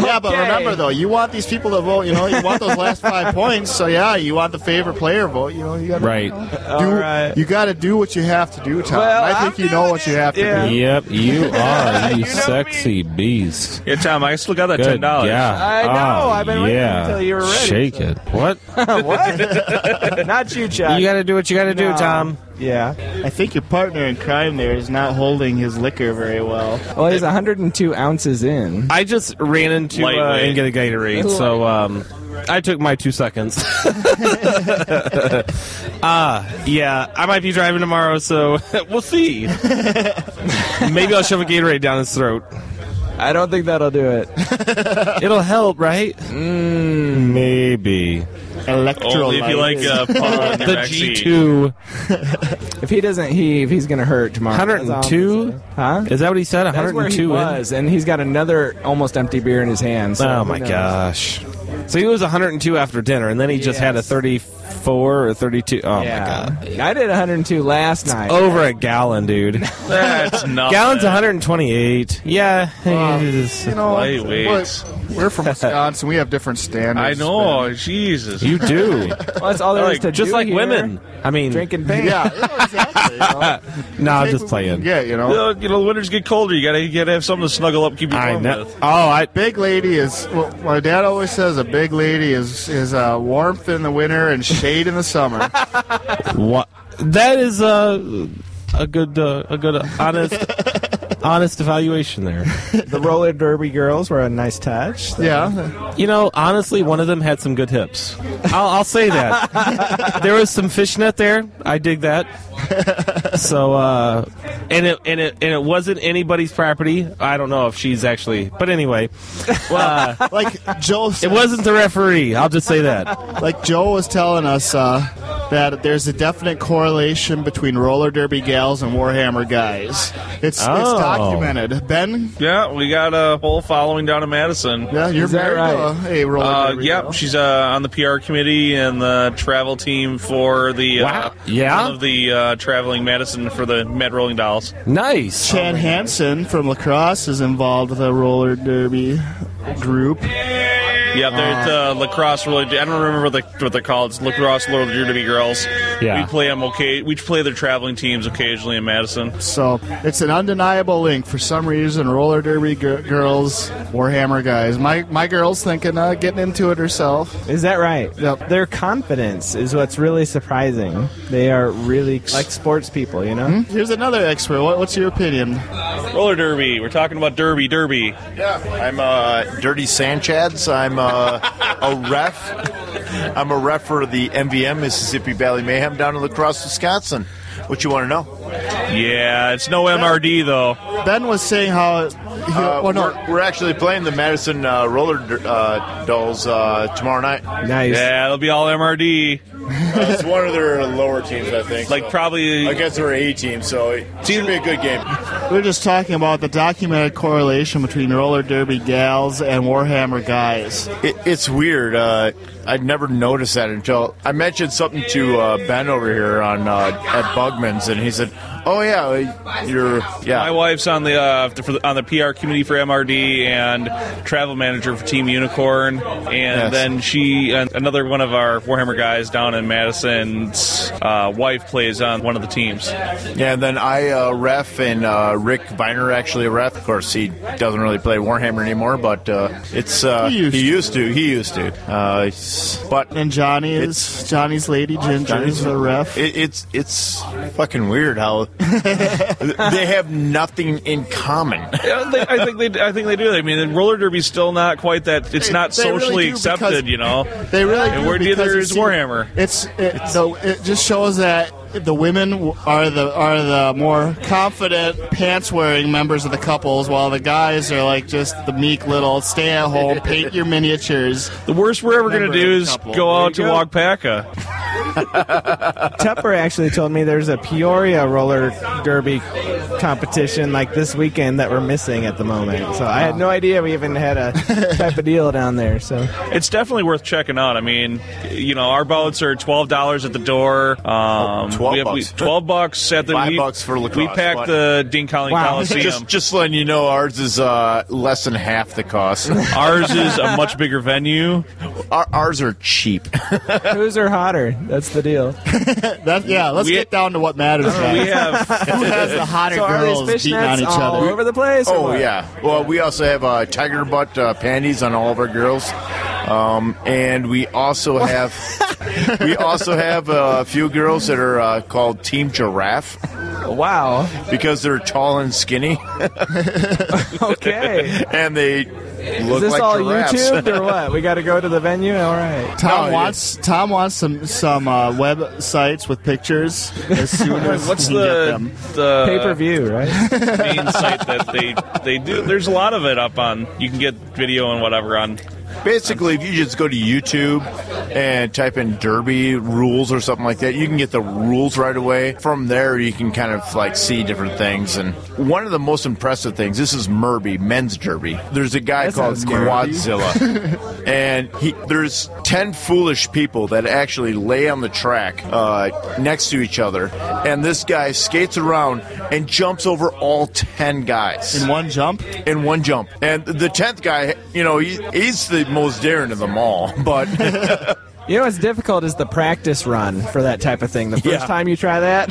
[SPEAKER 5] Yeah, but remember though, you want these people to vote. You know, you want those last five points. So yeah, you want the favorite player vote. You know, you got
[SPEAKER 17] Right.
[SPEAKER 5] Do, You got to do what you have to do, Tom.
[SPEAKER 17] Well,
[SPEAKER 5] I think you know what you have to do.
[SPEAKER 15] Yep, you are you sexy beast.
[SPEAKER 16] Yeah, Tom, I still got that
[SPEAKER 15] Good
[SPEAKER 16] ten dollars.
[SPEAKER 15] God. Ah,
[SPEAKER 17] I know, I've been waiting
[SPEAKER 15] yeah.
[SPEAKER 17] until you were ready,
[SPEAKER 15] Shake it. What?
[SPEAKER 17] what? Not you, Chuck.
[SPEAKER 19] You gotta do what you gotta do, Tom.
[SPEAKER 17] Yeah.
[SPEAKER 19] I think your partner in crime there is not holding his liquor very well.
[SPEAKER 17] Well, he's 102 ounces in.
[SPEAKER 9] I just ran into uh,
[SPEAKER 17] Lightweight.
[SPEAKER 9] and get a Gatorade, so um, I took my two seconds. uh, yeah, I might be driving tomorrow, so we'll see. Maybe I'll shove a Gatorade down his throat.
[SPEAKER 17] I don't think that'll do it.
[SPEAKER 9] It'll help, right?
[SPEAKER 17] Mm,
[SPEAKER 15] maybe.
[SPEAKER 16] Only if you like uh, Paul and your
[SPEAKER 17] the
[SPEAKER 16] vaccine.
[SPEAKER 17] G two. if he doesn't heave, he's gonna hurt tomorrow. That's all I'm
[SPEAKER 15] 102?
[SPEAKER 17] saying. Huh?
[SPEAKER 15] Is that what he said?
[SPEAKER 17] That's where he
[SPEAKER 15] 102 in?
[SPEAKER 17] was, and he's got another almost empty beer in his hand. So
[SPEAKER 9] oh
[SPEAKER 17] who
[SPEAKER 9] my
[SPEAKER 17] knows?
[SPEAKER 9] gosh! So he was 102 after dinner, and then he just had a 34 or 32. Oh my god!
[SPEAKER 17] Yeah. I did 102 last night.
[SPEAKER 9] Over a gallon, dude.
[SPEAKER 16] That's nothing.
[SPEAKER 9] Gallon's 128. Yeah.
[SPEAKER 5] You know,
[SPEAKER 16] Lightweights.
[SPEAKER 5] we're- we're from Wisconsin. We have different standards.
[SPEAKER 16] I know. Jesus.
[SPEAKER 9] You do.
[SPEAKER 17] that's all there is
[SPEAKER 16] Like,
[SPEAKER 17] to
[SPEAKER 16] just
[SPEAKER 17] do
[SPEAKER 16] like
[SPEAKER 17] here.
[SPEAKER 16] women. I mean,
[SPEAKER 17] drinking pain.
[SPEAKER 15] no, I'm just playing.
[SPEAKER 5] Yeah, you know.
[SPEAKER 16] You know, the winters get colder. You gotta, you gotta have something to snuggle up, keep you warm with.
[SPEAKER 9] Oh, I,
[SPEAKER 5] big lady is. Well, my dad always says a big lady is is uh, warmth in the winter and shade in the summer.
[SPEAKER 9] What? That is uh, a a good uh, a good honest honest evaluation there.
[SPEAKER 17] the roller derby girls were a nice touch. so-
[SPEAKER 9] You know, honestly, one of them had some good hips. I'll, I'll say that. there was some fishnet there. I dig that. So, uh, and it and it and it wasn't anybody's property. I don't know if she's actually, but anyway, well, uh,
[SPEAKER 5] like Joe,
[SPEAKER 9] it wasn't the referee. I'll just say that.
[SPEAKER 5] like Joe was telling us uh, that there's a definite correlation between roller derby gals and Warhammer guys. It's it's
[SPEAKER 16] Oh.
[SPEAKER 5] documented. Ben,
[SPEAKER 16] Yeah, we got a whole following down in Madison.
[SPEAKER 5] Yeah, you're Is that married right? to a- a roller
[SPEAKER 16] Uh,
[SPEAKER 5] derby
[SPEAKER 16] yep,
[SPEAKER 5] girl.
[SPEAKER 16] she's uh, on the PR committee and the travel team for the uh,
[SPEAKER 9] yeah
[SPEAKER 16] one of the uh, traveling Madison for the Mad Rolling Dolls.
[SPEAKER 9] nice.
[SPEAKER 5] Chad Hansen from lacrosse is involved with a roller derby group.
[SPEAKER 16] Yeah, they're at uh, lacrosse. Really, I don't remember what, they, what they're called. It's lacrosse roller derby girls.
[SPEAKER 5] Yeah.
[SPEAKER 16] we play them. Okay, we play their traveling teams occasionally in Madison.
[SPEAKER 5] So it's an undeniable link. For some reason, roller derby gir- girls, Warhammer guys. My my girl's thinking uh, getting into it herself.
[SPEAKER 17] Is that right? Their confidence is what's really surprising. They are really like sports people, you know?
[SPEAKER 5] Here's another expert. What, what's your opinion?
[SPEAKER 16] Roller derby. We're talking about derby, derby.
[SPEAKER 3] Yeah, I'm uh, Dirty Sanchez. I'm uh, a ref. I'm a ref for the MVM Mississippi Valley Mayhem down in La Crosse, Wisconsin. What you want to know?
[SPEAKER 16] Yeah, it's no MRD though.
[SPEAKER 5] Ben was saying how he,
[SPEAKER 3] Uh,
[SPEAKER 5] well, no,
[SPEAKER 3] we're, we're actually playing the Madison uh, Roller uh, Dolls uh, tomorrow night. Uh,
[SPEAKER 17] Nice.
[SPEAKER 16] Yeah, it'll be all MRD.
[SPEAKER 3] it's one of their lower teams, I think.
[SPEAKER 16] Like, probably.
[SPEAKER 3] I guess they're A team, so it should be a good game.
[SPEAKER 5] We're just talking about the documented correlation between roller derby gals and Warhammer guys.
[SPEAKER 3] It, it's weird. Uh, I'd never noticed that until I mentioned something to uh, Ben over here on uh, at Bugman's, and he said, "Oh yeah, you're yeah."
[SPEAKER 16] My wife's on the, uh, for the on the PR committee for MRD and travel manager for Team Unicorn, and
[SPEAKER 3] Yes.
[SPEAKER 16] then she and another one of our Warhammer guys down in Madison's uh, wife plays on one of the teams.
[SPEAKER 3] Yeah, and then I uh, ref and uh, Rick Viner actually a ref. Of course, he doesn't really play Warhammer anymore, but uh, it's uh,
[SPEAKER 5] He
[SPEAKER 3] he, used
[SPEAKER 5] used
[SPEAKER 3] to. He used to. Uh, s- but
[SPEAKER 5] and Johnny is Johnny's lady Ginger is the ref.
[SPEAKER 3] It, it's it's fucking weird how they have nothing in common.
[SPEAKER 16] Yeah, they, I think they I think they do. I mean, the roller derby's still not quite that. It's
[SPEAKER 5] They-
[SPEAKER 16] not
[SPEAKER 5] they really
[SPEAKER 16] socially
[SPEAKER 5] do
[SPEAKER 16] accepted,
[SPEAKER 5] because-
[SPEAKER 16] you know.
[SPEAKER 5] They really
[SPEAKER 16] and
[SPEAKER 5] do
[SPEAKER 16] where neither
[SPEAKER 5] because you
[SPEAKER 16] is
[SPEAKER 5] see-
[SPEAKER 16] Warhammer.
[SPEAKER 5] It's, it, so it just shows that the women w- are the are the more confident pants wearing members of the couples, while the guys are like just the meek little stay at home, paint your miniatures.
[SPEAKER 16] The worst we're ever
[SPEAKER 5] gonna
[SPEAKER 16] do is go out to Wagpaka.
[SPEAKER 20] Tupper actually told me there's a Peoria roller derby competition like this weekend that we're missing at the moment. So I had no idea we even had a type of deal down there. So
[SPEAKER 16] It's definitely worth checking out. I mean, you know, our bouts are twelve dollars at the door. Um,
[SPEAKER 3] 12
[SPEAKER 16] we have- we-
[SPEAKER 3] Oh, bucks.
[SPEAKER 16] twelve bucks at the
[SPEAKER 3] Five
[SPEAKER 16] we,
[SPEAKER 3] bucks for lacrosse.
[SPEAKER 16] We packed
[SPEAKER 3] What?
[SPEAKER 16] the Dean Collin Coliseum.
[SPEAKER 3] Just, just letting you know, ours is uh, less than half the cost.
[SPEAKER 16] Ours is a much bigger venue.
[SPEAKER 3] Our, ours are cheap.
[SPEAKER 20] who's are hotter? That's the deal.
[SPEAKER 5] That, yeah, Uh, let's get down to what matters. guys. Who has the hotter girls beating on each other?
[SPEAKER 3] Oh yeah. Well, we also have uh, tiger butt uh, panties on all of our girls, um, and we also have we also have uh, a few girls that are uh, called Team Giraffe.
[SPEAKER 20] Wow.
[SPEAKER 3] Because they're tall and skinny. okay. And they
[SPEAKER 20] Is
[SPEAKER 3] look
[SPEAKER 20] this
[SPEAKER 3] like
[SPEAKER 20] all
[SPEAKER 3] giraffes.
[SPEAKER 20] YouTube or what? We got to go to the venue. All right.
[SPEAKER 5] Tom wants Tom wants some some uh, websites with pictures as soon as
[SPEAKER 16] What's
[SPEAKER 5] he can
[SPEAKER 16] the-
[SPEAKER 5] get them.
[SPEAKER 16] the- Pay-per-view,
[SPEAKER 20] right?
[SPEAKER 16] main site that they they do. There's a lot of it up on. You can get video and whatever on.
[SPEAKER 3] Basically, if you just go to YouTube and type in derby rules or something like that, you can get the rules right away. From there, you can kind of like see different things. And one of the most impressive things this is Merby, men's derby. There's a guy
[SPEAKER 20] That
[SPEAKER 3] called
[SPEAKER 20] sounds scary.
[SPEAKER 3] Quadzilla, and he, there's 10 foolish people that actually lay on the track uh, next to each other. And this guy skates around and jumps over all 10 guys.
[SPEAKER 5] In one jump?
[SPEAKER 3] In one jump. And the 10th guy, you know, he, he's the most daring of them all, but.
[SPEAKER 20] You know what's difficult is the practice run for that type of thing. The first
[SPEAKER 3] Yeah.
[SPEAKER 20] time you try that,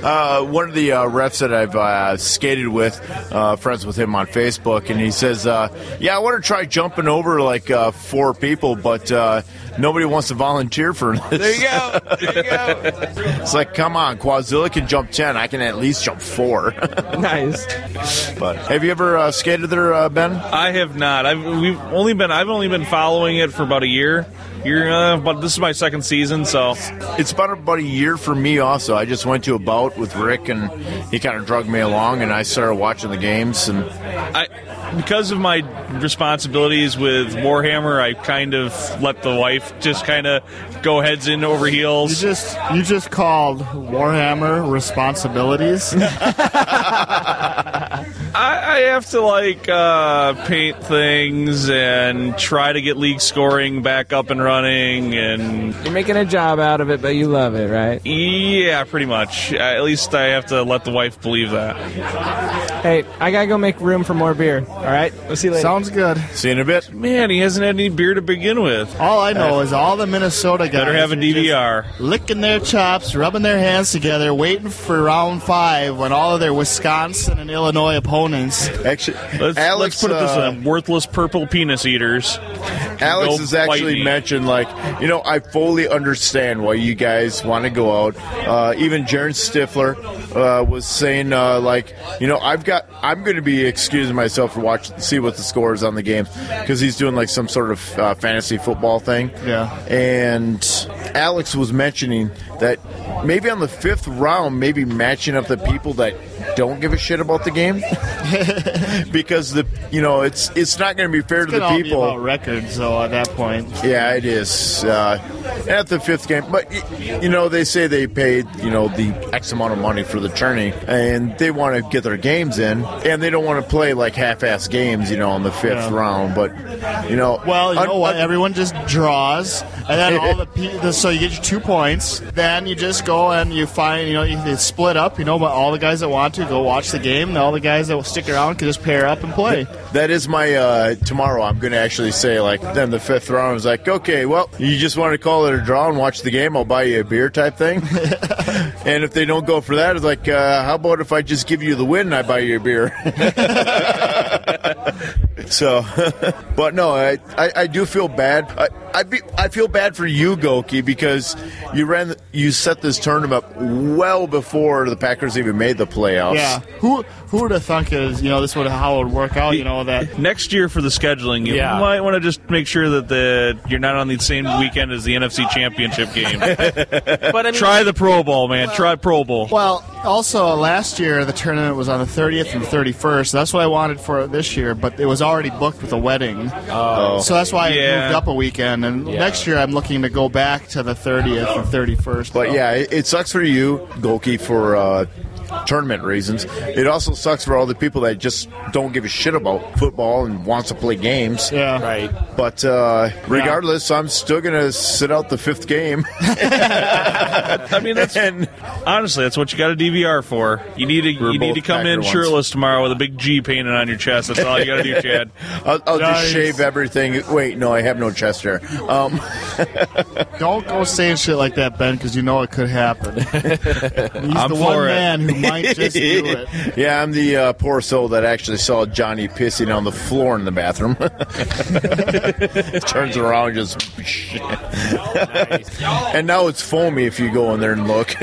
[SPEAKER 3] Uh, one of the uh, refs that I've uh, skated with, uh, friends with him on Facebook, and he says, uh, "Yeah, I want to try jumping over like uh, four people, but uh, nobody wants to volunteer for this." There you go. There you go. it's like, come on, Quadzilla can jump ten. I can at least jump four.
[SPEAKER 20] nice.
[SPEAKER 3] But have you ever uh, skated there, uh, Ben?
[SPEAKER 16] I have not. I've we've only been. I've only been following it for about a year. You're, uh, but this is my second season, so
[SPEAKER 3] it's about about a year for me. Also, I just went to a bout with Rick, and he kind of drugged me along, and I started watching the games and.
[SPEAKER 16] I because of my responsibilities with Warhammer, I kind of let the wife just kind of go heads in over heels.
[SPEAKER 5] You just you just called Warhammer responsibilities.
[SPEAKER 16] I, I have to like uh, paint things and try to get league scoring back up and running, and
[SPEAKER 20] you're making a job out of it, but you love it, right?
[SPEAKER 16] yeah, pretty much. Uh, at least I have to let the wife believe that.
[SPEAKER 20] Hey, I gotta go make room for more beer. All right, we'll see you later.
[SPEAKER 5] Sounds good.
[SPEAKER 3] See you in a bit.
[SPEAKER 16] Man, he hasn't had any beer to begin with.
[SPEAKER 5] All I know is all the Minnesota guys
[SPEAKER 16] Better have a
[SPEAKER 5] are just
[SPEAKER 16] DVR.
[SPEAKER 5] licking their chops, rubbing their hands together, waiting for round five when all of their Wisconsin and Illinois opponents.
[SPEAKER 3] Actually,
[SPEAKER 16] Let's, let's put it this
[SPEAKER 5] uh,
[SPEAKER 16] way: worthless purple penis eaters.
[SPEAKER 3] Alex
[SPEAKER 16] Go
[SPEAKER 3] has
[SPEAKER 16] bite
[SPEAKER 3] actually
[SPEAKER 16] me.
[SPEAKER 3] mentioned, like, you know, I fully understand why you guys want to go out. Uh, even Jaron Stifler uh, was saying, uh, like, you know, I've got, I'm going to be excusing myself to watch, see what the score is on the games because he's doing like some sort of uh, fantasy football thing.
[SPEAKER 5] Yeah.
[SPEAKER 3] And Alex was mentioning that maybe on the fifth round, maybe matching up the people that don't give a shit about the game because the you know it's it's not going to be fair
[SPEAKER 5] It's
[SPEAKER 3] to
[SPEAKER 5] gonna all
[SPEAKER 3] the
[SPEAKER 5] be
[SPEAKER 3] people
[SPEAKER 5] about records, though, at that point.
[SPEAKER 3] yeah, it is. Uh, at the fifth game, but y- you know they say they paid you know the X amount of money for the tourney, and they want to get their games in, and they don't want to play like half-ass games, you know, on the fifth
[SPEAKER 5] Yeah.
[SPEAKER 3] round. But you know,
[SPEAKER 5] Well, you know what? Everyone just draws, and then all the, pe- the so you get your two points. Then you just go and you find you know you, you split up. You know, but all the guys that want to go watch the game, and all the guys that will stick around can just pair up and play.
[SPEAKER 3] That is my uh, tomorrow. I'm going to actually say like then the fifth round is like okay, well you just want to call it a draw and watch the game. I'll buy you a beer type thing. and if they don't go for that, it's like uh, how about if I just give you the win and I buy you a beer. So, but no, I, I, I do feel bad. I I, be, I feel bad for you, Goki, because you ran you set this tournament up well before the Packers even made the playoffs.
[SPEAKER 5] Yeah. Who who would have thunk is you know this would how it would work out? You know that
[SPEAKER 16] Next year for the scheduling, you
[SPEAKER 5] Yeah.
[SPEAKER 16] might want to just make sure that the you're not on the same weekend as the NFC Championship game. but try the Pro Bowl, man. try Pro Bowl.
[SPEAKER 5] Well, also last year the tournament was on the 30th and 31st. That's what I wanted for this year, but it was already booked with a wedding.
[SPEAKER 3] Oh.
[SPEAKER 5] So that's why I
[SPEAKER 3] Yeah.
[SPEAKER 5] moved up a weekend. And next year I'm looking to go back to the 30th and 31st.
[SPEAKER 3] But yeah, it, it sucks for you, Golki, for uh, tournament reasons. It also sucks for all the people that just don't give a shit about football and wants to play games.
[SPEAKER 5] Yeah,
[SPEAKER 3] right. But uh, regardless, I'm still gonna sit out the fifth game.
[SPEAKER 16] I mean, that's honestly that's what you got a DVR for. You need to
[SPEAKER 3] We're
[SPEAKER 16] you need
[SPEAKER 3] both
[SPEAKER 16] to come
[SPEAKER 3] Packer
[SPEAKER 16] in
[SPEAKER 3] ones.
[SPEAKER 16] shirtless tomorrow with a big G painted on your chest. That's all you got to do, Chad.
[SPEAKER 3] I'll, I'll
[SPEAKER 16] Nice.
[SPEAKER 3] just shave everything. Wait, no, I have no chest hair. Um,
[SPEAKER 5] Don't go saying shit like that, Ben, because you know it could happen. He's
[SPEAKER 3] I'm
[SPEAKER 5] the one
[SPEAKER 3] for it.
[SPEAKER 5] man who might just do it.
[SPEAKER 3] yeah, I'm the uh, poor soul that actually saw Johnny pissing on the floor in the bathroom. Turns around, just and now it's foamy if you go in there and look.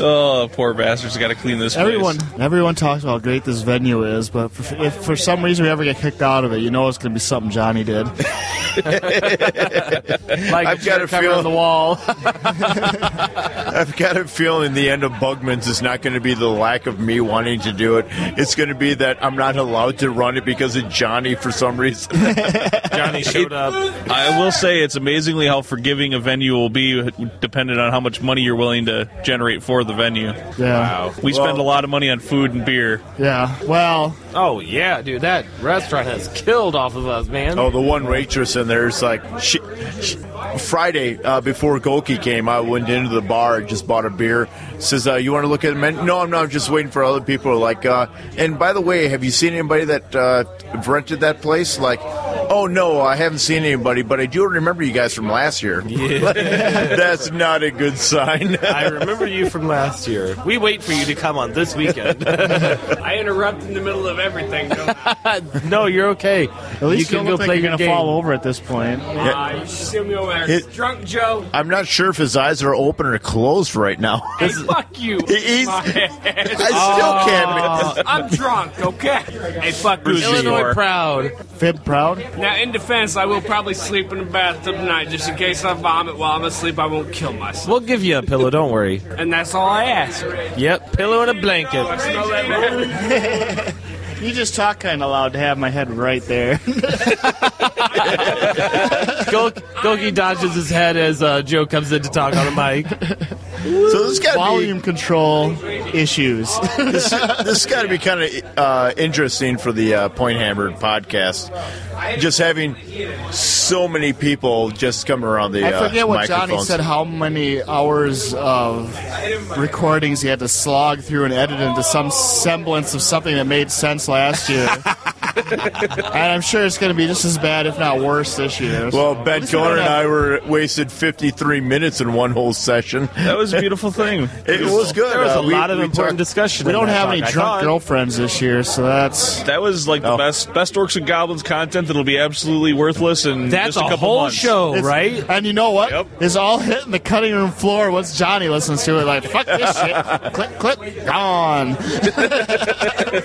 [SPEAKER 16] oh, poor bastards got to clean this. place.
[SPEAKER 5] Everyone, everyone talks about how great this venue is, but for, if for some reason we ever get kicked out of it, you know it's going to be something Johnny did.
[SPEAKER 3] like I've got a feeling the
[SPEAKER 5] wall.
[SPEAKER 3] I've got a feeling the end of Bugman's is not going to be the lack of me wanting to do it. It's going to be that I'm not allowed to run it because of Johnny for some reason.
[SPEAKER 16] Johnny showed up. I will say it's amazingly how forgiving a venue will be, dependent on how much money you're willing to generate for the venue. Yeah,
[SPEAKER 5] Wow.
[SPEAKER 16] we spend a lot of money on food and beer.
[SPEAKER 5] Yeah. Well.
[SPEAKER 21] Oh yeah, dude, that restaurant has killed off of us, man.
[SPEAKER 3] Oh, the one waitress in there is like, she, she- Friday uh, before Goki came, I went into the bar, just bought a beer. Says, uh, you want to look at the menu? No, I'm not. I'm just waiting for other people. Like, uh, and by the way, have you seen anybody that uh, rented that place? Like, oh no, I haven't seen anybody, but I do remember you guys from last year. That's not a good sign.
[SPEAKER 21] I remember you from last year.
[SPEAKER 9] We wait for you to come on this weekend.
[SPEAKER 21] I interrupt in the middle of everything. don't I?
[SPEAKER 9] no, you're okay.
[SPEAKER 5] At least you,
[SPEAKER 21] can
[SPEAKER 5] don't
[SPEAKER 21] go
[SPEAKER 5] look
[SPEAKER 21] play
[SPEAKER 5] like you're
[SPEAKER 21] your
[SPEAKER 5] going to
[SPEAKER 21] game.
[SPEAKER 5] fall over at this point.
[SPEAKER 21] Ah, you should see me over there.
[SPEAKER 3] It-
[SPEAKER 21] Drunk Joe.
[SPEAKER 3] I'm not sure if his eyes are open or closed right now.
[SPEAKER 21] Hey, fuck you.
[SPEAKER 3] He's-
[SPEAKER 21] My ass.
[SPEAKER 3] I still can't-
[SPEAKER 9] Ah.
[SPEAKER 21] Oh, I'm drunk, okay? Hey, fuck you. Illinois proud.
[SPEAKER 5] Fib proud.
[SPEAKER 21] Now, in defense, I will probably sleep in the bathtub tonight just in case I vomit while I'm asleep. I won't kill myself.
[SPEAKER 9] We'll give you a pillow. Don't worry.
[SPEAKER 21] And that's all I ask.
[SPEAKER 9] Yep, pillow and a blanket.
[SPEAKER 5] You just talk kind of loud to have my head right there.
[SPEAKER 9] Go- Goki dodges his head as uh, Joe comes in to talk on a mic.
[SPEAKER 3] So this got
[SPEAKER 5] volume control issues.
[SPEAKER 3] this, this has got to be kind of uh, interesting for the uh, Point Hammered podcast. Just having so many people just come around the.
[SPEAKER 5] I forget
[SPEAKER 3] uh,
[SPEAKER 5] what Johnny
[SPEAKER 3] microphones.
[SPEAKER 5] said. How many hours of recordings he had to slog through and edit into some semblance of something that made sense last year. and I'm sure it's going to be just as bad, if not worse, this year.
[SPEAKER 3] Well,
[SPEAKER 5] So-
[SPEAKER 3] Ben Cohen and I were wasted 53 minutes in one whole session.
[SPEAKER 16] That was a beautiful thing.
[SPEAKER 3] It was good.
[SPEAKER 5] There was a
[SPEAKER 3] Uh, we-
[SPEAKER 5] lot of
[SPEAKER 3] we talked-
[SPEAKER 5] important discussion We in don't that have any talk, I drunk thought. girlfriends this year, so that's
[SPEAKER 16] that was like the best best orcs and goblins content that'll be absolutely worthless in just a, couple months.
[SPEAKER 5] It's- And you know what? It's all hitting the cutting room floor once Johnny listens to it. Like, fuck this shit. click, click, gone.
[SPEAKER 9] Oh,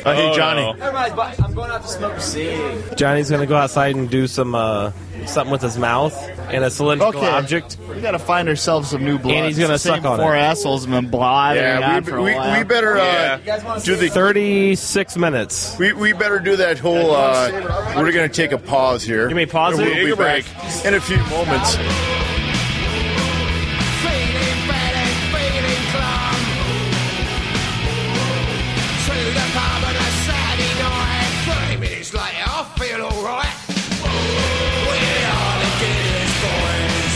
[SPEAKER 2] Oh,
[SPEAKER 3] hey, Johnny.
[SPEAKER 17] Never mind, but I'm going out to smoke a cig.
[SPEAKER 9] Johnny's gonna go outside and do some uh, something with his mouth and a cylindrical
[SPEAKER 5] Okay.
[SPEAKER 9] object.
[SPEAKER 5] We gotta find ourselves some new blood.
[SPEAKER 9] And he's gonna
[SPEAKER 5] It's the
[SPEAKER 9] suck
[SPEAKER 5] same
[SPEAKER 9] on it.
[SPEAKER 5] four assholes and then blah.
[SPEAKER 3] Yeah,
[SPEAKER 5] Yeah,
[SPEAKER 3] we- we- we better, uh, Yeah. You guys wanna do see the-
[SPEAKER 9] 36 minutes.
[SPEAKER 3] We, we better do that whole. Uh, we're going to take a pause here. You may
[SPEAKER 9] pause it?
[SPEAKER 3] We'll
[SPEAKER 9] Take
[SPEAKER 3] be
[SPEAKER 9] a break.
[SPEAKER 3] back in a few moments.
[SPEAKER 6] To the pub on a Saturday night. Thirty minutes later, I feel alright. We're all the Guinness boys.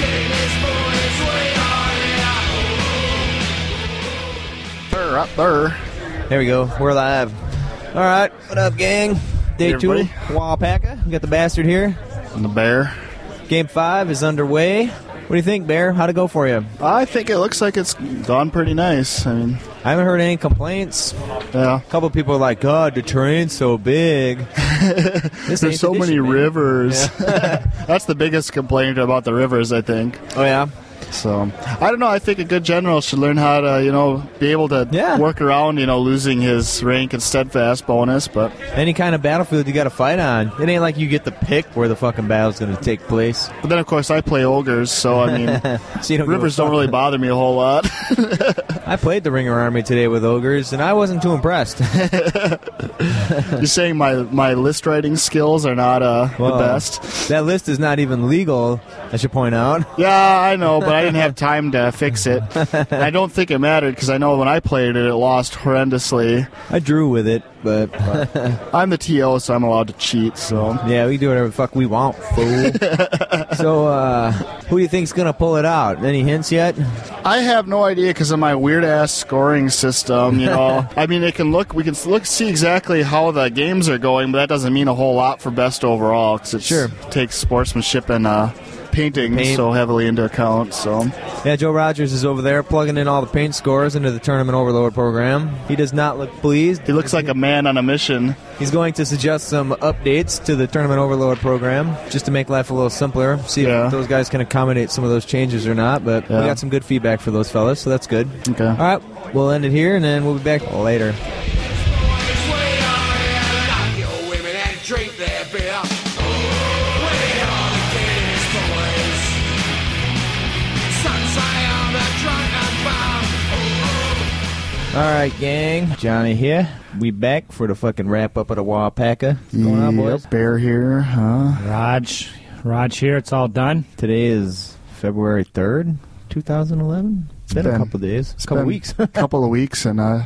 [SPEAKER 6] Guinness boys, we are
[SPEAKER 5] Burr, up, burr.
[SPEAKER 17] There we go. We're live. All right. What up, gang? Day
[SPEAKER 5] Hey,
[SPEAKER 17] two.
[SPEAKER 5] everybody.
[SPEAKER 17] Wallpacker. We got the bastard here.
[SPEAKER 5] And the bear.
[SPEAKER 17] Game five is underway.
[SPEAKER 2] What do you think, Bear? How'd it go for you?
[SPEAKER 5] I think it looks like it's gone pretty nice. I mean,
[SPEAKER 2] I haven't heard any complaints.
[SPEAKER 5] Yeah. A
[SPEAKER 2] couple people are like, God, the terrain's so big. This ain't
[SPEAKER 5] There's so
[SPEAKER 2] the
[SPEAKER 5] many
[SPEAKER 2] dish, man.
[SPEAKER 5] rivers.
[SPEAKER 2] Yeah.
[SPEAKER 5] That's the biggest complaint about the rivers, I think.
[SPEAKER 2] Oh yeah.
[SPEAKER 5] So I don't know. I think a good general should learn how to, you know, be able to work around, you know, losing his rank and steadfast bonus. But
[SPEAKER 2] Any kind of battlefield you got to fight on. It ain't like you get to pick where the fucking battle's going to take place.
[SPEAKER 5] but then of course I play ogres, so I mean,
[SPEAKER 2] So you don't give a
[SPEAKER 5] rivers don't
[SPEAKER 2] fuck.
[SPEAKER 5] really bother me a whole lot.
[SPEAKER 2] I played the Ringer Army today with ogres, and I wasn't too impressed.
[SPEAKER 5] You're saying my my list writing skills are not uh, the
[SPEAKER 2] Well,
[SPEAKER 5] best.
[SPEAKER 2] That list is not even legal. I should point out.
[SPEAKER 5] Yeah, I know, but I didn't have time to fix it. I don't think it mattered because I know when I played it, it lost horrendously.
[SPEAKER 2] I drew with it, but
[SPEAKER 5] I'm the TO, so I'm allowed to cheat. So
[SPEAKER 2] yeah, we do whatever the fuck we want, fool. so, uh, who do you think's gonna pull it out? Any hints yet?
[SPEAKER 5] I have no idea because of my weird ass scoring system. You know, I mean, it can look we can look see exactly how the games are going, but that doesn't mean a whole lot for best overall because it sure. takes sportsmanship and uh, painting
[SPEAKER 2] Paint.
[SPEAKER 5] so heavily into account. So
[SPEAKER 2] Yeah, Joe Rogers is over there plugging in all the paint scores into the Tournament Overload program. He does not look pleased. He
[SPEAKER 5] looks like a man on a mission.
[SPEAKER 2] He's going to suggest some updates to the Tournament Overload program just to make life a little simpler. See
[SPEAKER 5] Yeah.
[SPEAKER 2] if those guys can accommodate some of those changes or not. But we
[SPEAKER 5] Yeah.
[SPEAKER 2] got some good feedback for those fellas, so that's good.
[SPEAKER 5] Okay.
[SPEAKER 2] All right, we'll end it here, and then we'll be back later.
[SPEAKER 6] women and drink their beer.
[SPEAKER 2] All right, gang. Johnny here. We back for the fucking wrap up of the Wapaka. What's going on, boys?
[SPEAKER 5] Bear here, huh?
[SPEAKER 2] Raj. Raj here. It's all done. Today is February 3rd, 2011. It's been, a
[SPEAKER 5] Been-
[SPEAKER 2] couple days.
[SPEAKER 5] It's
[SPEAKER 2] A couple
[SPEAKER 5] been
[SPEAKER 2] weeks.
[SPEAKER 5] a couple of weeks, and uh,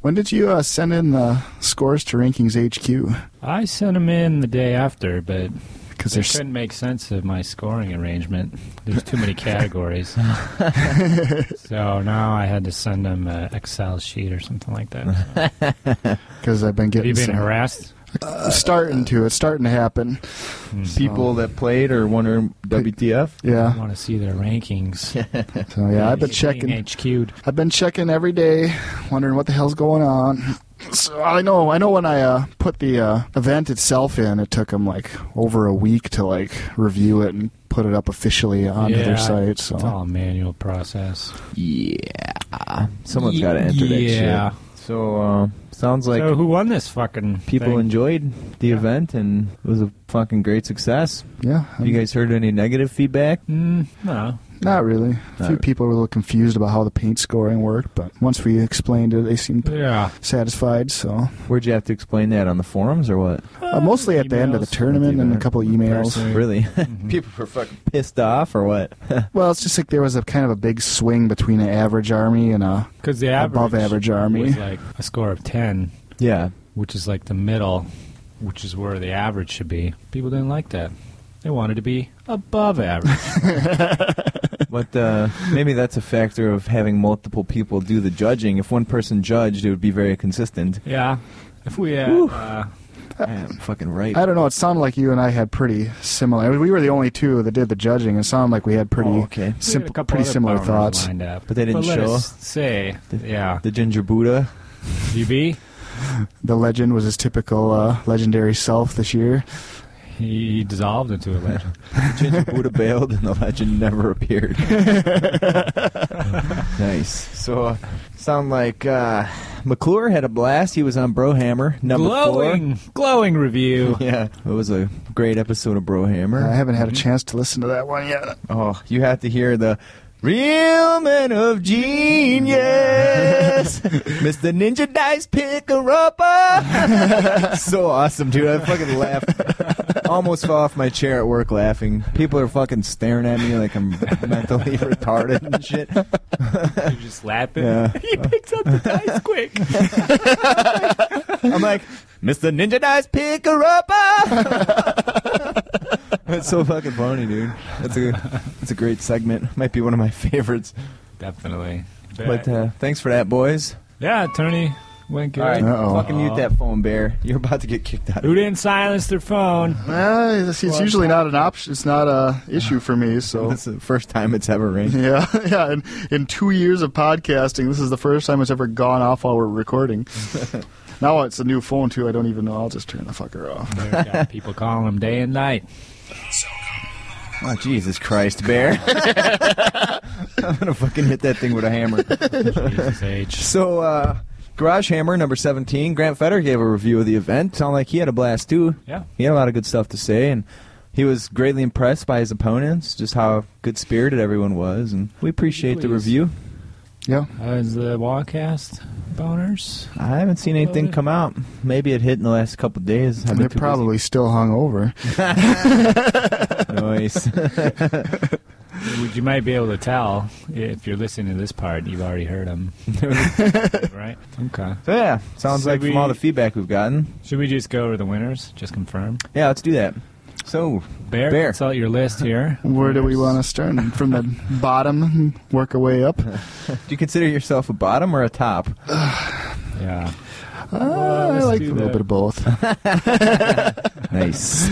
[SPEAKER 5] when did you uh, send in the scores to Rankings HQ?
[SPEAKER 11] I sent them in the day after, but
[SPEAKER 5] 'Cause
[SPEAKER 11] they
[SPEAKER 5] there's-
[SPEAKER 11] couldn't make sense of my scoring arrangement. There's too many categories, so now I had to send them an Excel sheet or something like that.
[SPEAKER 5] Because I've been
[SPEAKER 11] Have
[SPEAKER 5] getting
[SPEAKER 11] you been
[SPEAKER 5] some-
[SPEAKER 11] harassed?
[SPEAKER 5] Uh, starting to. It's starting to happen.
[SPEAKER 2] People that played or wondering WTF.
[SPEAKER 5] Yeah.
[SPEAKER 11] I want to see their rankings.
[SPEAKER 5] So yeah, I've been checking.
[SPEAKER 11] HQ'd.
[SPEAKER 5] I've been checking every day, wondering what the hell's going on. So I know, I know when I uh, put the uh, event itself in, it took them like over a week to like review it and put it up officially onto
[SPEAKER 11] Yeah,
[SPEAKER 5] their site.
[SPEAKER 11] It's
[SPEAKER 5] So
[SPEAKER 11] all a manual process.
[SPEAKER 2] Yeah. Someone's
[SPEAKER 11] Ye-
[SPEAKER 2] got to enter that shit.
[SPEAKER 11] yeah.
[SPEAKER 2] So, uh, sounds like
[SPEAKER 11] so who won this fucking
[SPEAKER 2] people
[SPEAKER 11] thing?
[SPEAKER 2] enjoyed the event and it was a fucking great success.
[SPEAKER 5] Yeah.
[SPEAKER 2] Have you guys heard any negative feedback?
[SPEAKER 11] Mm, no.
[SPEAKER 5] not really. A
[SPEAKER 2] Not
[SPEAKER 5] few
[SPEAKER 2] re-
[SPEAKER 5] people were a little confused about how the paint scoring worked, but once we explained it, they seemed
[SPEAKER 11] Yeah.
[SPEAKER 5] satisfied. So
[SPEAKER 2] Where'd you have to explain that on the forums or what?
[SPEAKER 5] uh, mostly at the end of the tournament and a couple of emails.
[SPEAKER 2] Really?
[SPEAKER 11] Mm-hmm.
[SPEAKER 2] People were fucking pissed off or what?
[SPEAKER 5] Well, it's just like there was a kind of a big swing between an average army and a
[SPEAKER 11] Because the average
[SPEAKER 5] above average army.
[SPEAKER 11] was like a score of ten.
[SPEAKER 2] Yeah.
[SPEAKER 11] Which is like the middle, which is where the average should be. People didn't like that. They wanted to be above average.
[SPEAKER 2] But uh, maybe that's a factor of having multiple people do the judging. If one person judged, it would be very consistent.
[SPEAKER 11] yeah. If we had
[SPEAKER 2] Whew.
[SPEAKER 11] uh,
[SPEAKER 2] Man, fucking right.
[SPEAKER 5] I don't know. It sounded like you and I had pretty similar. We were the only two that did the judging. It sounded like we had pretty
[SPEAKER 11] we had a
[SPEAKER 5] simple,
[SPEAKER 11] couple
[SPEAKER 5] pretty
[SPEAKER 11] other
[SPEAKER 5] similar
[SPEAKER 11] boners
[SPEAKER 5] thoughts.
[SPEAKER 11] lined up.
[SPEAKER 2] Oh, But they didn't
[SPEAKER 11] let
[SPEAKER 2] show.
[SPEAKER 11] us say, yeah,
[SPEAKER 2] The Ginger Buddha.
[SPEAKER 11] GB.
[SPEAKER 5] The legend was his typical uh, legendary self this year.
[SPEAKER 11] He dissolved into a legend.
[SPEAKER 2] Ginger Buddha bailed and the legend never appeared. nice. So, uh, sound like uh, McClure had a blast. He was on Brohammer, number four.
[SPEAKER 11] glowing, glowing review.
[SPEAKER 2] Yeah, it was a great episode of Brohammer.
[SPEAKER 5] I haven't had a chance to listen to that one yet.
[SPEAKER 2] Oh, you have to hear the real men of genius, Mr. Ninja Dice Picker Upper. so awesome, dude! I fucking laughed, almost fell off my chair at work laughing. People are fucking staring at me like I'm mentally retarded and shit.
[SPEAKER 11] You just lapping.
[SPEAKER 2] Yeah.
[SPEAKER 11] he picks up the dice quick.
[SPEAKER 2] I'm like, Mr. Ninja Dice Picker Upper. That's so fucking funny, dude. That's a that's a great segment. Might be one of my favorites.
[SPEAKER 11] Definitely.
[SPEAKER 2] But uh, thanks for that, boys.
[SPEAKER 11] yeah, Tony, Went good.
[SPEAKER 2] All right, fucking mute that phone, Bear. You're about to get kicked out.
[SPEAKER 11] Who didn't silence their phone?
[SPEAKER 5] Well, it's, it's usually not an option. It's not a issue for me. So
[SPEAKER 2] That's the first time it's ever rang.
[SPEAKER 5] yeah, yeah. In, in two years of podcasting, this is the first time it's ever gone off while we're recording. now it's a new phone too. I don't even know. I'll just turn the fucker off.
[SPEAKER 11] Got people calling them day and night.
[SPEAKER 2] Oh, Jesus Christ, Bear. I'm going to fucking hit that thing with a hammer. So, uh, Garage Hammer, number 17, Grant Fetter gave a review of the event. Sounded like he had a blast, too.
[SPEAKER 11] Yeah.
[SPEAKER 2] He had a lot of good stuff to say, and he was greatly impressed by his opponents, just how good spirited everyone was, and we appreciate the
[SPEAKER 11] Please.
[SPEAKER 2] review. Yeah.
[SPEAKER 11] Uh, is the Wallcast boners?
[SPEAKER 2] I haven't seen anything
[SPEAKER 11] Uploaded?
[SPEAKER 2] come out. Maybe it hit in the last couple of days. I've been
[SPEAKER 5] They're
[SPEAKER 2] too busy.
[SPEAKER 5] probably still hung over.
[SPEAKER 2] Nice.
[SPEAKER 11] Would- you might be able to tell if you're listening to this part. You've already heard them, right? Okay.
[SPEAKER 2] So, yeah, sounds
[SPEAKER 11] Should
[SPEAKER 2] like
[SPEAKER 11] we-
[SPEAKER 2] from all the feedback we've gotten.
[SPEAKER 11] Should we just go over the winners? Just confirm.
[SPEAKER 2] Yeah, let's do that. So,
[SPEAKER 11] Bear,
[SPEAKER 2] Bear.
[SPEAKER 11] consult your list here.
[SPEAKER 5] Where do we want to start? From the bottom, and work our way up.
[SPEAKER 2] do you consider yourself a bottom or a top?
[SPEAKER 11] yeah.
[SPEAKER 5] Uh, I
[SPEAKER 11] let's
[SPEAKER 5] like a
[SPEAKER 11] do
[SPEAKER 5] little
[SPEAKER 11] that.
[SPEAKER 5] bit of both.
[SPEAKER 2] nice.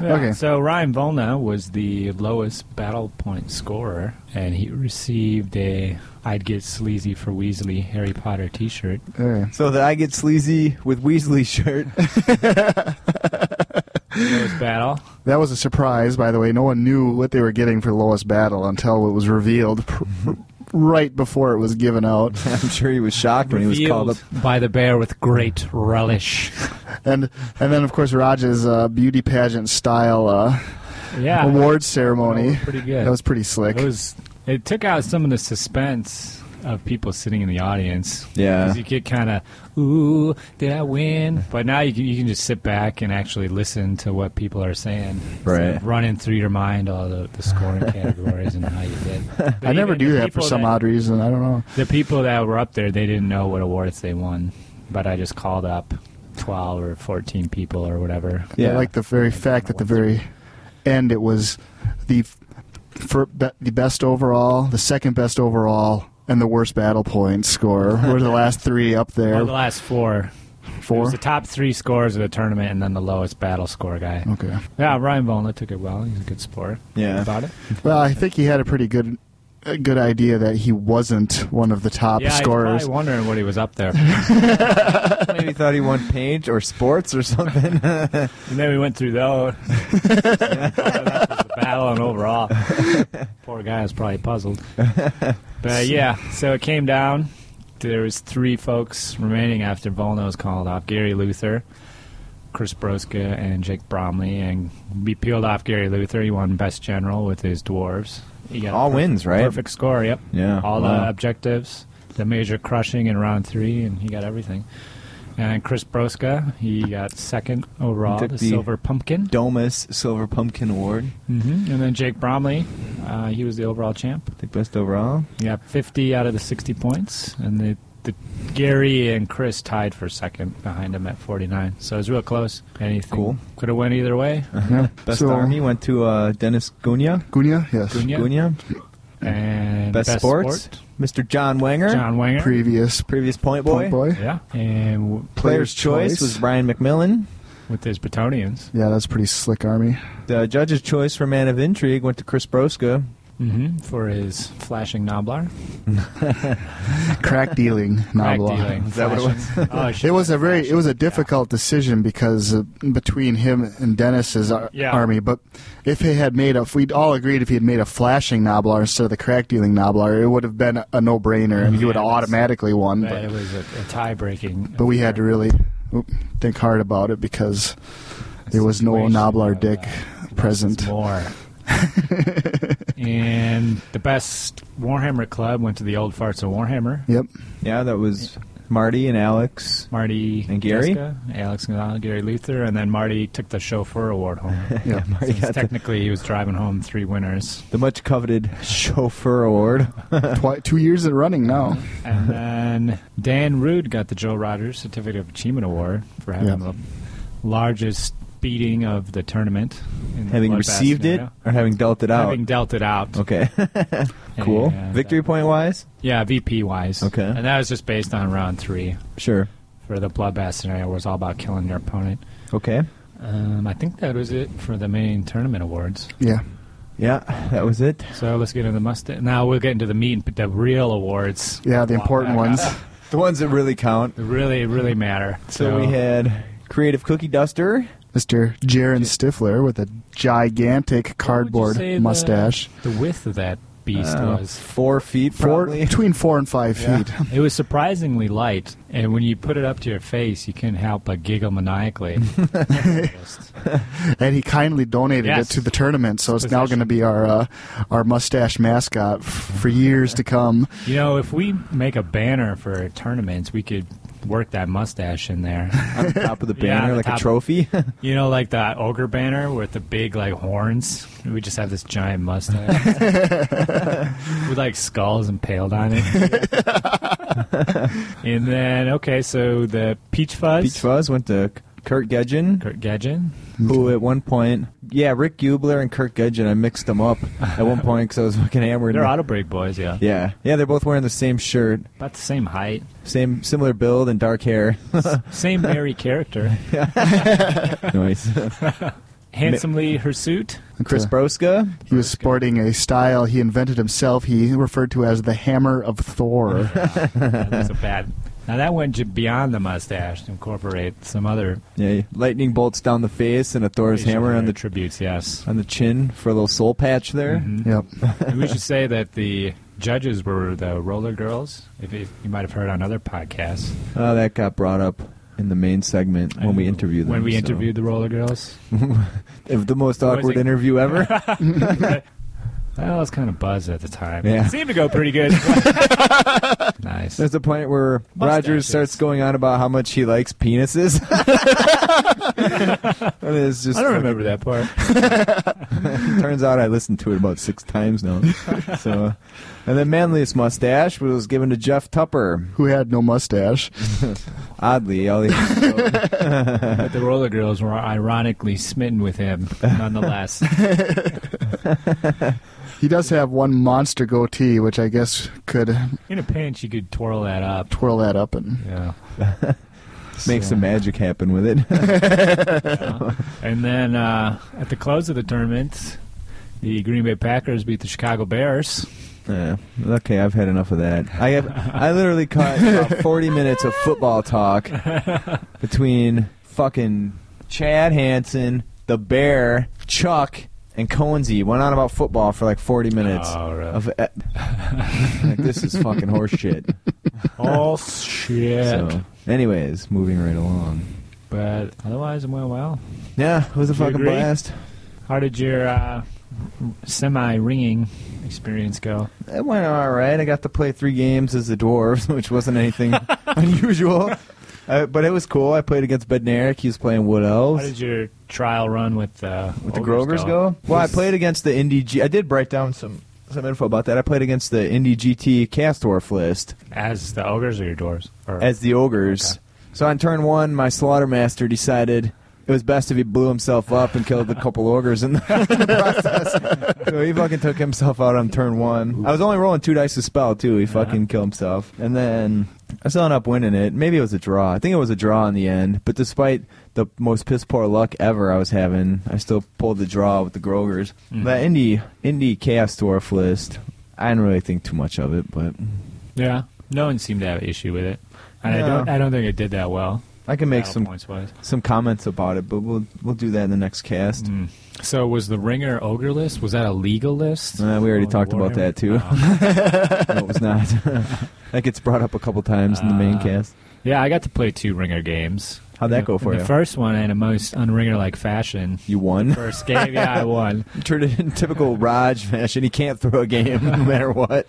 [SPEAKER 11] okay. So Ryan Volna was the lowest battle point scorer, and he received a "I'd get sleazy for Weasley" Harry Potter T-shirt.
[SPEAKER 2] So that I get sleazy with Weasley shirt.
[SPEAKER 11] Lowest battle.
[SPEAKER 5] That was a surprise, by the way. No one knew what they were getting for lowest battle until it was revealed pr- right before it was given out.
[SPEAKER 2] I'm sure he was shocked
[SPEAKER 5] when
[SPEAKER 11] Revealed by the bear with great relish.
[SPEAKER 5] And and then of course Raj's uh, beauty pageant style uh,
[SPEAKER 11] Yeah.
[SPEAKER 5] award ceremony.
[SPEAKER 11] pretty good.
[SPEAKER 5] That was pretty slick.
[SPEAKER 11] It was. It took out some of the suspense of people sitting in the audience.
[SPEAKER 2] Yeah.
[SPEAKER 11] 'Cause you get kind of, ooh, did I win? But now you can, you can just sit back and actually listen to what people are saying. instead
[SPEAKER 2] Right.
[SPEAKER 11] of Running through your mind all the, the scoring categories and how you did. But
[SPEAKER 5] I never
[SPEAKER 11] even
[SPEAKER 5] do
[SPEAKER 11] the
[SPEAKER 5] that for
[SPEAKER 11] people
[SPEAKER 5] some odd reason. I don't know.
[SPEAKER 11] The people that were up there, they didn't know what awards they won, but I just called up 12 or 14 people or whatever.
[SPEAKER 5] I like the very fact that the very end it was the f- for be, the best overall, the second best overall, and the worst battle point score were the last three up there.
[SPEAKER 11] Well, the last four.
[SPEAKER 5] Four?
[SPEAKER 11] It was the top three scores of the tournament, and then the lowest battle score guy.
[SPEAKER 5] Okay.
[SPEAKER 11] Yeah, Ryan Volna took it well. He's a good sport.
[SPEAKER 2] Yeah.
[SPEAKER 11] About it.
[SPEAKER 5] Well, I think he had a pretty good a good idea that he wasn't one of the top
[SPEAKER 11] yeah, I was
[SPEAKER 5] scorers.
[SPEAKER 11] probably wondering what he was up there. for.
[SPEAKER 2] Maybe thought he won paint or sports or something.
[SPEAKER 11] and then we went through those. that was the battle and overall. Poor guy was probably puzzled. But yeah, so it came down. There was three folks remaining after Volna was called off: Gary Luther, Chris Broska, and Jake Bromley. And we peeled off Gary Luther. He won Best General with his dwarves. He got a
[SPEAKER 2] All
[SPEAKER 11] perf-
[SPEAKER 2] wins, right?
[SPEAKER 11] Perfect score. Yep.
[SPEAKER 2] Yeah,
[SPEAKER 11] All
[SPEAKER 2] wow.
[SPEAKER 11] the objectives, the major crushing in round three, and he got everything. And Chris Broska, he got second overall,
[SPEAKER 2] Took
[SPEAKER 11] the,
[SPEAKER 2] the
[SPEAKER 11] silver pumpkin.
[SPEAKER 2] Domus Silver Pumpkin Award.
[SPEAKER 11] hmm And then Jake Bromley, uh, he was the overall champ.
[SPEAKER 2] The best overall.
[SPEAKER 11] He got 50 out of the 60 points, and the, the Gary and Chris tied for second behind him at 49. So it was real close. Anything
[SPEAKER 2] Cool.
[SPEAKER 11] could have went either way.
[SPEAKER 2] Best
[SPEAKER 5] Uh-huh. So-
[SPEAKER 2] Army went to uh, Dennis Gunya.
[SPEAKER 5] Gunya, yes.
[SPEAKER 11] Gunya.
[SPEAKER 2] Gunya.
[SPEAKER 11] And
[SPEAKER 2] Best,
[SPEAKER 11] best
[SPEAKER 2] sports.
[SPEAKER 11] sport?
[SPEAKER 2] Mr. John Wanger.
[SPEAKER 11] John Wanger.
[SPEAKER 5] Previous
[SPEAKER 2] Previous point boy.
[SPEAKER 5] point boy.
[SPEAKER 11] Yeah. And w-
[SPEAKER 2] Player's choice was Brian McMillan.
[SPEAKER 11] with his Batonians.
[SPEAKER 5] Yeah, that's pretty slick army.
[SPEAKER 2] The judge's choice for man of intrigue went to Chris Broska.
[SPEAKER 11] hmm for his flashing Noblar.
[SPEAKER 5] Crack dealing,
[SPEAKER 11] Crack
[SPEAKER 5] Nabla.
[SPEAKER 11] dealing,
[SPEAKER 2] Is that what it was?
[SPEAKER 11] flashing. Oh, shit.
[SPEAKER 5] It was a very it was a difficult decision because uh, between him and Dennis's ar-
[SPEAKER 11] Yeah.
[SPEAKER 5] army. But if he had made a, if we'd all agreed if he had made a flashing Noblar instead of the crack dealing Noblar, it would have been a no brainer and he would have
[SPEAKER 11] Yeah, it's-
[SPEAKER 5] automatically won.
[SPEAKER 11] But
[SPEAKER 5] But,
[SPEAKER 11] it was a, a tie breaking.
[SPEAKER 5] but we had to really oop, think hard about it because there was no Noblar dick present.
[SPEAKER 11] More. and the best Warhammer club went to the Old Farts of Warhammer.
[SPEAKER 5] Yep.
[SPEAKER 2] Yeah, that was Marty and Alex.
[SPEAKER 11] Marty
[SPEAKER 2] And Gary?
[SPEAKER 11] Jeska, Alex Gonzalez, Gary Luther, and then Marty took the chauffeur award home.
[SPEAKER 5] Yeah.
[SPEAKER 2] Marty
[SPEAKER 11] Since
[SPEAKER 2] got the-
[SPEAKER 11] technically, he was driving home three winners.
[SPEAKER 2] The much coveted chauffeur award.
[SPEAKER 5] Twi- two years in running now.
[SPEAKER 11] And then Dan Rude got the Joe Rogers Certificate of Achievement Award for having
[SPEAKER 5] Yeah.
[SPEAKER 11] the largest beating of the tournament. in the
[SPEAKER 2] Having
[SPEAKER 11] bloodbath
[SPEAKER 2] received it
[SPEAKER 11] scenario.
[SPEAKER 2] or having dealt it out?
[SPEAKER 11] Having dealt it out.
[SPEAKER 2] Okay. cool.
[SPEAKER 11] And, uh,
[SPEAKER 2] Victory point wise?
[SPEAKER 11] Yeah, VP wise.
[SPEAKER 2] Okay.
[SPEAKER 11] And that was just based on round three.
[SPEAKER 2] Sure.
[SPEAKER 11] For the bloodbath scenario, was all about killing your opponent.
[SPEAKER 2] Okay.
[SPEAKER 11] Um, I think that was it for the main tournament awards.
[SPEAKER 2] Yeah. Yeah, that was it.
[SPEAKER 11] So let's get into the mustache. Now we'll get into the meat, and the real awards.
[SPEAKER 2] Yeah, the important
[SPEAKER 11] Wow.
[SPEAKER 2] ones. The ones that really count.
[SPEAKER 11] Really, really matter.
[SPEAKER 2] So, we had Creative Cookie Duster.
[SPEAKER 5] Mr. Jaron Stifler with a gigantic
[SPEAKER 11] say
[SPEAKER 5] cardboard
[SPEAKER 11] the-
[SPEAKER 5] mustache.
[SPEAKER 11] The width of that beast
[SPEAKER 2] Uh,
[SPEAKER 11] was
[SPEAKER 2] four feet,
[SPEAKER 5] Four, between four and five feet.
[SPEAKER 11] It was surprisingly light, and when you put it up to your face, you couldn't help but giggle maniacally.
[SPEAKER 5] and he kindly donated
[SPEAKER 11] Yes.
[SPEAKER 5] it to the tournament, so it's now going to be our uh, our mustache mascot f- for years to come.
[SPEAKER 11] you know, if we make a banner for tournaments, we could work that mustache in there
[SPEAKER 2] on the top of the banner, like a trophy?
[SPEAKER 11] you know, like that ogre banner with the big like horns. We just have this giant mustache with like skulls impaled on it. and then okay, so the peach fuzz.
[SPEAKER 2] Peach Fuzz went to Kurt Gedgen.
[SPEAKER 11] Kurt Gedgen.
[SPEAKER 2] Who at one point, yeah, Rick Gubler and Kurt Gedgen, I mixed them up at one point because I was fucking hammered.
[SPEAKER 11] They're auto brake boys, yeah.
[SPEAKER 2] Yeah, yeah, they're both wearing the same shirt,
[SPEAKER 11] About the same height,
[SPEAKER 2] same similar build and dark hair.
[SPEAKER 11] same merry character.
[SPEAKER 2] nice.
[SPEAKER 11] Handsomely hirsute.
[SPEAKER 5] Chris
[SPEAKER 2] Broska.
[SPEAKER 5] He was sporting a style he invented himself. He referred to as the Hammer of Thor.
[SPEAKER 11] that was a bad. Now that went j- beyond the mustache to incorporate some other
[SPEAKER 2] Yeah, lightning bolts down the face and a Thor's
[SPEAKER 11] Facial
[SPEAKER 2] hammer on
[SPEAKER 11] hair
[SPEAKER 2] the
[SPEAKER 11] tributes. Yes, Mm-hmm.
[SPEAKER 2] on the chin for a little soul patch there.
[SPEAKER 11] Yep. we should say that the judges were the Roller Girls. If, if you might have heard on other podcasts
[SPEAKER 2] Uh, that got brought up in the main segment when we interviewed them.
[SPEAKER 11] when we
[SPEAKER 2] so.
[SPEAKER 11] interviewed the Roller Girls.
[SPEAKER 2] the most awkward
[SPEAKER 11] Wasn't-
[SPEAKER 2] interview ever.
[SPEAKER 11] Well, I was kind of buzzed at the time.
[SPEAKER 2] Yeah.
[SPEAKER 11] It seemed to go pretty good. nice.
[SPEAKER 2] There's a point where Rogers starts going on about how much he likes penises. and it's just
[SPEAKER 11] I don't remember that part.
[SPEAKER 2] Turns out I listened to it about six times now. so, and then manliest mustache was given to Jeff Tupper,
[SPEAKER 5] who had no mustache.
[SPEAKER 2] Oddly, all he
[SPEAKER 11] but the Roller Girls were ironically smitten with him, nonetheless.
[SPEAKER 5] He does have one monster goatee, which I guess could
[SPEAKER 11] In a pinch, you could twirl that up.
[SPEAKER 5] twirl that up and
[SPEAKER 11] yeah.
[SPEAKER 2] makes some magic happen with it.
[SPEAKER 11] And then uh, at the close of the tournament, the Green Bay Packers beat the Chicago Bears.
[SPEAKER 2] Yeah. Okay, I've had enough of that. I have, I literally caught about 40 minutes of football talk between fucking Chad Hansen, the Bear, Chuck, and Conesy. Went on about football for like 40 minutes.
[SPEAKER 11] Oh, really?
[SPEAKER 2] of, e-, like, this is fucking horseshit.
[SPEAKER 11] Oh shit!
[SPEAKER 2] So, anyways, moving right along.
[SPEAKER 11] But otherwise, it went well.
[SPEAKER 2] Yeah, it was a
[SPEAKER 11] Do you
[SPEAKER 2] fucking
[SPEAKER 11] agree?
[SPEAKER 2] blast.
[SPEAKER 11] How did your uh, semi-ringing experience go?
[SPEAKER 2] It went all right. I got to play three games as a dwarf, which wasn't anything unusual. Uh, but it was cool. I played against Bednarik. He was playing Wood
[SPEAKER 11] How
[SPEAKER 2] Elves.
[SPEAKER 11] did your trial run with uh, with
[SPEAKER 2] the Grogers go? Well, I played against the Indie G. I did write down some some info about that. I played against the Indie GT Cast Dwarf list
[SPEAKER 11] as the ogres or your dwarves? Or,
[SPEAKER 2] as the ogres. So on turn one, my Slaughtermaster decided it was best if he blew himself up and killed a couple ogres in the process. So he fucking took himself out on turn one. I was only rolling two dice to spell too. He fucking killed himself, and then I still ended up winning it. Maybe it was a draw. I think it was a draw in the end. But despite the most piss poor luck ever I was having, I still pulled the draw with the Grogers.
[SPEAKER 11] Mhm.
[SPEAKER 2] That indie indie chaos dwarf list. I didn't really think too much of it, but
[SPEAKER 11] yeah, no one seemed to have an issue with it, and
[SPEAKER 2] No.
[SPEAKER 11] I don't. I don't think it did that well. Uh,
[SPEAKER 2] I can make
[SPEAKER 11] Battle
[SPEAKER 2] some
[SPEAKER 11] points wise.
[SPEAKER 2] some comments about it, but we'll we'll do that in the next cast.
[SPEAKER 11] Mm. So was the ringer ogre list? Was that a legal list?
[SPEAKER 2] Uh, we already
[SPEAKER 11] Oh,
[SPEAKER 2] talked about
[SPEAKER 11] warrior.
[SPEAKER 2] that too. no, it was not. that gets brought up a couple times in the
[SPEAKER 11] Uh,
[SPEAKER 2] main cast.
[SPEAKER 11] Yeah, I got to play two ringer games.
[SPEAKER 2] How'd that
[SPEAKER 11] In the-
[SPEAKER 2] go for
[SPEAKER 11] in
[SPEAKER 2] you?
[SPEAKER 11] The first one in a most unringer like fashion.
[SPEAKER 2] You won.
[SPEAKER 11] First game, yeah, I won.
[SPEAKER 2] Turned it in typical Raj fashion. He can't throw a game no matter what.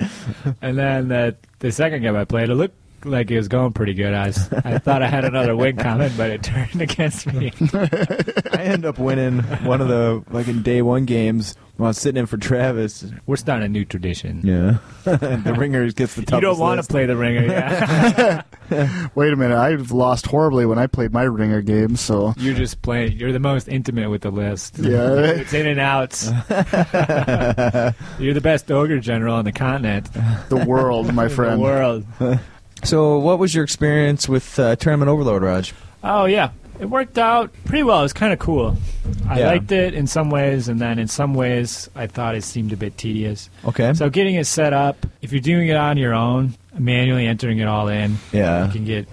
[SPEAKER 11] And then the, the second game I played, it looked looked like it was going pretty good. I, was, I thought I had another wig coming, but it turned against me.
[SPEAKER 2] I end up winning one of the fucking day one games when I was sitting in for Travis.
[SPEAKER 11] We're starting a new tradition.
[SPEAKER 2] Yeah, the ringer gets the toughest.
[SPEAKER 11] You don't want to
[SPEAKER 2] list.
[SPEAKER 11] play the ringer, yeah.
[SPEAKER 5] Wait a minute, I've lost horribly when I played my ringer game. So
[SPEAKER 11] you're just playing. You're the most intimate with the list.
[SPEAKER 5] Yeah.
[SPEAKER 11] it's in and outs. you're the best ogre general on the continent,
[SPEAKER 5] the world, my
[SPEAKER 11] the
[SPEAKER 5] friend.
[SPEAKER 11] world.
[SPEAKER 22] So, what was your experience with uh, Tournament Overload, Raj?
[SPEAKER 11] Oh yeah, it worked out pretty well. It was kind of cool. I
[SPEAKER 22] Yeah.
[SPEAKER 11] liked it in some ways, and then in some ways, I thought it seemed a bit tedious.
[SPEAKER 2] Okay.
[SPEAKER 11] So getting it set up, if you're doing it on your own, manually entering it all in,
[SPEAKER 2] Yeah.
[SPEAKER 11] you can get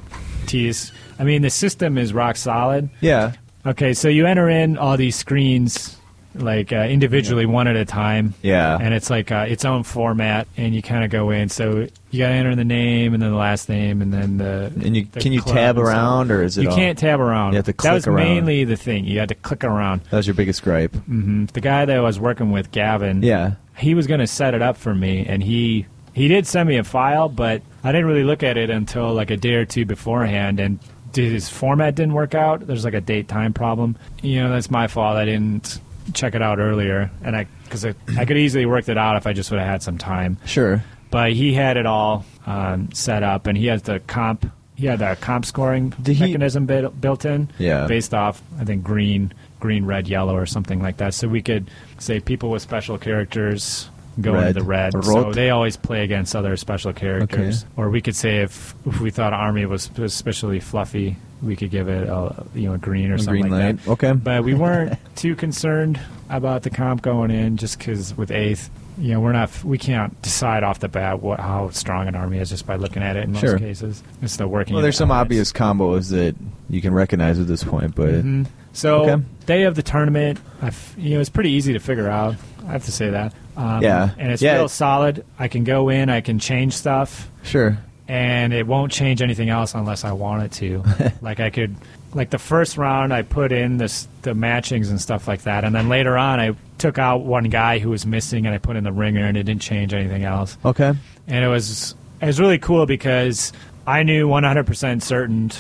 [SPEAKER 11] tedious. I mean, the system is rock solid.
[SPEAKER 2] Yeah.
[SPEAKER 11] Okay, so you enter in all these screens like uh, individually, one at a time.
[SPEAKER 2] Yeah.
[SPEAKER 11] And it's like uh, its own format, and you kind of go in. So you got to enter the name, and then the last name, and then the.
[SPEAKER 2] And you
[SPEAKER 11] the
[SPEAKER 2] can you
[SPEAKER 11] club
[SPEAKER 2] tab
[SPEAKER 11] and stuff.
[SPEAKER 2] around or is it?
[SPEAKER 11] You
[SPEAKER 2] all-
[SPEAKER 11] can't tab around.
[SPEAKER 2] You have to click
[SPEAKER 11] that was
[SPEAKER 2] around.
[SPEAKER 11] mainly the thing. You had to click around.
[SPEAKER 2] That was your biggest gripe.
[SPEAKER 11] hmm The guy that I was working with, Gavin.
[SPEAKER 2] Yeah.
[SPEAKER 11] He was going to set it up for me, and he he did send me a file, but I didn't really look at it until like a day or two beforehand, and did his format didn't work out. There's like a date time problem. You know, that's my fault. I didn't check it out earlier, and I because I, I could easily worked it out if I just would have had some time.
[SPEAKER 2] Sure.
[SPEAKER 11] But he had it all um, set up, and he has the comp. He had the comp scoring mechanism built built in
[SPEAKER 2] Yeah.
[SPEAKER 11] based off I think green, green, red, yellow, or something like that. So we could say people with special characters go
[SPEAKER 2] Red.
[SPEAKER 11] into the red, so
[SPEAKER 2] Rot.
[SPEAKER 11] they always play against other special characters.
[SPEAKER 2] Okay.
[SPEAKER 11] Or we could say if, if we thought army was especially fluffy, we could give it a you know a green or
[SPEAKER 2] A
[SPEAKER 11] something
[SPEAKER 2] green
[SPEAKER 11] like that.
[SPEAKER 2] light. Okay.
[SPEAKER 11] But we weren't too concerned about the comp going in, just because with eighth, you know, we're not we can't decide off the bat what how strong an army is just by looking at it. In
[SPEAKER 2] Sure.
[SPEAKER 11] most cases, it's the working.
[SPEAKER 2] Well, there's some
[SPEAKER 11] elements.
[SPEAKER 2] obvious combos that you can recognize at this point, but
[SPEAKER 11] Mhm. So
[SPEAKER 2] Okay.
[SPEAKER 11] day of the tournament, I f- you know, it's pretty easy to figure out. I have to say that. Um,
[SPEAKER 2] Yeah.
[SPEAKER 11] and it's
[SPEAKER 2] Yeah,
[SPEAKER 11] real
[SPEAKER 2] it-
[SPEAKER 11] solid. I can go in, I can change stuff,
[SPEAKER 2] sure.
[SPEAKER 11] and it won't change anything else unless I want it to. like I could, like the first round, I put in this the matchings and stuff like that, and then later on, I took out one guy who was missing, and I put in the ringer, and it didn't change anything else
[SPEAKER 2] Okay.
[SPEAKER 11] and it was it was really cool because I knew 100% certain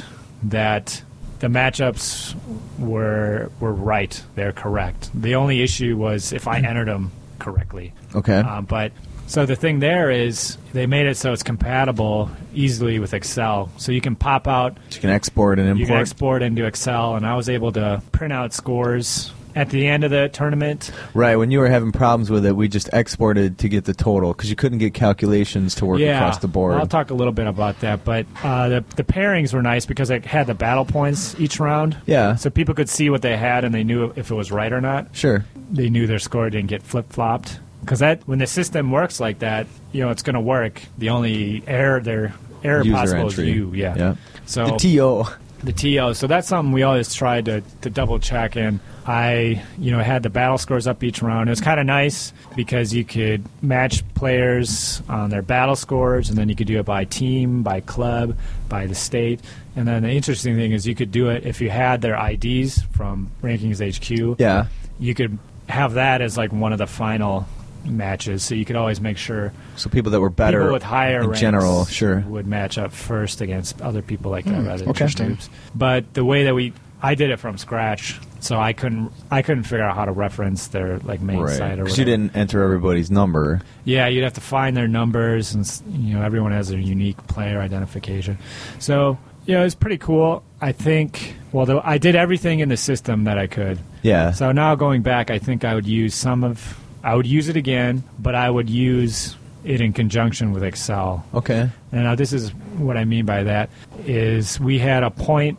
[SPEAKER 11] that the matchups were were right. They're correct. The only issue was if I entered them correctly.
[SPEAKER 2] Okay.
[SPEAKER 11] Um, but so the thing there is they made it so it's compatible easily with Excel, so you can pop out
[SPEAKER 2] You can export and import.
[SPEAKER 11] you can export into Excel, and I was able to print out scores at the end of the tournament.
[SPEAKER 2] right. When you were having problems with it, we just exported to get the total because you couldn't get calculations to work across the board.
[SPEAKER 11] I'll talk a little bit about that, but uh, the the pairings were nice because it had the battle points each round.
[SPEAKER 2] Yeah.
[SPEAKER 11] so people could see what they had and they knew if it was right or not.
[SPEAKER 2] Sure.
[SPEAKER 11] They knew their score didn't get flip flopped because that when the system works like that, you know it's going to work. The only error there error
[SPEAKER 2] User
[SPEAKER 11] possible
[SPEAKER 2] entry.
[SPEAKER 11] is you. Yeah.
[SPEAKER 2] Yeah.
[SPEAKER 11] So
[SPEAKER 2] The TO.
[SPEAKER 11] the TO. So that's something we always tried to, to double check. And I, you know, had the battle scores up each round. It was kind of nice because you could match players on their battle scores, and then you could do it by team, by club, by the state. And then the interesting thing is you could do it if you had their IDs from Rankings HQ.
[SPEAKER 2] Yeah.
[SPEAKER 11] You could have that as like one of the final matches, so you could always make sure
[SPEAKER 2] So people that were better
[SPEAKER 11] people with higher
[SPEAKER 2] in
[SPEAKER 11] ranks
[SPEAKER 2] general, sure.
[SPEAKER 11] would match up first against other people like that
[SPEAKER 2] Hmm,
[SPEAKER 11] rather than
[SPEAKER 2] okay.
[SPEAKER 11] just groups. But the way that we I did it from scratch, so I couldn't I couldn't figure out how to reference their like main site or
[SPEAKER 2] Because
[SPEAKER 11] whatever.
[SPEAKER 2] you didn't enter everybody's number.
[SPEAKER 11] Yeah, you'd have to find their numbers, and s- you know everyone has their unique player identification. So you know it's pretty cool. I think well, though, I did everything in the system that I could.
[SPEAKER 2] Yeah.
[SPEAKER 11] So now going back, I think I would use some of I would use it again, but I would use it in conjunction with Excel.
[SPEAKER 2] Okay.
[SPEAKER 11] And now this is what I mean by that is we had a point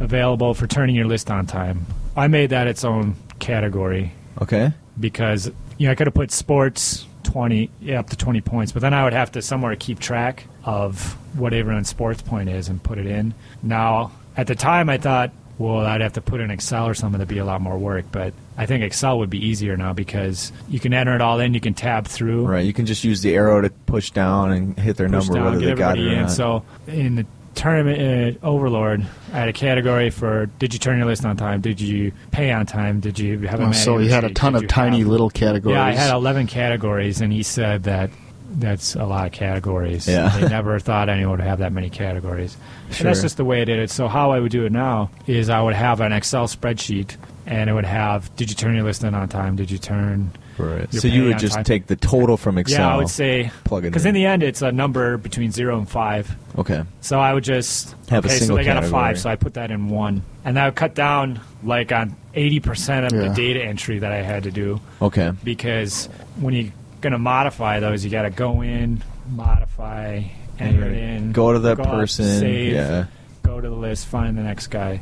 [SPEAKER 11] available for turning your list on time. I made that its own category
[SPEAKER 2] Okay.
[SPEAKER 11] because you know I could have put sports twenty yeah, up to twenty points, but then I would have to somewhere keep track of what everyone's sports point is and put it in. Now at the time I thought, well, I'd have to put in Excel or something to be a lot more work, but I think Excel would be easier now because you can enter it all in, you can tab through,
[SPEAKER 2] Right. You can just use the arrow to push down and hit their
[SPEAKER 11] push
[SPEAKER 2] number
[SPEAKER 11] down,
[SPEAKER 2] whether
[SPEAKER 11] get
[SPEAKER 2] they got it
[SPEAKER 11] everybody
[SPEAKER 2] or
[SPEAKER 11] in.
[SPEAKER 2] not.
[SPEAKER 11] So in the tournament uh, Overlord, I had a category for did you turn your list on time? Did you pay on time? Did you have a
[SPEAKER 5] Oh, so
[SPEAKER 11] manager
[SPEAKER 5] you had a
[SPEAKER 11] mistake?
[SPEAKER 5] ton
[SPEAKER 11] Did
[SPEAKER 5] of
[SPEAKER 11] you
[SPEAKER 5] tiny
[SPEAKER 11] have-
[SPEAKER 5] little categories.
[SPEAKER 11] Yeah, I had 11 categories, and he said that that's a lot of categories. Yeah. They never thought anyone would have that many categories. And Sure. that's just the way I did it. So how I would do it now is I would have an Excel spreadsheet and it would have did you turn your list in on time? Did you turn
[SPEAKER 2] Right.
[SPEAKER 11] your
[SPEAKER 2] So you
[SPEAKER 11] pay
[SPEAKER 2] would
[SPEAKER 11] on
[SPEAKER 2] just
[SPEAKER 11] time?
[SPEAKER 2] take the total from Excel.
[SPEAKER 11] Yeah, I would say
[SPEAKER 2] plug it
[SPEAKER 11] because
[SPEAKER 2] in.
[SPEAKER 11] in the end it's a number between zero and five.
[SPEAKER 2] Okay.
[SPEAKER 11] So I would just
[SPEAKER 2] Have a
[SPEAKER 11] okay,
[SPEAKER 2] single
[SPEAKER 11] so they got a
[SPEAKER 2] category.
[SPEAKER 11] five, so I put that in one, and I would cut down like on eighty percent of
[SPEAKER 2] Yeah.
[SPEAKER 11] the data entry that I had to do.
[SPEAKER 2] Okay.
[SPEAKER 11] Because when you're gonna modify those, you got to go in, modify, enter it in,
[SPEAKER 2] Go to the
[SPEAKER 11] up,
[SPEAKER 2] person,
[SPEAKER 11] save,
[SPEAKER 2] yeah.
[SPEAKER 11] go to the list, find the next guy.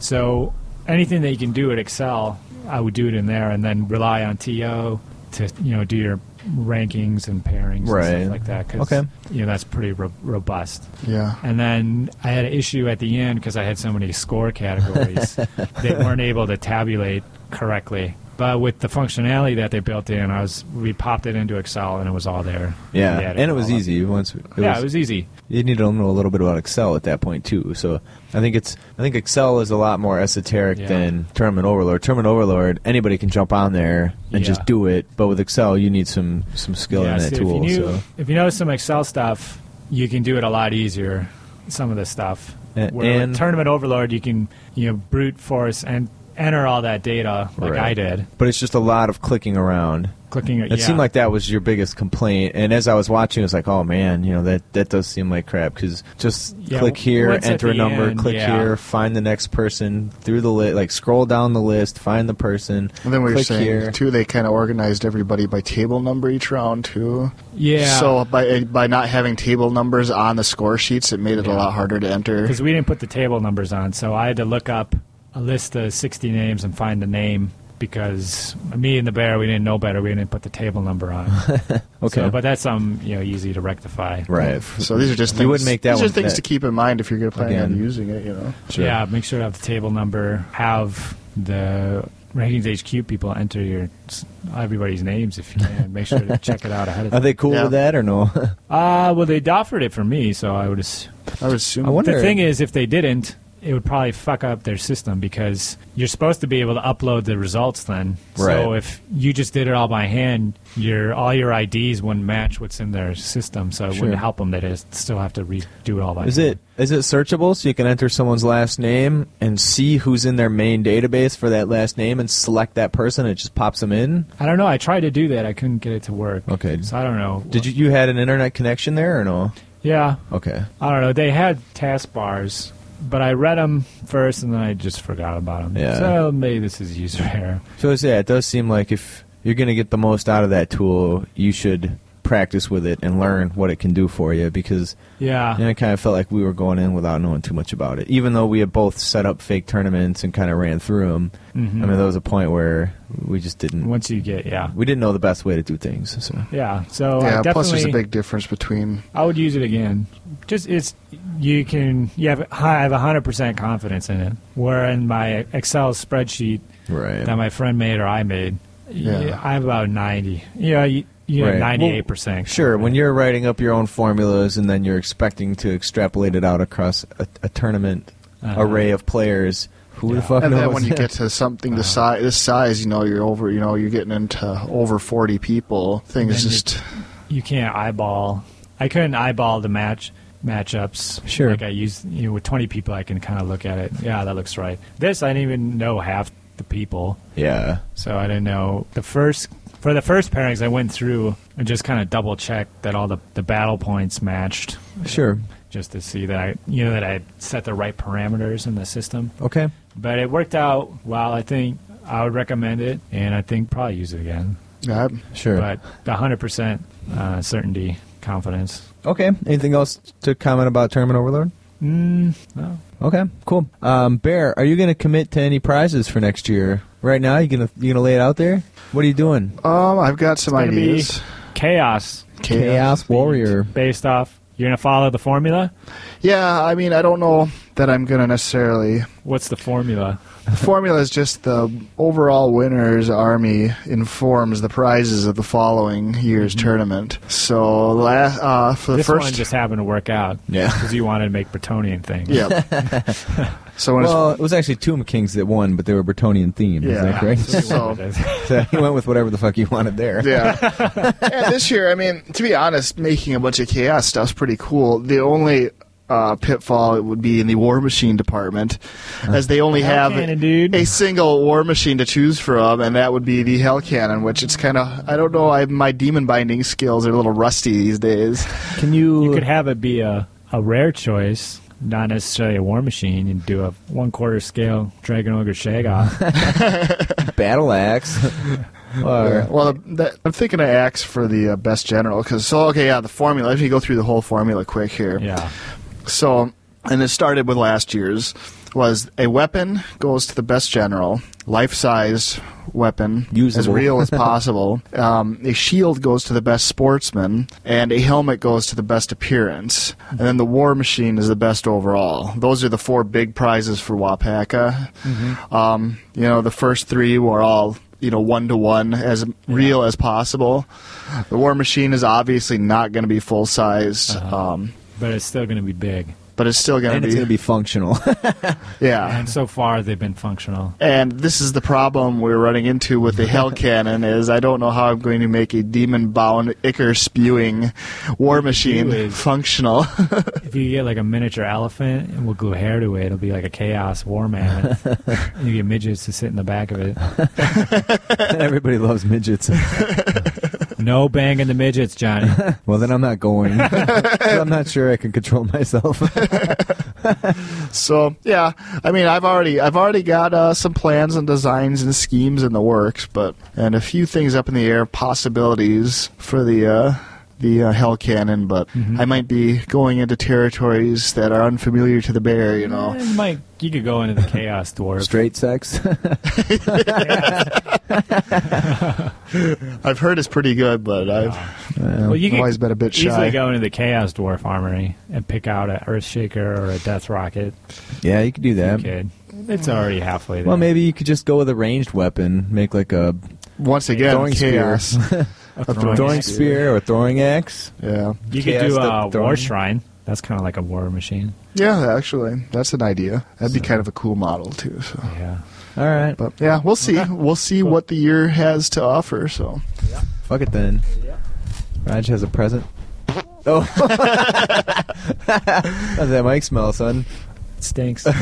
[SPEAKER 11] So anything that you can do at Excel, I would do it in there, and then rely on TO to you know do your rankings and pairings and
[SPEAKER 2] Right.
[SPEAKER 11] stuff like that. 'cause,
[SPEAKER 2] Okay.
[SPEAKER 11] you know that's pretty ro- robust.
[SPEAKER 5] Yeah.
[SPEAKER 11] And then I had an issue at the end because I had so many score categories they weren't able to tabulate correctly. But with the functionality that they built in, I was we popped it into Excel and it was all there.
[SPEAKER 2] Yeah,
[SPEAKER 11] We had
[SPEAKER 2] and it was
[SPEAKER 11] all up.
[SPEAKER 2] easy once. It
[SPEAKER 11] Yeah, it was easy.
[SPEAKER 2] You need to know a little bit about Excel at that point too. So I think it's I think Excel is a lot more esoteric
[SPEAKER 11] Yeah.
[SPEAKER 2] than Termin Overlord. Termin Overlord, anybody can jump on there and
[SPEAKER 11] Yeah.
[SPEAKER 2] just do it. But with Excel, you need some some skill
[SPEAKER 11] Yeah,
[SPEAKER 2] in
[SPEAKER 11] so
[SPEAKER 2] that tool.
[SPEAKER 11] If you, knew,
[SPEAKER 2] so
[SPEAKER 11] if you know some Excel stuff, you can do it a lot easier. Some of the stuff.
[SPEAKER 2] A-
[SPEAKER 11] Where with
[SPEAKER 2] and-
[SPEAKER 11] Tournament Overlord, you can you know brute force and enter all that data like
[SPEAKER 2] Right.
[SPEAKER 11] I did.
[SPEAKER 2] But it's just a lot of clicking around.
[SPEAKER 11] Clicking,
[SPEAKER 2] It
[SPEAKER 11] yeah.
[SPEAKER 2] seemed like that was your biggest complaint. And as I was watching, it was like, oh man, you know that that does seem like crap because just
[SPEAKER 11] Yeah,
[SPEAKER 2] click here,
[SPEAKER 11] once at
[SPEAKER 2] enter a
[SPEAKER 11] the
[SPEAKER 2] number,
[SPEAKER 11] end,
[SPEAKER 2] click
[SPEAKER 11] yeah.
[SPEAKER 2] here, find the next person through the list, like scroll down the list, find the person,
[SPEAKER 5] And then we were
[SPEAKER 2] click
[SPEAKER 5] saying
[SPEAKER 2] here.
[SPEAKER 5] too, they kind of organized everybody by table number each round too.
[SPEAKER 11] Yeah.
[SPEAKER 5] So by eh, by not having table numbers on the score sheets, it made it a lot harder to enter.
[SPEAKER 11] because we didn't put the table numbers on, so I had to look up a list of 60 names and find the name because me and the bear we didn't know better. We didn't put the table number on.
[SPEAKER 5] Okay.
[SPEAKER 11] So- but that's um you know easy to rectify.
[SPEAKER 5] So these are just things, these are things to keep in mind if you're going to plan on
[SPEAKER 11] Again.
[SPEAKER 5] using it. You know.
[SPEAKER 11] Yeah, make sure to have the table number, have the rankings HQ people enter your everybody's names if you can. Make sure to check it out ahead of time.
[SPEAKER 2] Are they cool with that or no?
[SPEAKER 11] Uh, well, they offered it for me, so I would. Ass-
[SPEAKER 5] I would assume.
[SPEAKER 11] I wonder. The thing is, if they didn't, it would probably fuck up their system because you're supposed to be able to upload the results then. So
[SPEAKER 2] Right.
[SPEAKER 11] if you just did it all by hand, your all your IDs wouldn't match what's in their system, so it
[SPEAKER 2] Sure.
[SPEAKER 11] wouldn't help them. They just still have to redo it all by
[SPEAKER 2] Is
[SPEAKER 11] hand.
[SPEAKER 2] it is it searchable so you can enter someone's last name and see who's in their main database for that last name and select that person? It just pops them in.
[SPEAKER 11] I don't know. I tried to do that. I couldn't get it to work.
[SPEAKER 2] Okay.
[SPEAKER 11] So I don't know.
[SPEAKER 2] Did you you had an internet connection there or no?
[SPEAKER 11] Yeah.
[SPEAKER 2] Okay.
[SPEAKER 11] I don't know. They had taskbars, but I read them first and then I just forgot about them.
[SPEAKER 2] Yeah.
[SPEAKER 11] So maybe this is user error.
[SPEAKER 2] So it's- yeah, it does seem like if you're going to get the most out of that tool, you should practice with it and learn what it can do for you because
[SPEAKER 11] Yeah.
[SPEAKER 2] you know, I kind of felt like we were going in without knowing too much about it, even though we had both set up fake tournaments and kind of ran through them.
[SPEAKER 11] Mhm.
[SPEAKER 2] I mean, there was a point where we just didn't.
[SPEAKER 11] Once you get yeah,
[SPEAKER 2] we didn't know the best way to do things. So
[SPEAKER 11] Yeah. So I
[SPEAKER 5] yeah.
[SPEAKER 11] definitely,
[SPEAKER 5] Plus, there's a big difference between
[SPEAKER 11] I would use it again. Just it's you can you have I have hundred percent confidence in it. Where in my Excel spreadsheet
[SPEAKER 2] right.
[SPEAKER 11] that my friend made or I made,
[SPEAKER 2] Yeah.
[SPEAKER 11] yeah. I have about ninety. Yeah, you, you
[SPEAKER 2] Right.
[SPEAKER 11] have ninety eight percent.
[SPEAKER 2] Sure, when you're writing up your own formulas and then you're expecting to extrapolate it out across a, a tournament
[SPEAKER 5] Uh-huh.
[SPEAKER 2] array of players, who the fuck Uh-huh.
[SPEAKER 5] and
[SPEAKER 2] knows?
[SPEAKER 5] then when you get to something the size this size, you know, you're over. You know, you're getting into over 40 people. Things
[SPEAKER 11] then
[SPEAKER 5] just
[SPEAKER 11] You can't eyeball. I couldn't eyeball the match matchups.
[SPEAKER 2] Sure.
[SPEAKER 11] Like I use you know with twenty people, I can kind of look at it. Yeah, that looks right. This I didn't even know half the people.
[SPEAKER 2] yeah.
[SPEAKER 11] So I didn't know the first for the first pairings I went through and just kind of double checked that all the, the battle points matched.
[SPEAKER 2] Sure.
[SPEAKER 11] Just to see that I you know that I set the right parameters in the system.
[SPEAKER 2] Okay.
[SPEAKER 11] But it worked out well. I think I would recommend it, and I think probably use it again.
[SPEAKER 5] Yeah,
[SPEAKER 2] sure.
[SPEAKER 11] But the hundred percent uh, certainty, confidence.
[SPEAKER 2] Okay. Anything else to comment about Tournament Overlord?
[SPEAKER 11] Mm, no.
[SPEAKER 2] Okay, cool. Um, Bear, are you going to commit to any prizes for next year? Right now, you gonna you gonna lay it out there? What are you doing?
[SPEAKER 5] Um, I've got some
[SPEAKER 11] It's gonna be
[SPEAKER 5] ideas.
[SPEAKER 11] chaos.
[SPEAKER 5] Chaos.
[SPEAKER 2] Warrior.
[SPEAKER 11] Based off, you're gonna follow the formula.
[SPEAKER 5] Yeah, I mean, I don't know. that I'm going to necessarily.
[SPEAKER 11] What's the formula?
[SPEAKER 5] The formula is just the overall winner's army informs the prizes of the following year's tournament. So last, uh, for the
[SPEAKER 11] Mm-hmm. this
[SPEAKER 5] first
[SPEAKER 11] one just happened to work out.
[SPEAKER 5] Yeah.
[SPEAKER 11] Because you wanted to make Bretonian things.
[SPEAKER 5] Yep. so when
[SPEAKER 2] well, it was actually Tomb Kings that won, but they were Bretonian themed. Is that
[SPEAKER 5] Yeah.
[SPEAKER 2] correct?
[SPEAKER 5] So-
[SPEAKER 2] So he went with whatever the fuck he wanted there.
[SPEAKER 5] Yeah. yeah. This year, I mean, to be honest, making a bunch of chaos stuff's pretty cool. The only uh, pitfall would be in the war machine department,
[SPEAKER 11] Uh,
[SPEAKER 5] as they only
[SPEAKER 11] Hell
[SPEAKER 5] have
[SPEAKER 11] cannon,
[SPEAKER 5] a single war machine to choose from, and that would be the Hell Cannon, which it's kind of I don't know. I my demon binding skills are a little rusty these days.
[SPEAKER 11] Can you? You could have it be uh, a, a rare choice, not necessarily a war machine, and do a one quarter scale Dragon Ogre Shag off.
[SPEAKER 2] Battle axe.
[SPEAKER 5] Yeah. Well, the, the, I'm thinking of axe for the uh, best general because so okay, yeah, the formula. If you go through the whole formula quick here,
[SPEAKER 11] yeah.
[SPEAKER 5] So, and it started with last year's was a weapon goes to the best general, life sized weapon, as
[SPEAKER 2] Usable.
[SPEAKER 5] real as possible. um, a shield goes to the best sportsman, and a helmet goes to the best appearance. And then the war machine is the best overall. Those are the four big prizes for Wapaka.
[SPEAKER 2] Mm-hmm.
[SPEAKER 5] Um, you know, the first three were all you know one to one as real as possible. The war machine is obviously not going to be full size, um,
[SPEAKER 11] Uh-huh. But it's still going to be big.
[SPEAKER 5] but it's still going
[SPEAKER 2] and
[SPEAKER 5] to
[SPEAKER 2] it's
[SPEAKER 5] be
[SPEAKER 2] gonna be functional.
[SPEAKER 5] yeah.
[SPEAKER 11] And so far, they've been functional.
[SPEAKER 5] And this is the problem we're running into with the Hell Cannon is I don't know how I'm going to make a demon bound ichor spewing war machine
[SPEAKER 11] do is-
[SPEAKER 5] functional.
[SPEAKER 11] If you get like a miniature elephant and we'll glue hair to it, it'll be like a chaos war mammoth. you get midgets to sit in the back of it.
[SPEAKER 2] Everybody loves midgets.
[SPEAKER 11] No banging the midgets, Johnny.
[SPEAKER 2] well, then I'm not going. 'Cause I'm not sure I can control myself.
[SPEAKER 5] so yeah, I mean I've already I've already got uh, some plans and designs and schemes in the works, but and a few things up in the air, possibilities for the. Uh, the uh, Hell Cannon, but I might be going into territories that are unfamiliar to the bear, you know.
[SPEAKER 11] Eh, Mike, you could go into the chaos dwarf.
[SPEAKER 2] Straight sex.
[SPEAKER 5] I've heard it's pretty good, but I've
[SPEAKER 11] could
[SPEAKER 5] always been a bit
[SPEAKER 11] Easily
[SPEAKER 5] shy.
[SPEAKER 11] go into the chaos dwarf armory and pick out an earthshaker or a death rocket.
[SPEAKER 2] yeah, you could do that.
[SPEAKER 11] You could. It's already halfway there.
[SPEAKER 2] Well, maybe you could just go with a ranged weapon, make like a
[SPEAKER 5] Once again,
[SPEAKER 2] throwing
[SPEAKER 5] chaos.
[SPEAKER 2] spear,
[SPEAKER 11] A
[SPEAKER 2] a throwing,
[SPEAKER 11] throwing
[SPEAKER 2] spear or throwing axe.
[SPEAKER 5] Yeah,
[SPEAKER 11] You could do a war shrine. That's kind of like a war machine.
[SPEAKER 5] Yeah, actually, that's an idea. That'd be kind of a cool model too. So
[SPEAKER 11] yeah,
[SPEAKER 2] all right,
[SPEAKER 5] but yeah, we'll see. We'll see what the year has to offer. So
[SPEAKER 2] Fuck it then. Raj has a present. Oh, how's that mic smell, son?
[SPEAKER 11] stinks.
[SPEAKER 2] you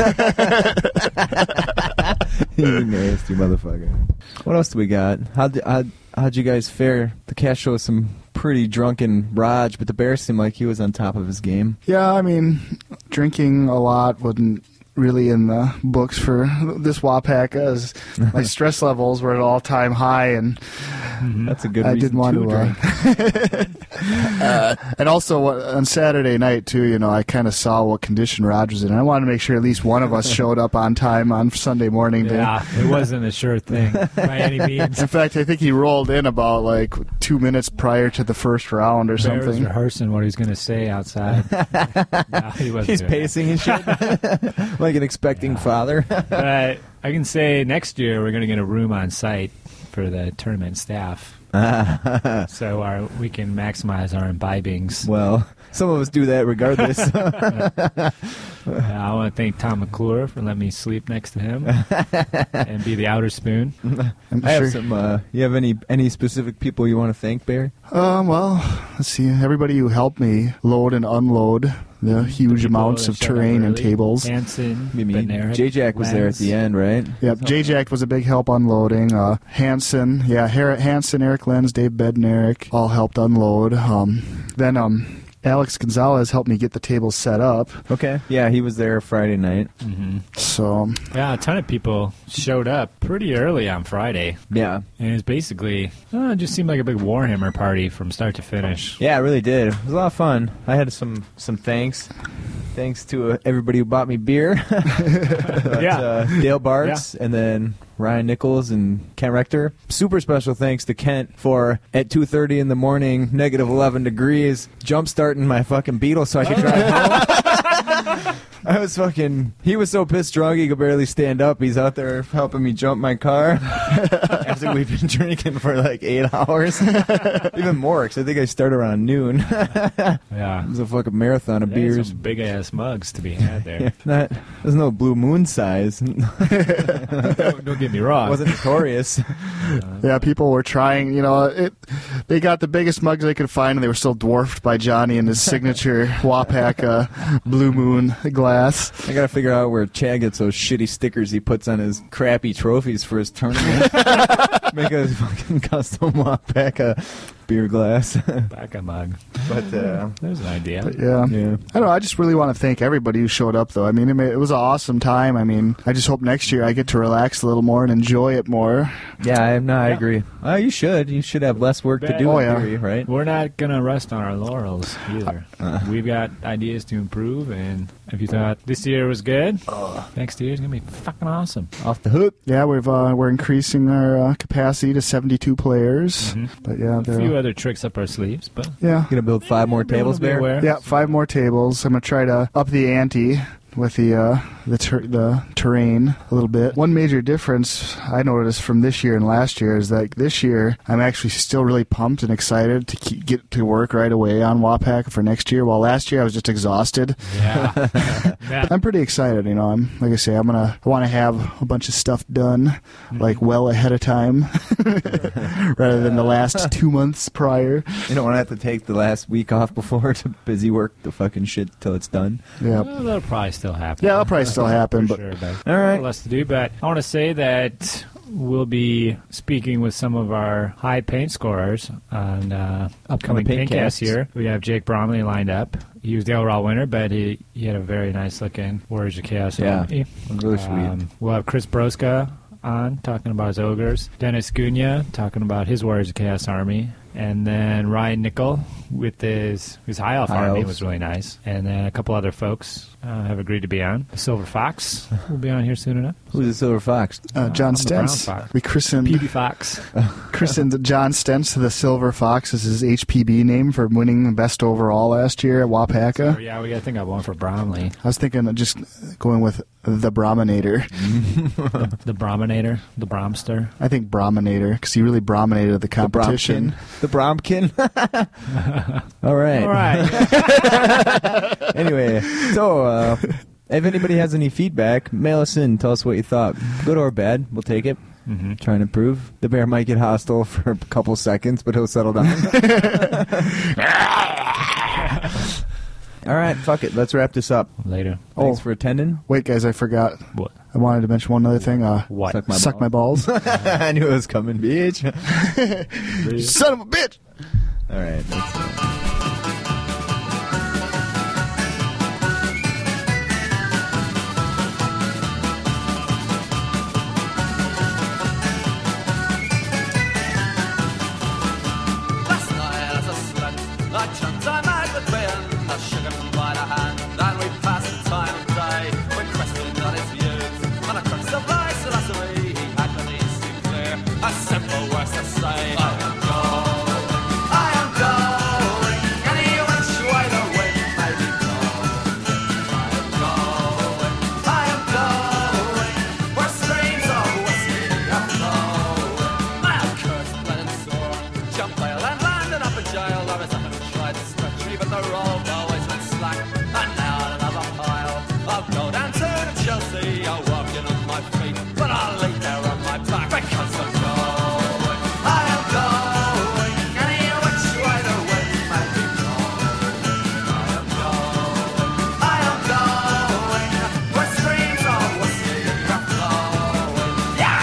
[SPEAKER 2] nasty motherfucker. What else do we got? How would how how'd you guys fare? The cash show was some pretty drunken Raj, but the bear seemed like he was on top of his game.
[SPEAKER 5] yeah, I mean, drinking a lot wasn't really in the books for this WAPAC as my stress levels were at all time high and
[SPEAKER 2] That's a good.
[SPEAKER 5] I
[SPEAKER 2] reason
[SPEAKER 5] didn't want to, uh,
[SPEAKER 2] drink.
[SPEAKER 5] Uh, and also uh, on Saturday night too, you know, I kind of saw what condition Rod was in. I wanted to make sure at least one of us showed up on time on Sunday morning. To,
[SPEAKER 11] Yeah, it wasn't a sure thing by any means.
[SPEAKER 5] In fact, I think he rolled in about like two minutes prior to the first round or
[SPEAKER 11] Bear was
[SPEAKER 5] something.
[SPEAKER 11] rehearsing what he was going to say outside. No, he wasn't
[SPEAKER 2] He's
[SPEAKER 11] doing that.
[SPEAKER 2] pacing and shit, like an expecting father.
[SPEAKER 11] But I, I can say next year we're going to get a room on site for the tournament staff,
[SPEAKER 2] Ah,
[SPEAKER 11] so our, we can maximize our imbibings.
[SPEAKER 2] well, some of us do that regardless.
[SPEAKER 11] Uh, I want to thank Tom McClure for letting me sleep next to him and be the outer spoon.
[SPEAKER 2] I have some. Uh, you have any any specific people you want to thank, Bear?
[SPEAKER 5] Um, well, let's see. Everybody who helped me load and unload the huge amounts
[SPEAKER 11] that
[SPEAKER 5] of
[SPEAKER 11] showed up
[SPEAKER 5] terrain and
[SPEAKER 11] early.
[SPEAKER 5] tables.
[SPEAKER 11] Hanson,
[SPEAKER 2] Maybe
[SPEAKER 11] Benarek,
[SPEAKER 2] J Jack was there
[SPEAKER 11] Lenz.
[SPEAKER 2] at the end, right?
[SPEAKER 5] Yep, J-Jack was a big help unloading. Uh, Hanson, yeah, Har- Hanson, Eric Lenz, Dave Bednarik all helped unload. Um, then um, Alex Gonzalez helped me get the table set up.
[SPEAKER 2] Okay. Yeah, he was there Friday night.
[SPEAKER 11] Mhm.
[SPEAKER 5] So um,
[SPEAKER 11] Yeah, a ton of people showed up pretty early on Friday.
[SPEAKER 2] Yeah.
[SPEAKER 11] And it was basically, oh, it just seemed like a big Warhammer party from start to finish.
[SPEAKER 2] Yeah, it really did. It was a lot of fun. I had some some thanks. Thanks to uh, everybody who bought me beer. But,
[SPEAKER 11] Yeah.
[SPEAKER 2] uh, Dale Bartz and then Ryan Nichols and Kent Rector. Super special thanks to Kent for at 2:30 in the morning, negative 11 degrees, jump starting my fucking Beetle so I could drive home. I was fucking. He was so pissed drunk he could barely stand up. He's out there helping me jump my car after we've been drinking for like eight hours, even more. Cause I think I started around noon. yeah, it was a fucking marathon of beers.
[SPEAKER 11] Big ass mugs to be had there.
[SPEAKER 2] Yeah, not, there's no blue moon size.
[SPEAKER 11] don't, don't get me wrong.
[SPEAKER 2] Wasn't notorious. Uh-huh.
[SPEAKER 5] Yeah, people were trying. You know, it, they got the biggest mugs they could find, and they were still dwarfed by Johnny and his signature Wapak uh, Blue Moon glass.
[SPEAKER 2] I gotta figure out where Chad gets those shitty stickers he puts on his crappy trophies for his tournament. Make a fucking custom Wapak beer glass.
[SPEAKER 11] Back a mug.
[SPEAKER 2] But uh,
[SPEAKER 11] There's an idea.
[SPEAKER 5] But yeah. I don't know. I just really want to thank everybody who showed up, though. I mean, it, ma- it was an awesome time. I mean, I just hope next year I get to relax a little more and enjoy it more.
[SPEAKER 2] Yeah, I'm not. I agree. Oh, you should. You should have less work to do.
[SPEAKER 5] Oh,
[SPEAKER 2] in
[SPEAKER 5] yeah.
[SPEAKER 2] theory, right? Uh,
[SPEAKER 11] We're not gonna rest on our laurels either. We've got ideas to improve, and if you thought this year was good, next year is gonna be fucking awesome.
[SPEAKER 2] Off the hook.
[SPEAKER 5] Yeah, we've uh, we're increasing our uh, capacity to 72 players.
[SPEAKER 2] Mm-hmm.
[SPEAKER 5] But yeah,
[SPEAKER 11] A few
[SPEAKER 5] they're,
[SPEAKER 11] other tricks up our sleeves, but
[SPEAKER 5] yeah,
[SPEAKER 2] gonna build five more
[SPEAKER 11] tables there?
[SPEAKER 5] Yeah, five more tables. I'm gonna try to up the ante with the uh, the ter- the terrain a little bit. One major difference I noticed from this year and last year is that this year I'm actually still really pumped and excited to keep, get to work right away on WAPAC for next year. While last year I was just exhausted.
[SPEAKER 11] Yeah.
[SPEAKER 5] I'm pretty excited. You know, I'm like I say, I'm gonna I want to have a bunch of stuff done like
[SPEAKER 11] Mm-hmm.
[SPEAKER 5] well ahead of time, rather than the last two months prior.
[SPEAKER 2] You don't want to have to take the last week off before to busy work the fucking shit till it's done.
[SPEAKER 5] Yeah.
[SPEAKER 11] Well, that'll probably still happen.
[SPEAKER 5] Yeah, that'll probably still happen. But
[SPEAKER 11] All right. Less to do, but I want to say that we'll be speaking with some of our high paint scorers on uh, upcoming
[SPEAKER 2] paint
[SPEAKER 11] paint cast
[SPEAKER 2] casts.
[SPEAKER 11] here. We have Jake Bromley lined up. He was the overall winner, but he, he had a very nice looking Warriors of Chaos.
[SPEAKER 2] Yeah.
[SPEAKER 11] hoodie.
[SPEAKER 2] Really sweet.
[SPEAKER 11] Um, We'll have Chris Broska on talking about his ogres, Dennis Gunya talking about his Warriors of Chaos army, and then Ryan Nickel with his his high elf
[SPEAKER 2] High
[SPEAKER 11] army
[SPEAKER 2] elves.
[SPEAKER 11] was really nice, and then a couple other folks uh, have agreed to be on. Silver Fox will be on here soon enough.
[SPEAKER 2] Who's the silver fox?
[SPEAKER 5] Uh, John
[SPEAKER 11] I'm the brown
[SPEAKER 5] Stentz.
[SPEAKER 11] fox.
[SPEAKER 5] We christened
[SPEAKER 11] PB Fox.
[SPEAKER 5] christened John Stentz the Silver Fox as his HPB name for winning the best overall last year at
[SPEAKER 11] Oh,
[SPEAKER 5] Wapaka.
[SPEAKER 11] yeah, we got to think of one for Bromley,
[SPEAKER 5] I was thinking of just going with the Brominator.
[SPEAKER 2] Mm-hmm.
[SPEAKER 11] the, the Brominator, the Bromster.
[SPEAKER 5] I think Brominator because he really brominated the competition.
[SPEAKER 2] The Bromkin. All right.
[SPEAKER 11] All right.
[SPEAKER 2] anyway, so uh, if anybody has any feedback, mail us in. Tell us what you thought. Good or bad, we'll take it.
[SPEAKER 11] Mhm.
[SPEAKER 2] Try and improve. The bear might get hostile for a couple seconds, but he'll settle down. All right, fuck it. Let's wrap this up. Oh.
[SPEAKER 11] Later.
[SPEAKER 2] Thanks for attending.
[SPEAKER 5] Wait, guys, I forgot.
[SPEAKER 11] What?
[SPEAKER 5] I wanted to mention one other thing. Uh,
[SPEAKER 11] What?
[SPEAKER 2] Suck my
[SPEAKER 5] balls.
[SPEAKER 2] I knew it was coming, bitch.
[SPEAKER 5] Son of a bitch.
[SPEAKER 2] All right. that's it.
[SPEAKER 6] Last night as I slept, I jumped, I made the bin. I shook him by the hand, and we passed the time of day. When questioned on his views, and I crunched the vice philosophy, he had the least to clear. A simple words to say, I am going, I am going. Any which way the wind may be blowing. I am going, I am going. Where streams of whiskey are flowing. My cursed blood and sore. Jump bail and landed up in jail. I was up and tried this country, but the rope always went slack. And now in another pile. I'll go down to Chelsea. I'll walk in on my feet, but I'll lay there on my back because I'm going. I am going. Any which way the wind may be blowing. I am going. I am going. Where streams of whiskey are flowing. Yeah!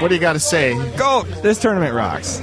[SPEAKER 23] What do you got to say?
[SPEAKER 5] Go. This tournament rocks.